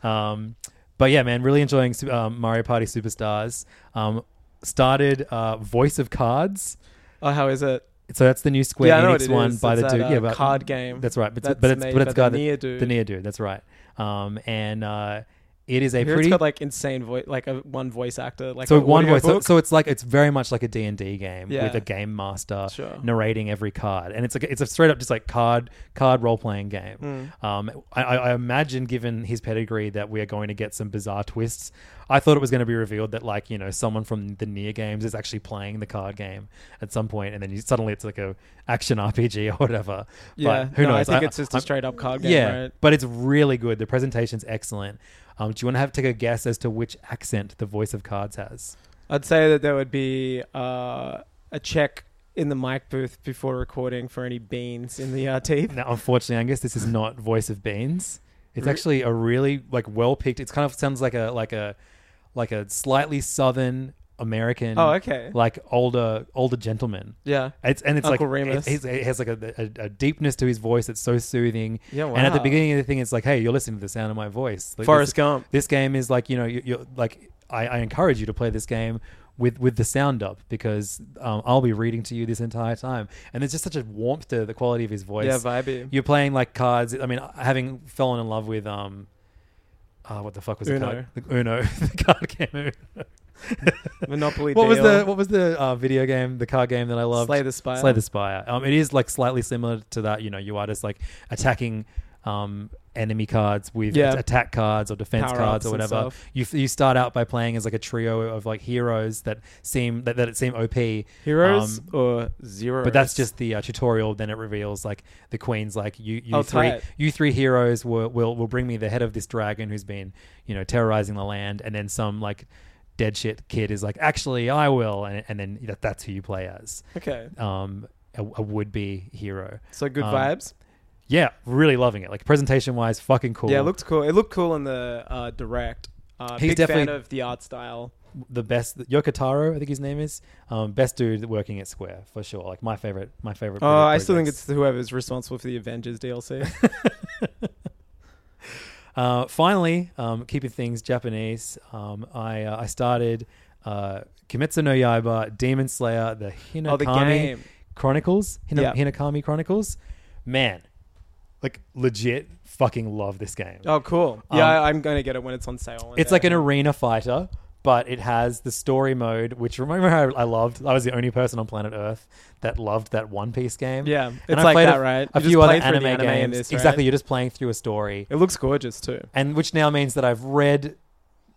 Speaker 4: Um, but yeah, man, really enjoying Su- um, Mario Party Superstars. Um, started uh, Voice of Cards,
Speaker 3: Oh, how is it?
Speaker 4: so that's the new Square
Speaker 3: Yeah, I know what
Speaker 4: Enix
Speaker 3: it
Speaker 4: one
Speaker 3: is.
Speaker 4: by
Speaker 3: It's
Speaker 4: the
Speaker 3: that,
Speaker 4: dude.
Speaker 3: uh,
Speaker 4: yeah, but
Speaker 3: card game
Speaker 4: That's right, but,
Speaker 3: that's
Speaker 4: but it's
Speaker 3: made
Speaker 4: but it's
Speaker 3: by
Speaker 4: got
Speaker 3: the
Speaker 4: the
Speaker 3: Nia dude.
Speaker 4: The Nia dude. That's right. Um, and uh, It is a
Speaker 3: Here
Speaker 4: pretty
Speaker 3: it's got like insane voice, like a one voice actor, like
Speaker 4: so
Speaker 3: a
Speaker 4: one voice. So,
Speaker 3: audiobook.
Speaker 4: so it's like it's very much like a D and D game
Speaker 3: Yeah.
Speaker 4: with a game master
Speaker 3: Sure.
Speaker 4: narrating every card, and it's like it's a straight up just like card card role playing game.
Speaker 3: Hmm.
Speaker 4: Um, I, I I imagine, given his pedigree, that we are going to get some bizarre twists. I thought it was going to be revealed that like you know someone from the near games is actually playing the card game at some point, and then you, suddenly it's like a action RPG or whatever.
Speaker 3: yeah,
Speaker 4: but who
Speaker 3: no,
Speaker 4: knows?
Speaker 3: I think it's just a straight up card game.
Speaker 4: yeah,
Speaker 3: right?
Speaker 4: but it's really good. The presentation's excellent. Um, do you want to have take a guess as to which accent the voice of cards has?
Speaker 3: I'd say that there would be uh, a check in the mic booth before recording for any beans in the uh, teeth.
Speaker 4: [LAUGHS] Now, unfortunately, Angus, this is not Voice of Beans. It's actually a really like well picked. It's kind of sounds like a like a like a slightly southern American.
Speaker 3: Oh, okay.
Speaker 4: Like older older gentleman.
Speaker 3: Yeah.
Speaker 4: It's and it's
Speaker 3: Uncle
Speaker 4: like
Speaker 3: Remus.
Speaker 4: It, it's- it has like a, a, a deepness to his voice that's so soothing.
Speaker 3: Yeah,
Speaker 4: And at the
Speaker 3: wow.
Speaker 4: beginning of the thing, it's like, hey, you're listening to the sound of my voice. Like,
Speaker 3: Forrest
Speaker 4: this,
Speaker 3: Gump.
Speaker 4: This game is like you know you, you're like I, I encourage you to play this game. With, with the sound up because um, I'll be reading to you this entire time, and there's just such a warmth to the quality of his voice.
Speaker 3: Yeah, vibey.
Speaker 4: [LAUGHS] You're playing like cards. I mean, having fallen in love with um, uh, what the fuck was the
Speaker 3: Uno.
Speaker 4: card? The Uno, [LAUGHS] the card game. Uno.
Speaker 3: Monopoly
Speaker 4: What was
Speaker 3: deal.
Speaker 4: the what was the uh, video game, the card game that I loved?
Speaker 3: Slay the Spire.
Speaker 4: Slay the Spire. Um, it is like slightly similar to that. You know, you are just like attacking um enemy cards with
Speaker 3: Yeah.
Speaker 4: at- attack cards or defense
Speaker 3: Power-ups
Speaker 4: cards or
Speaker 3: and
Speaker 4: whatever.
Speaker 3: stuff.
Speaker 4: You you start out by playing as like a trio of like heroes that seem that, that it seem OP
Speaker 3: heroes
Speaker 4: Um,
Speaker 3: or zero?
Speaker 4: but that's just the uh, tutorial. Then it reveals like the queen's like you you
Speaker 3: Oh,
Speaker 4: three
Speaker 3: tight.
Speaker 4: you three heroes will, will will bring me the head of this dragon who's been you know terrorizing the land, and then some like dead shit kid is like actually I will, and and then that, that's who you play as,
Speaker 3: okay.
Speaker 4: um a, a would be hero.
Speaker 3: So good
Speaker 4: um,
Speaker 3: vibes.
Speaker 4: Yeah, really loving it. Like presentation wise, fucking cool.
Speaker 3: Yeah, it looked cool. It looked cool in the uh, direct. Uh,
Speaker 4: He's
Speaker 3: big
Speaker 4: definitely-
Speaker 3: fan of the art style.
Speaker 4: the best Yokotaro, I think his name is, um, best dude working at Square for sure. Like my favorite, my favorite.
Speaker 3: Oh, I still think
Speaker 4: projects.
Speaker 3: it's whoever's responsible for the Avengers
Speaker 4: [LAUGHS]
Speaker 3: DLC.
Speaker 4: Uh, finally, um, keeping things Japanese, um, I uh, I started uh, Kimetsu no Yaiba, Demon Slayer, the Hinokami
Speaker 3: Oh, the game.
Speaker 4: Chronicles, Hino-
Speaker 3: Yeah.
Speaker 4: Hinokami Chronicles. Man, like legit, fucking love this game.
Speaker 3: oh, cool. Yeah, I, I'm gonna get it when it's on sale.
Speaker 4: Um, It's like an arena fighter, but it has the story mode, which remember how I loved. I was the only person on planet Earth that loved that One Piece game.
Speaker 3: Yeah,
Speaker 4: And
Speaker 3: it's
Speaker 4: I
Speaker 3: like
Speaker 4: played
Speaker 3: that,
Speaker 4: a,
Speaker 3: right?
Speaker 4: A
Speaker 3: You
Speaker 4: few
Speaker 3: just play
Speaker 4: other
Speaker 3: through
Speaker 4: anime,
Speaker 3: the anime
Speaker 4: games.
Speaker 3: in this, right?
Speaker 4: Exactly, you're just playing through a story
Speaker 3: It looks gorgeous too.
Speaker 4: and which now means that I've read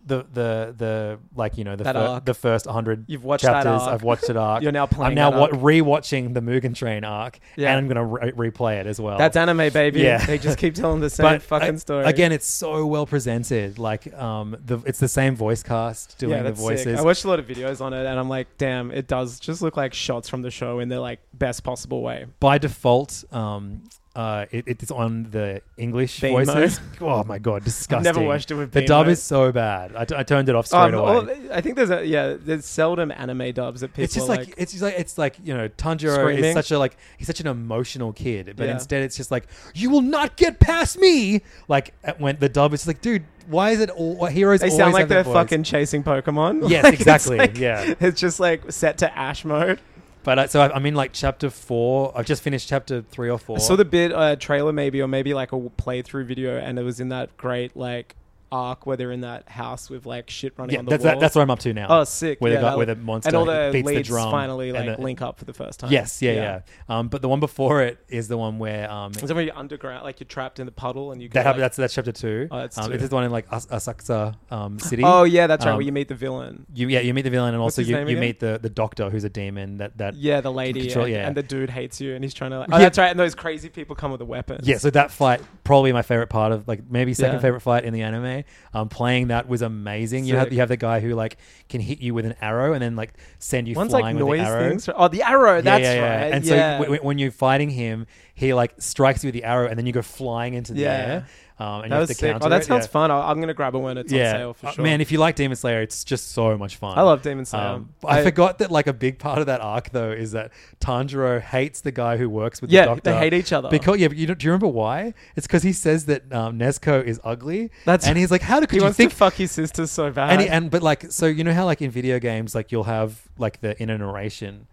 Speaker 4: the the the like you know the
Speaker 3: That
Speaker 4: fir-
Speaker 3: arc.
Speaker 4: the first hundred
Speaker 3: You've watched that
Speaker 4: chapters.
Speaker 3: arc. [LAUGHS]
Speaker 4: I've watched it arc.
Speaker 3: You're now playing
Speaker 4: I'm now
Speaker 3: that
Speaker 4: wa-
Speaker 3: arc.
Speaker 4: rewatching the Mugen Train arc,
Speaker 3: Yeah.
Speaker 4: and I'm gonna re- replay it as well.
Speaker 3: That's anime, baby.
Speaker 4: Oh. Yeah.
Speaker 3: They just keep telling the same
Speaker 4: [LAUGHS] But
Speaker 3: fucking
Speaker 4: a-
Speaker 3: story.
Speaker 4: again. It's so well presented. Like um, the it's the same voice cast doing the
Speaker 3: Sick.
Speaker 4: voices.
Speaker 3: I watched a lot of videos on it, and I'm like, damn, it does just look like shots from the show in the like best possible way.
Speaker 4: By default, um, uh, it, it's on the English
Speaker 3: Bean
Speaker 4: voices. [LAUGHS] Oh my god, disgusting!
Speaker 3: watched it with
Speaker 4: the
Speaker 3: Bean
Speaker 4: dub
Speaker 3: mode.
Speaker 4: is so bad. I, t- I turned it off
Speaker 3: Um,
Speaker 4: straight away.
Speaker 3: all- I think there's a yeah, there's seldom anime dubs that people
Speaker 4: it's just
Speaker 3: are
Speaker 4: like,
Speaker 3: like.
Speaker 4: it's just like it's like you know Tanjiro is
Speaker 3: Screaming.
Speaker 4: such a like he's such an emotional kid, but
Speaker 3: Yeah.
Speaker 4: instead it's just like you will not get past me. Like at- when the dub is just like, dude, why is it all what heroes?
Speaker 3: they sound
Speaker 4: always
Speaker 3: like
Speaker 4: have that
Speaker 3: they're
Speaker 4: voice?
Speaker 3: fucking chasing Pokemon. [LAUGHS]
Speaker 4: Yes,
Speaker 3: Like, it's
Speaker 4: exactly,
Speaker 3: like-
Speaker 4: yeah.
Speaker 3: [LAUGHS] it's just like set to Ash mode.
Speaker 4: But uh, so I, I'm in like chapter four. I've just finished chapter three or four.
Speaker 3: I saw the bit uh, trailer maybe, or maybe like a w- playthrough video, and it was in that great like arc where they're in that house with like shit running
Speaker 4: yeah,
Speaker 3: on the
Speaker 4: that's
Speaker 3: wall.
Speaker 4: that, that's what I'm up to now.
Speaker 3: Oh, sick!
Speaker 4: Where
Speaker 3: yeah,
Speaker 4: the guy,
Speaker 3: that-
Speaker 4: where the monster
Speaker 3: and all the
Speaker 4: beats
Speaker 3: leads
Speaker 4: the drum
Speaker 3: finally
Speaker 4: and
Speaker 3: like
Speaker 4: the-
Speaker 3: link up for the first time.
Speaker 4: Yes, yeah, yeah. Um, but the one before it is the one where um,
Speaker 3: Is that where you're underground, like you're trapped in the puddle and you go,
Speaker 4: that happened,
Speaker 3: like-
Speaker 4: that's that's chapter two.
Speaker 3: Oh, that's
Speaker 4: um,
Speaker 3: two.
Speaker 4: It's the one in like As- Asakusa
Speaker 3: [GASPS]
Speaker 4: um, city.
Speaker 3: Oh yeah, that's right.
Speaker 4: Um,
Speaker 3: Where you meet the villain.
Speaker 4: you yeah you meet the villain and
Speaker 3: What's
Speaker 4: also
Speaker 3: his
Speaker 4: you,
Speaker 3: name
Speaker 4: you
Speaker 3: again?
Speaker 4: meet the, the doctor who's a demon that that
Speaker 3: Yeah, the lady
Speaker 4: control-
Speaker 3: and,
Speaker 4: yeah.
Speaker 3: and the dude hates you, and he's trying to. Like,
Speaker 4: Yeah.
Speaker 3: Oh, that's right. And those crazy people come with a weapon.
Speaker 4: yeah so that fight probably my favorite part of like maybe second
Speaker 3: Yeah.
Speaker 4: favorite fight in the anime um playing that was amazing you have
Speaker 3: Sick.
Speaker 4: you have the guy who like can hit you with an arrow and then like send you
Speaker 3: One's like
Speaker 4: flying with
Speaker 3: noise
Speaker 4: the arrow
Speaker 3: things. Oh, the arrow.
Speaker 4: Yeah,
Speaker 3: That's
Speaker 4: yeah, yeah.
Speaker 3: right.
Speaker 4: And
Speaker 3: yeah.
Speaker 4: so w- w- when you're fighting him, he like strikes you with the arrow, and then you go flying into the
Speaker 3: Yeah.
Speaker 4: air. Um, and you
Speaker 3: that
Speaker 4: have
Speaker 3: was
Speaker 4: to
Speaker 3: sick.
Speaker 4: counter
Speaker 3: Oh, that
Speaker 4: it,
Speaker 3: sounds
Speaker 4: yeah.
Speaker 3: fun. I- I'm gonna grab it when it's
Speaker 4: yeah,
Speaker 3: on sale for
Speaker 4: Uh,
Speaker 3: sure.
Speaker 4: man. If you like Demon Slayer, it's just so much fun.
Speaker 3: I love Demon Slayer.
Speaker 4: Um, I,
Speaker 3: I-
Speaker 4: forgot that like a big part of that arc though is that Tanjiro hates the guy who works with
Speaker 3: Yeah,
Speaker 4: the
Speaker 3: they
Speaker 4: doctor.
Speaker 3: hate each other.
Speaker 4: Because yeah, but you don't, do you remember why? It's because he says that um, Nezuko is ugly.
Speaker 3: That's-
Speaker 4: and he's like, how could
Speaker 3: he
Speaker 4: you
Speaker 3: wants
Speaker 4: think?
Speaker 3: to fuck his sister so bad.
Speaker 4: and, he, and but like so you know how like in video games like you'll have like the inner narration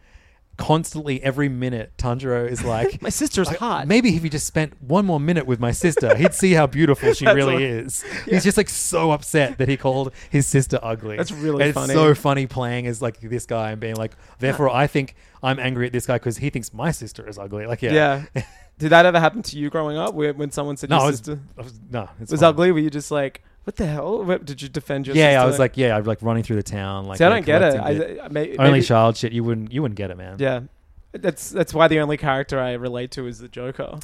Speaker 4: constantly every minute
Speaker 3: [LAUGHS]
Speaker 4: Tanjiro is like
Speaker 3: My sister's hot.
Speaker 4: Maybe if he just spent one more minute with my sister, he'd see how beautiful
Speaker 3: [LAUGHS]
Speaker 4: she
Speaker 3: That's
Speaker 4: really
Speaker 3: what-
Speaker 4: is. He's just like so upset that he called his sister ugly.
Speaker 3: That's really
Speaker 4: And
Speaker 3: funny.
Speaker 4: It's so funny playing as like this guy and being like, therefore I think I'm angry at this guy because he thinks my sister is ugly. Like yeah,
Speaker 3: Yeah. Did that ever happen to you growing up? Where, when someone said
Speaker 4: [LAUGHS] No, I
Speaker 3: your
Speaker 4: was,
Speaker 3: sister
Speaker 4: I was- no, it's
Speaker 3: was
Speaker 4: fine.
Speaker 3: ugly, were you just like, what the hell? What- Did you defend your
Speaker 4: Yeah,
Speaker 3: sister?
Speaker 4: I was like, yeah, I'm like running through the town. Like,
Speaker 3: see, I
Speaker 4: yeah,
Speaker 3: don't get it. I,
Speaker 4: collecting
Speaker 3: I- may-
Speaker 4: only
Speaker 3: maybe-
Speaker 4: child shit. You wouldn't, you wouldn't get it, man.
Speaker 3: Yeah. That's that's why the only character I relate to is the Joker.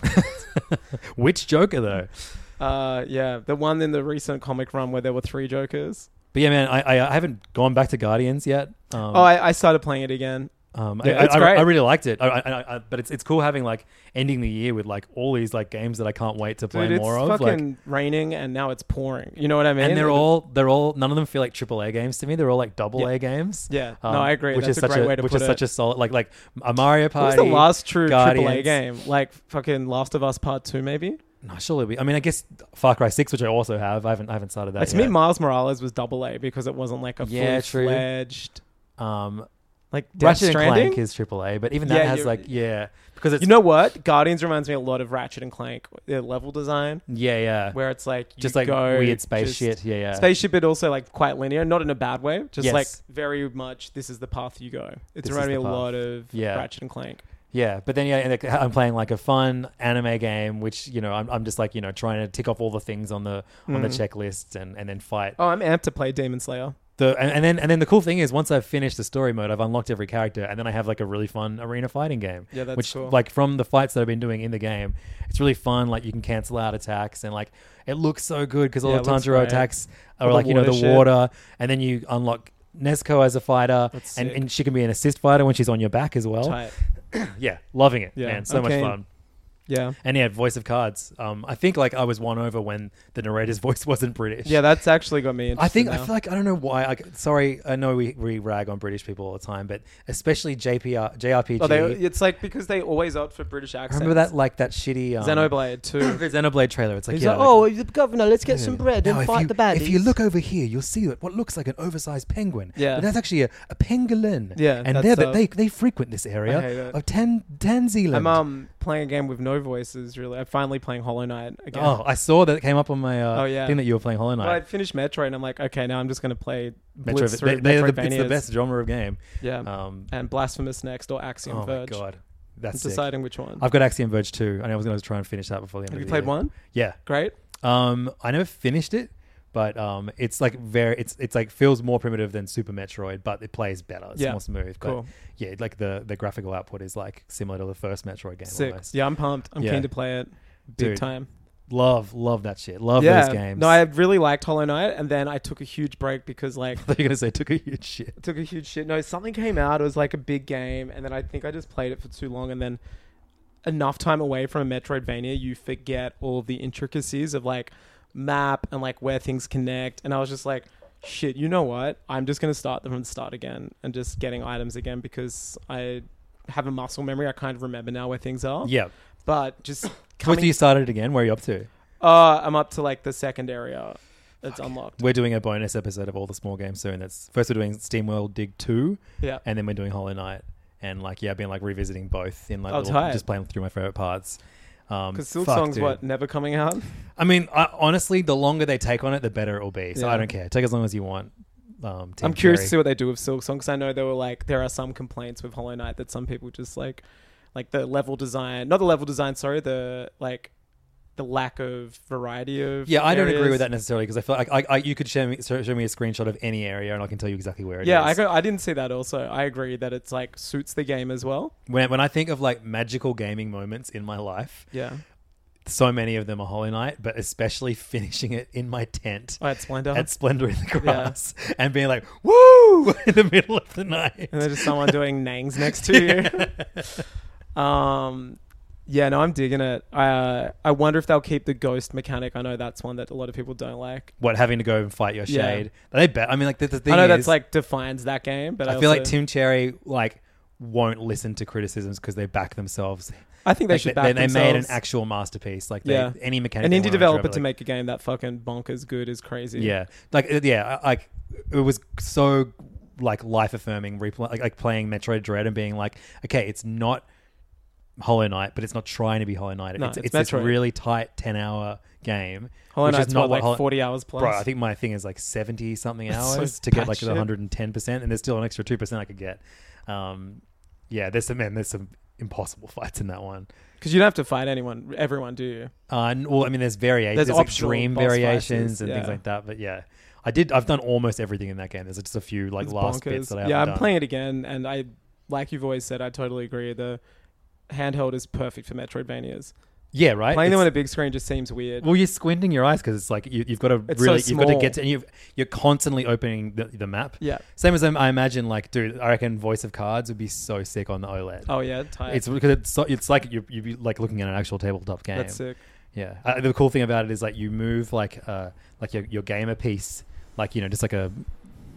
Speaker 4: Which Joker though?
Speaker 3: uh, yeah, the one in the recent comic run where there were three Jokers.
Speaker 4: But yeah, man, I, I, I haven't gone back to Guardians yet. Um,
Speaker 3: Oh, I, I started playing it again.
Speaker 4: Um,
Speaker 3: Yeah,
Speaker 4: I,
Speaker 3: it's
Speaker 4: I,
Speaker 3: great.
Speaker 4: I really liked it, I, I, I, I- but it's it's cool having like ending the year with like all these like games that I can't wait to play
Speaker 3: Dude, it's
Speaker 4: more of. Like,
Speaker 3: fucking raining and now it's pouring. You know what I mean?
Speaker 4: and they're all they're all none of them feel like AAA games to me. They're all like double A games. Um,
Speaker 3: Yeah. No, I agree.
Speaker 4: Which
Speaker 3: That's
Speaker 4: is
Speaker 3: a
Speaker 4: such
Speaker 3: great way to
Speaker 4: which
Speaker 3: put
Speaker 4: is
Speaker 3: it.
Speaker 4: such a solid like like a Mario
Speaker 3: What was
Speaker 4: Party.
Speaker 3: the last true AAA
Speaker 4: Guardians.
Speaker 3: game? Like fucking Last of Us Part Two, maybe.
Speaker 4: No, surely we. I mean, I guess Far Cry Six, which I also have. I haven't I haven't started that.
Speaker 3: Like, to me,
Speaker 4: yet.
Speaker 3: Miles Morales was double A because it wasn't like a
Speaker 4: Yeah,
Speaker 3: fully
Speaker 4: true.
Speaker 3: fledged
Speaker 4: um,
Speaker 3: like Death
Speaker 4: Ratchet and
Speaker 3: Stranding.
Speaker 4: Clank is AAA, but even that
Speaker 3: Yeah,
Speaker 4: has
Speaker 3: you're-
Speaker 4: like yeah because it's
Speaker 3: you know what? Guardians reminds me a lot of Ratchet and Clank. Their level design,
Speaker 4: yeah yeah
Speaker 3: where it's like you
Speaker 4: just like
Speaker 3: go,
Speaker 4: weird space
Speaker 3: just-
Speaker 4: shit yeah yeah
Speaker 3: spaceship, but also like quite linear, not in a bad way. Just
Speaker 4: Yes.
Speaker 3: like very much, this is the path you go. It's
Speaker 4: This
Speaker 3: reminded me a
Speaker 4: is the
Speaker 3: lot
Speaker 4: path.
Speaker 3: of
Speaker 4: Yeah.
Speaker 3: Ratchet and Clank.
Speaker 4: Yeah, but then yeah, and, like, I'm playing like a fun anime game, which you know I'm, I'm just like you know trying to tick off all the things on the on
Speaker 3: Mm.
Speaker 4: the checklists and, and then fight
Speaker 3: Oh, I'm amped to play Demon Slayer.
Speaker 4: the and, and then and then the cool thing is once I've finished the story mode, I've unlocked every character, and then I have like a really fun arena fighting game.
Speaker 3: Yeah, that's
Speaker 4: which
Speaker 3: cool.
Speaker 4: like from the fights that I've been doing in the game, it's really fun. Like you can cancel out attacks, and like it looks so good because all
Speaker 3: Yeah,
Speaker 4: the
Speaker 3: it looks
Speaker 4: Tanjiro
Speaker 3: great.
Speaker 4: attacks
Speaker 3: All
Speaker 4: are
Speaker 3: the
Speaker 4: like you know
Speaker 3: water
Speaker 4: the
Speaker 3: shit.
Speaker 4: water, and then you unlock. Nezuko as a fighter,
Speaker 3: That's
Speaker 4: and,
Speaker 3: sick.
Speaker 4: and she can be an assist fighter when she's on your back as well.
Speaker 3: Tight.
Speaker 4: Yeah, loving it,
Speaker 3: Yeah.
Speaker 4: man. So
Speaker 3: Okay.
Speaker 4: much fun.
Speaker 3: Yeah.
Speaker 4: And he had voice of cards. Um, I think like I was won over when the narrator's [LAUGHS] voice wasn't British.
Speaker 3: Yeah, that's actually got me interested.
Speaker 4: I think I
Speaker 3: now.
Speaker 4: feel like I don't know why. I, sorry, I know we, we rag on British people all the time, but especially JPR, JRPG.
Speaker 3: Oh, they, it's like because they always opt for British accents.
Speaker 4: remember that like that shitty um,
Speaker 3: Xenoblade too.
Speaker 4: the [COUGHS] Xenoblade trailer. It's like,
Speaker 6: He's
Speaker 4: yeah,
Speaker 6: like, oh, the governor, let's get some bread
Speaker 4: now,
Speaker 6: and
Speaker 4: if
Speaker 6: fight
Speaker 4: you,
Speaker 6: the baddies.
Speaker 4: If you look over here, you'll see what what looks like an oversized penguin.
Speaker 3: Yeah.
Speaker 4: but that's actually a, a pangolin.
Speaker 3: Yeah,
Speaker 4: and
Speaker 3: that's,
Speaker 4: they're the-
Speaker 3: uh,
Speaker 4: they they frequent this
Speaker 3: I hate
Speaker 4: area
Speaker 3: it.
Speaker 4: of Tan Tanzealand.
Speaker 3: I'm um playing a game with no voices. Really, I'm finally playing Hollow Knight again.
Speaker 4: Oh, I saw that it came up on my uh,
Speaker 3: Oh, yeah.
Speaker 4: thing that you were playing Hollow Knight.
Speaker 3: Well, I finished Metro and I'm like, okay, now I'm just gonna play
Speaker 4: Metro,
Speaker 3: Metro.
Speaker 4: they,
Speaker 3: Through
Speaker 4: they're the, it's the
Speaker 3: Metroidvanias.
Speaker 4: best genre of game.
Speaker 3: Yeah,
Speaker 4: Um,
Speaker 3: and Blasphemous next or Axiom
Speaker 4: oh
Speaker 3: Verge.
Speaker 4: my god,
Speaker 3: I'm
Speaker 4: that's sick.
Speaker 3: deciding which one.
Speaker 4: I've got Axiom Verge two, and I was going to try and finish that before the end.
Speaker 3: Have
Speaker 4: of
Speaker 3: you
Speaker 4: the
Speaker 3: played
Speaker 4: year.
Speaker 3: one?
Speaker 4: Yeah,
Speaker 3: Great.
Speaker 4: um, I never finished it, but um, it's like very, it's it's like feels more primitive than Super Metroid, but it plays better. It's
Speaker 3: Yeah.
Speaker 4: more smooth. But
Speaker 3: Cool.
Speaker 4: Yeah, like the the graphical output is like similar to the first Metroid game.
Speaker 3: Sick.
Speaker 4: Almost.
Speaker 3: Yeah, I'm pumped. I'm
Speaker 4: Yeah.
Speaker 3: keen to play it. Big
Speaker 4: Dude,
Speaker 3: time.
Speaker 4: Love, love that shit. Love
Speaker 3: yeah.
Speaker 4: those games. [LAUGHS]
Speaker 3: No, I really liked Hollow Knight, and then I took a huge break because like
Speaker 4: thought you were going to say took a huge shit.
Speaker 3: I took a huge shit. No, something came out. It was like a big game, and then I think I just played it for too long, and then enough time away from a Metroidvania, you forget all the intricacies of like map and like where things connect. And I was just like, shit, you know what? I'm just gonna start them from the start again and just getting items again because I have a muscle memory. I kind of remember now where things are.
Speaker 4: Yeah.
Speaker 3: But
Speaker 4: [COUGHS]
Speaker 3: just
Speaker 4: Wait
Speaker 3: coming.
Speaker 4: till you started it again. Where are you up to?
Speaker 3: Uh, I'm up to like the second area that's unlocked.
Speaker 4: We're doing a bonus episode of all the small games soon. That's first we're doing SteamWorld Dig Two,
Speaker 3: Yeah.
Speaker 4: and then we're doing Hollow Knight, and like yeah, I've been like revisiting both in like
Speaker 3: Oh,
Speaker 4: little-
Speaker 3: tight.
Speaker 4: just playing through my favorite parts. Um,
Speaker 3: Because Silk
Speaker 4: fuck,
Speaker 3: Song's
Speaker 4: dude.
Speaker 3: what never coming out.
Speaker 4: I mean, I, honestly, the longer they take on it, the better it'll be. So
Speaker 3: Yeah.
Speaker 4: I don't care. Take as long as you want. Um, Team
Speaker 3: I'm curious to see
Speaker 4: Cherry.
Speaker 3: what they do with Silk Song because I know there were like there are some complaints with Hollow Knight that some people just like like the level design, not the level design, sorry, the like the lack of variety of
Speaker 4: yeah, I don't agree
Speaker 3: areas.
Speaker 4: with that necessarily because I feel like I, I, you could show me show show me a screenshot of any area and I can tell you exactly where it is.
Speaker 3: Yeah, I go, I didn't see that. Also, I agree that it's like suits the game as well.
Speaker 4: when when I think of like magical gaming moments in my life,
Speaker 3: Yeah,
Speaker 4: so many of them are Hollow Knight, but especially [LAUGHS] finishing it in my tent.
Speaker 3: I had Splendor.
Speaker 4: at Splendor in the grass [LAUGHS] and being like, woo, [LAUGHS] in the middle of
Speaker 3: [LAUGHS]
Speaker 4: the night.
Speaker 3: and there's just someone doing
Speaker 4: [LAUGHS]
Speaker 3: nangs next to you. um, yeah, no, I'm digging it. I uh, I wonder if they'll keep the ghost mechanic. I know that's one that a lot of people don't like.
Speaker 4: What, having to go and fight your
Speaker 3: Yeah.
Speaker 4: shade? Are they bet. I mean, like, the, the thing
Speaker 3: I know
Speaker 4: is,
Speaker 3: that's like defines that game, but I,
Speaker 4: I feel like
Speaker 3: also-
Speaker 4: Tim Cherry, like, won't listen to criticisms because they back themselves.
Speaker 3: I think they
Speaker 4: Like,
Speaker 3: should back
Speaker 4: they, made an
Speaker 3: themselves.
Speaker 4: actual masterpiece. Like, they,
Speaker 3: Yeah.
Speaker 4: any mechanic.
Speaker 3: an
Speaker 4: they
Speaker 3: indie
Speaker 4: wanna
Speaker 3: developer
Speaker 4: drive,
Speaker 3: to
Speaker 4: like-
Speaker 3: make a game that fucking bonkers good is crazy.
Speaker 4: Yeah. Like, uh, yeah, I- like, it was so like life affirming replay, like, like playing Metroid Dread and being like, okay, it's not Hollow Knight, but it's not trying to be Hollow Knight.
Speaker 3: No,
Speaker 4: it's
Speaker 3: it's
Speaker 4: it's, this
Speaker 3: Metroid.
Speaker 4: really tight ten hour game.
Speaker 3: Hollow
Speaker 4: which is
Speaker 3: Knight's
Speaker 4: not
Speaker 3: what, like
Speaker 4: Hollow-
Speaker 3: 40 hours plus?
Speaker 4: Bro, I think my thing is like seventy something
Speaker 3: That's so
Speaker 4: hours to get
Speaker 3: bad
Speaker 4: like the
Speaker 3: shit.
Speaker 4: hundred and ten percent, and there's still an extra two percent I could get. Um, yeah, there's some man, there's some impossible [LAUGHS] fights in that one.
Speaker 3: Because you don't have to fight anyone, everyone, do you?
Speaker 4: Uh, n- well, I mean, there's variations.
Speaker 3: There's
Speaker 4: There's, like
Speaker 3: optional
Speaker 4: dream
Speaker 3: boss
Speaker 4: variations
Speaker 3: fights,
Speaker 4: and things
Speaker 3: yeah.
Speaker 4: like that. But yeah, I did. I've done almost everything in that game. There's just a few like
Speaker 3: It's
Speaker 4: last
Speaker 3: bonkers.
Speaker 4: bits that I
Speaker 3: yeah, I'm
Speaker 4: haven't done.
Speaker 3: playing it again, and I, like you've always said, I totally agree. The handheld is perfect for Metroidvanias.
Speaker 4: Yeah, right.
Speaker 3: Playing them
Speaker 4: It's-
Speaker 3: on a big screen just seems weird.
Speaker 4: Well, you're squinting your eyes because it's like you, you've got to
Speaker 3: It's so
Speaker 4: really, you've got to
Speaker 3: small.
Speaker 4: get to, and you've, you're constantly opening the, the map.
Speaker 3: Yeah.
Speaker 4: Same as I, I imagine, like, dude, I reckon Voice of Cards would be so sick on the OLED.
Speaker 3: Oh, yeah, tight.
Speaker 4: It's because it's so, it's like you you be like looking at an actual tabletop game.
Speaker 3: That's sick.
Speaker 4: Yeah. Uh, the cool thing about it is like you move like uh like your your gamer piece, like you know, just like a.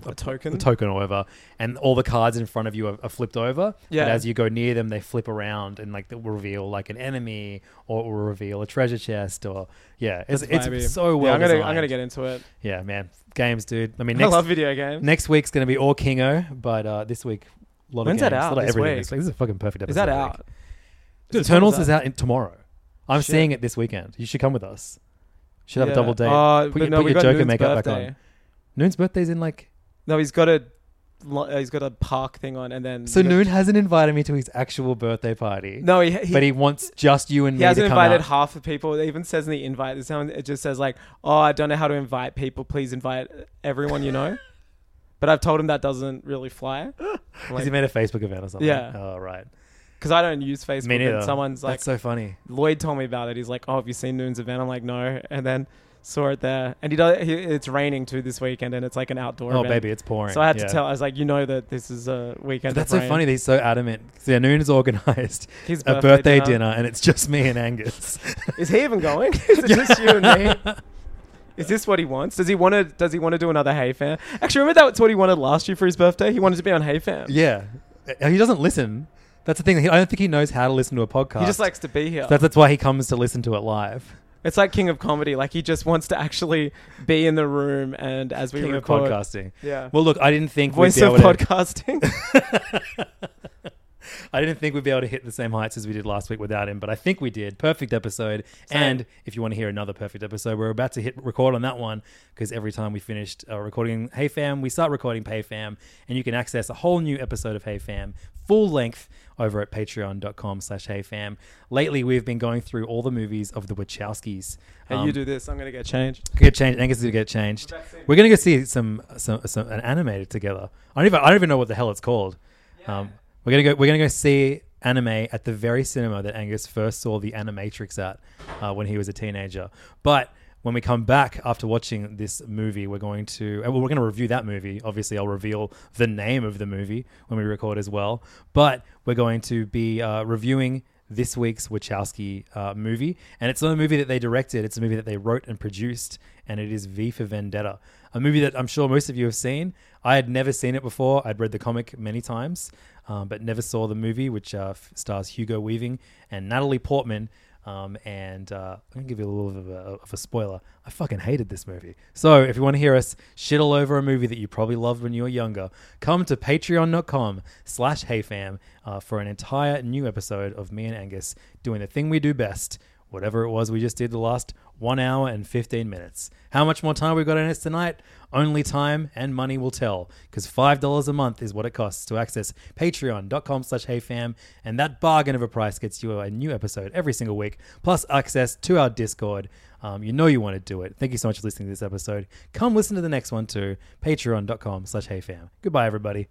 Speaker 3: A token?
Speaker 4: a token, or whatever, and all the cards in front of you are, are flipped over.
Speaker 3: Yeah.
Speaker 4: But as you go near them, they flip around and like they'll reveal like an enemy, or it will reveal a treasure chest, or yeah, it's,
Speaker 3: That's vibey.
Speaker 4: it's so
Speaker 3: Yeah,
Speaker 4: well.
Speaker 3: I'm gonna I'm
Speaker 4: designed.
Speaker 3: gonna get into it. [LAUGHS]
Speaker 4: Yeah, man, games, dude. I mean,
Speaker 3: I
Speaker 4: next,
Speaker 3: love video games.
Speaker 4: Next week's gonna be all Kingo, but uh, this week, a lot
Speaker 3: When's that
Speaker 4: of games,
Speaker 3: out
Speaker 4: A lot of
Speaker 3: this
Speaker 4: everything
Speaker 3: week?
Speaker 4: This, week. this is a fucking perfect episode.
Speaker 3: Is that
Speaker 4: of the
Speaker 3: out?
Speaker 4: week.
Speaker 3: Dude,
Speaker 4: Dude, Eternals
Speaker 3: when is
Speaker 4: is
Speaker 3: that?
Speaker 4: out in tomorrow. I'm
Speaker 3: Shit.
Speaker 4: seeing it this weekend. You should come with us. Should have
Speaker 3: Yeah.
Speaker 4: a double date.
Speaker 3: Uh,
Speaker 4: put
Speaker 3: but
Speaker 4: your,
Speaker 3: no,
Speaker 4: put
Speaker 3: we
Speaker 4: your
Speaker 3: got
Speaker 4: Joker
Speaker 3: Noon's
Speaker 4: makeup back
Speaker 3: birthday.
Speaker 4: on. Noon's birthday's in like.
Speaker 3: No, he's got a lo- uh, he's got a park thing on, and then
Speaker 4: So
Speaker 3: you got-
Speaker 4: Noon hasn't invited me to his actual birthday party.
Speaker 3: No, he- he-
Speaker 4: but he wants just you and
Speaker 3: He
Speaker 4: me to
Speaker 3: hasn't
Speaker 4: come
Speaker 3: invited
Speaker 4: out.
Speaker 3: half the people. It even says in the invite, it sounds- it just says like, "Oh, I don't know how to invite people. Please invite everyone you
Speaker 4: [LAUGHS]
Speaker 3: know." but I've told him that doesn't really fly.
Speaker 4: Has he made a Facebook event or something?
Speaker 3: Yeah.
Speaker 4: Oh, right.
Speaker 3: Because I don't use Facebook.
Speaker 4: Me neither.
Speaker 3: And someone's like,
Speaker 4: That's so funny.
Speaker 3: Lloyd told me about it. He's like, "Oh, have you seen Noon's event?" I'm like, "No," and then saw it there. And he does. He, it's raining too this weekend, and it's like an outdoor.
Speaker 4: Oh,
Speaker 3: event.
Speaker 4: baby, it's pouring.
Speaker 3: So I had
Speaker 4: Yeah.
Speaker 3: to tell. I was like, "You know that this is a weekend."
Speaker 4: But that's
Speaker 3: of
Speaker 4: so
Speaker 3: rain."
Speaker 4: funny. that He's so adamant. So yeah, Noon has organized
Speaker 3: [LAUGHS] His
Speaker 4: a
Speaker 3: birthday
Speaker 4: birthday
Speaker 3: dinner.
Speaker 4: dinner. and it's just me and Angus. [LAUGHS]
Speaker 3: Is he even going? Is it just you and me? Is this what he wants? Does he want to? Does he want to do another Hey Fam? Actually, remember that's what he wanted last year for his birthday. He wanted to be on Hey Fam.
Speaker 4: yeah, Uh, he doesn't listen. That's the thing. He- I don't think he knows how to listen to a podcast.
Speaker 3: He just likes to be here.
Speaker 4: That's, that's why he comes to listen to it live.
Speaker 3: it's like King of Comedy. Like he just wants to actually be in the room and as we
Speaker 4: King of
Speaker 3: record.
Speaker 4: podcasting.
Speaker 3: Yeah.
Speaker 4: Well, look, I didn't think
Speaker 3: Voice
Speaker 4: we'd be
Speaker 3: of
Speaker 4: able to- [LAUGHS]
Speaker 3: podcasting.
Speaker 4: I didn't think we'd be able to hit the same heights as we did last week without him, but I think we did. Perfect episode. And if you want to hear another perfect episode, we're about to hit record on that one because every time we finished uh, recording Hey Fam, we start recording Pay Fam, and you can access a whole new episode of Hey Fam full length over at patreon.com slash Hey Fam. Lately, we've been going through all the movies of the Wachowskis.
Speaker 3: Hey,
Speaker 4: Um,
Speaker 3: you do this. I'm gonna get changed.
Speaker 4: Get changed. Angus is gonna get changed. We're gonna go see some some, some an animated together. I don't even I don't even know what the hell it's called. Um, we're gonna go we're gonna go see anime at the very cinema that Angus first saw the Animatrix at uh, when he was a teenager. But when we come back after watching this movie, we're going to and we're going to review that movie. Obviously, I'll reveal the name of the movie when we record as well. But we're going to be uh, reviewing this week's Wachowski uh, movie. And it's not a movie that they directed, it's a movie that they wrote and produced. And it is V for Vendetta, a movie that I'm sure most of you have seen. I had never seen it before. I'd read the comic many times, um, but never saw the movie, which uh, f- stars Hugo Weaving and Natalie Portman. Um, and uh, I'm gonna give you a little bit of a, of a spoiler. I fucking hated this movie. So if you want to hear us shit all over a movie that you probably loved when you were younger, come to Patreon.com/slash HeyFam uh, for an entire new episode of me and Angus doing the thing we do best, whatever it was we just did the last one hour and 15 minutes. How much more time we got in us tonight? Only time and money will tell because $5 a month is what it costs to access patreon.com slash heyfam and that bargain of a price gets you a new episode every single week plus access to our Discord. Um, you know you want to do it. Thank you so much for listening to this episode. Come listen to the next one too. Patreon.com slash heyfam. Goodbye everybody.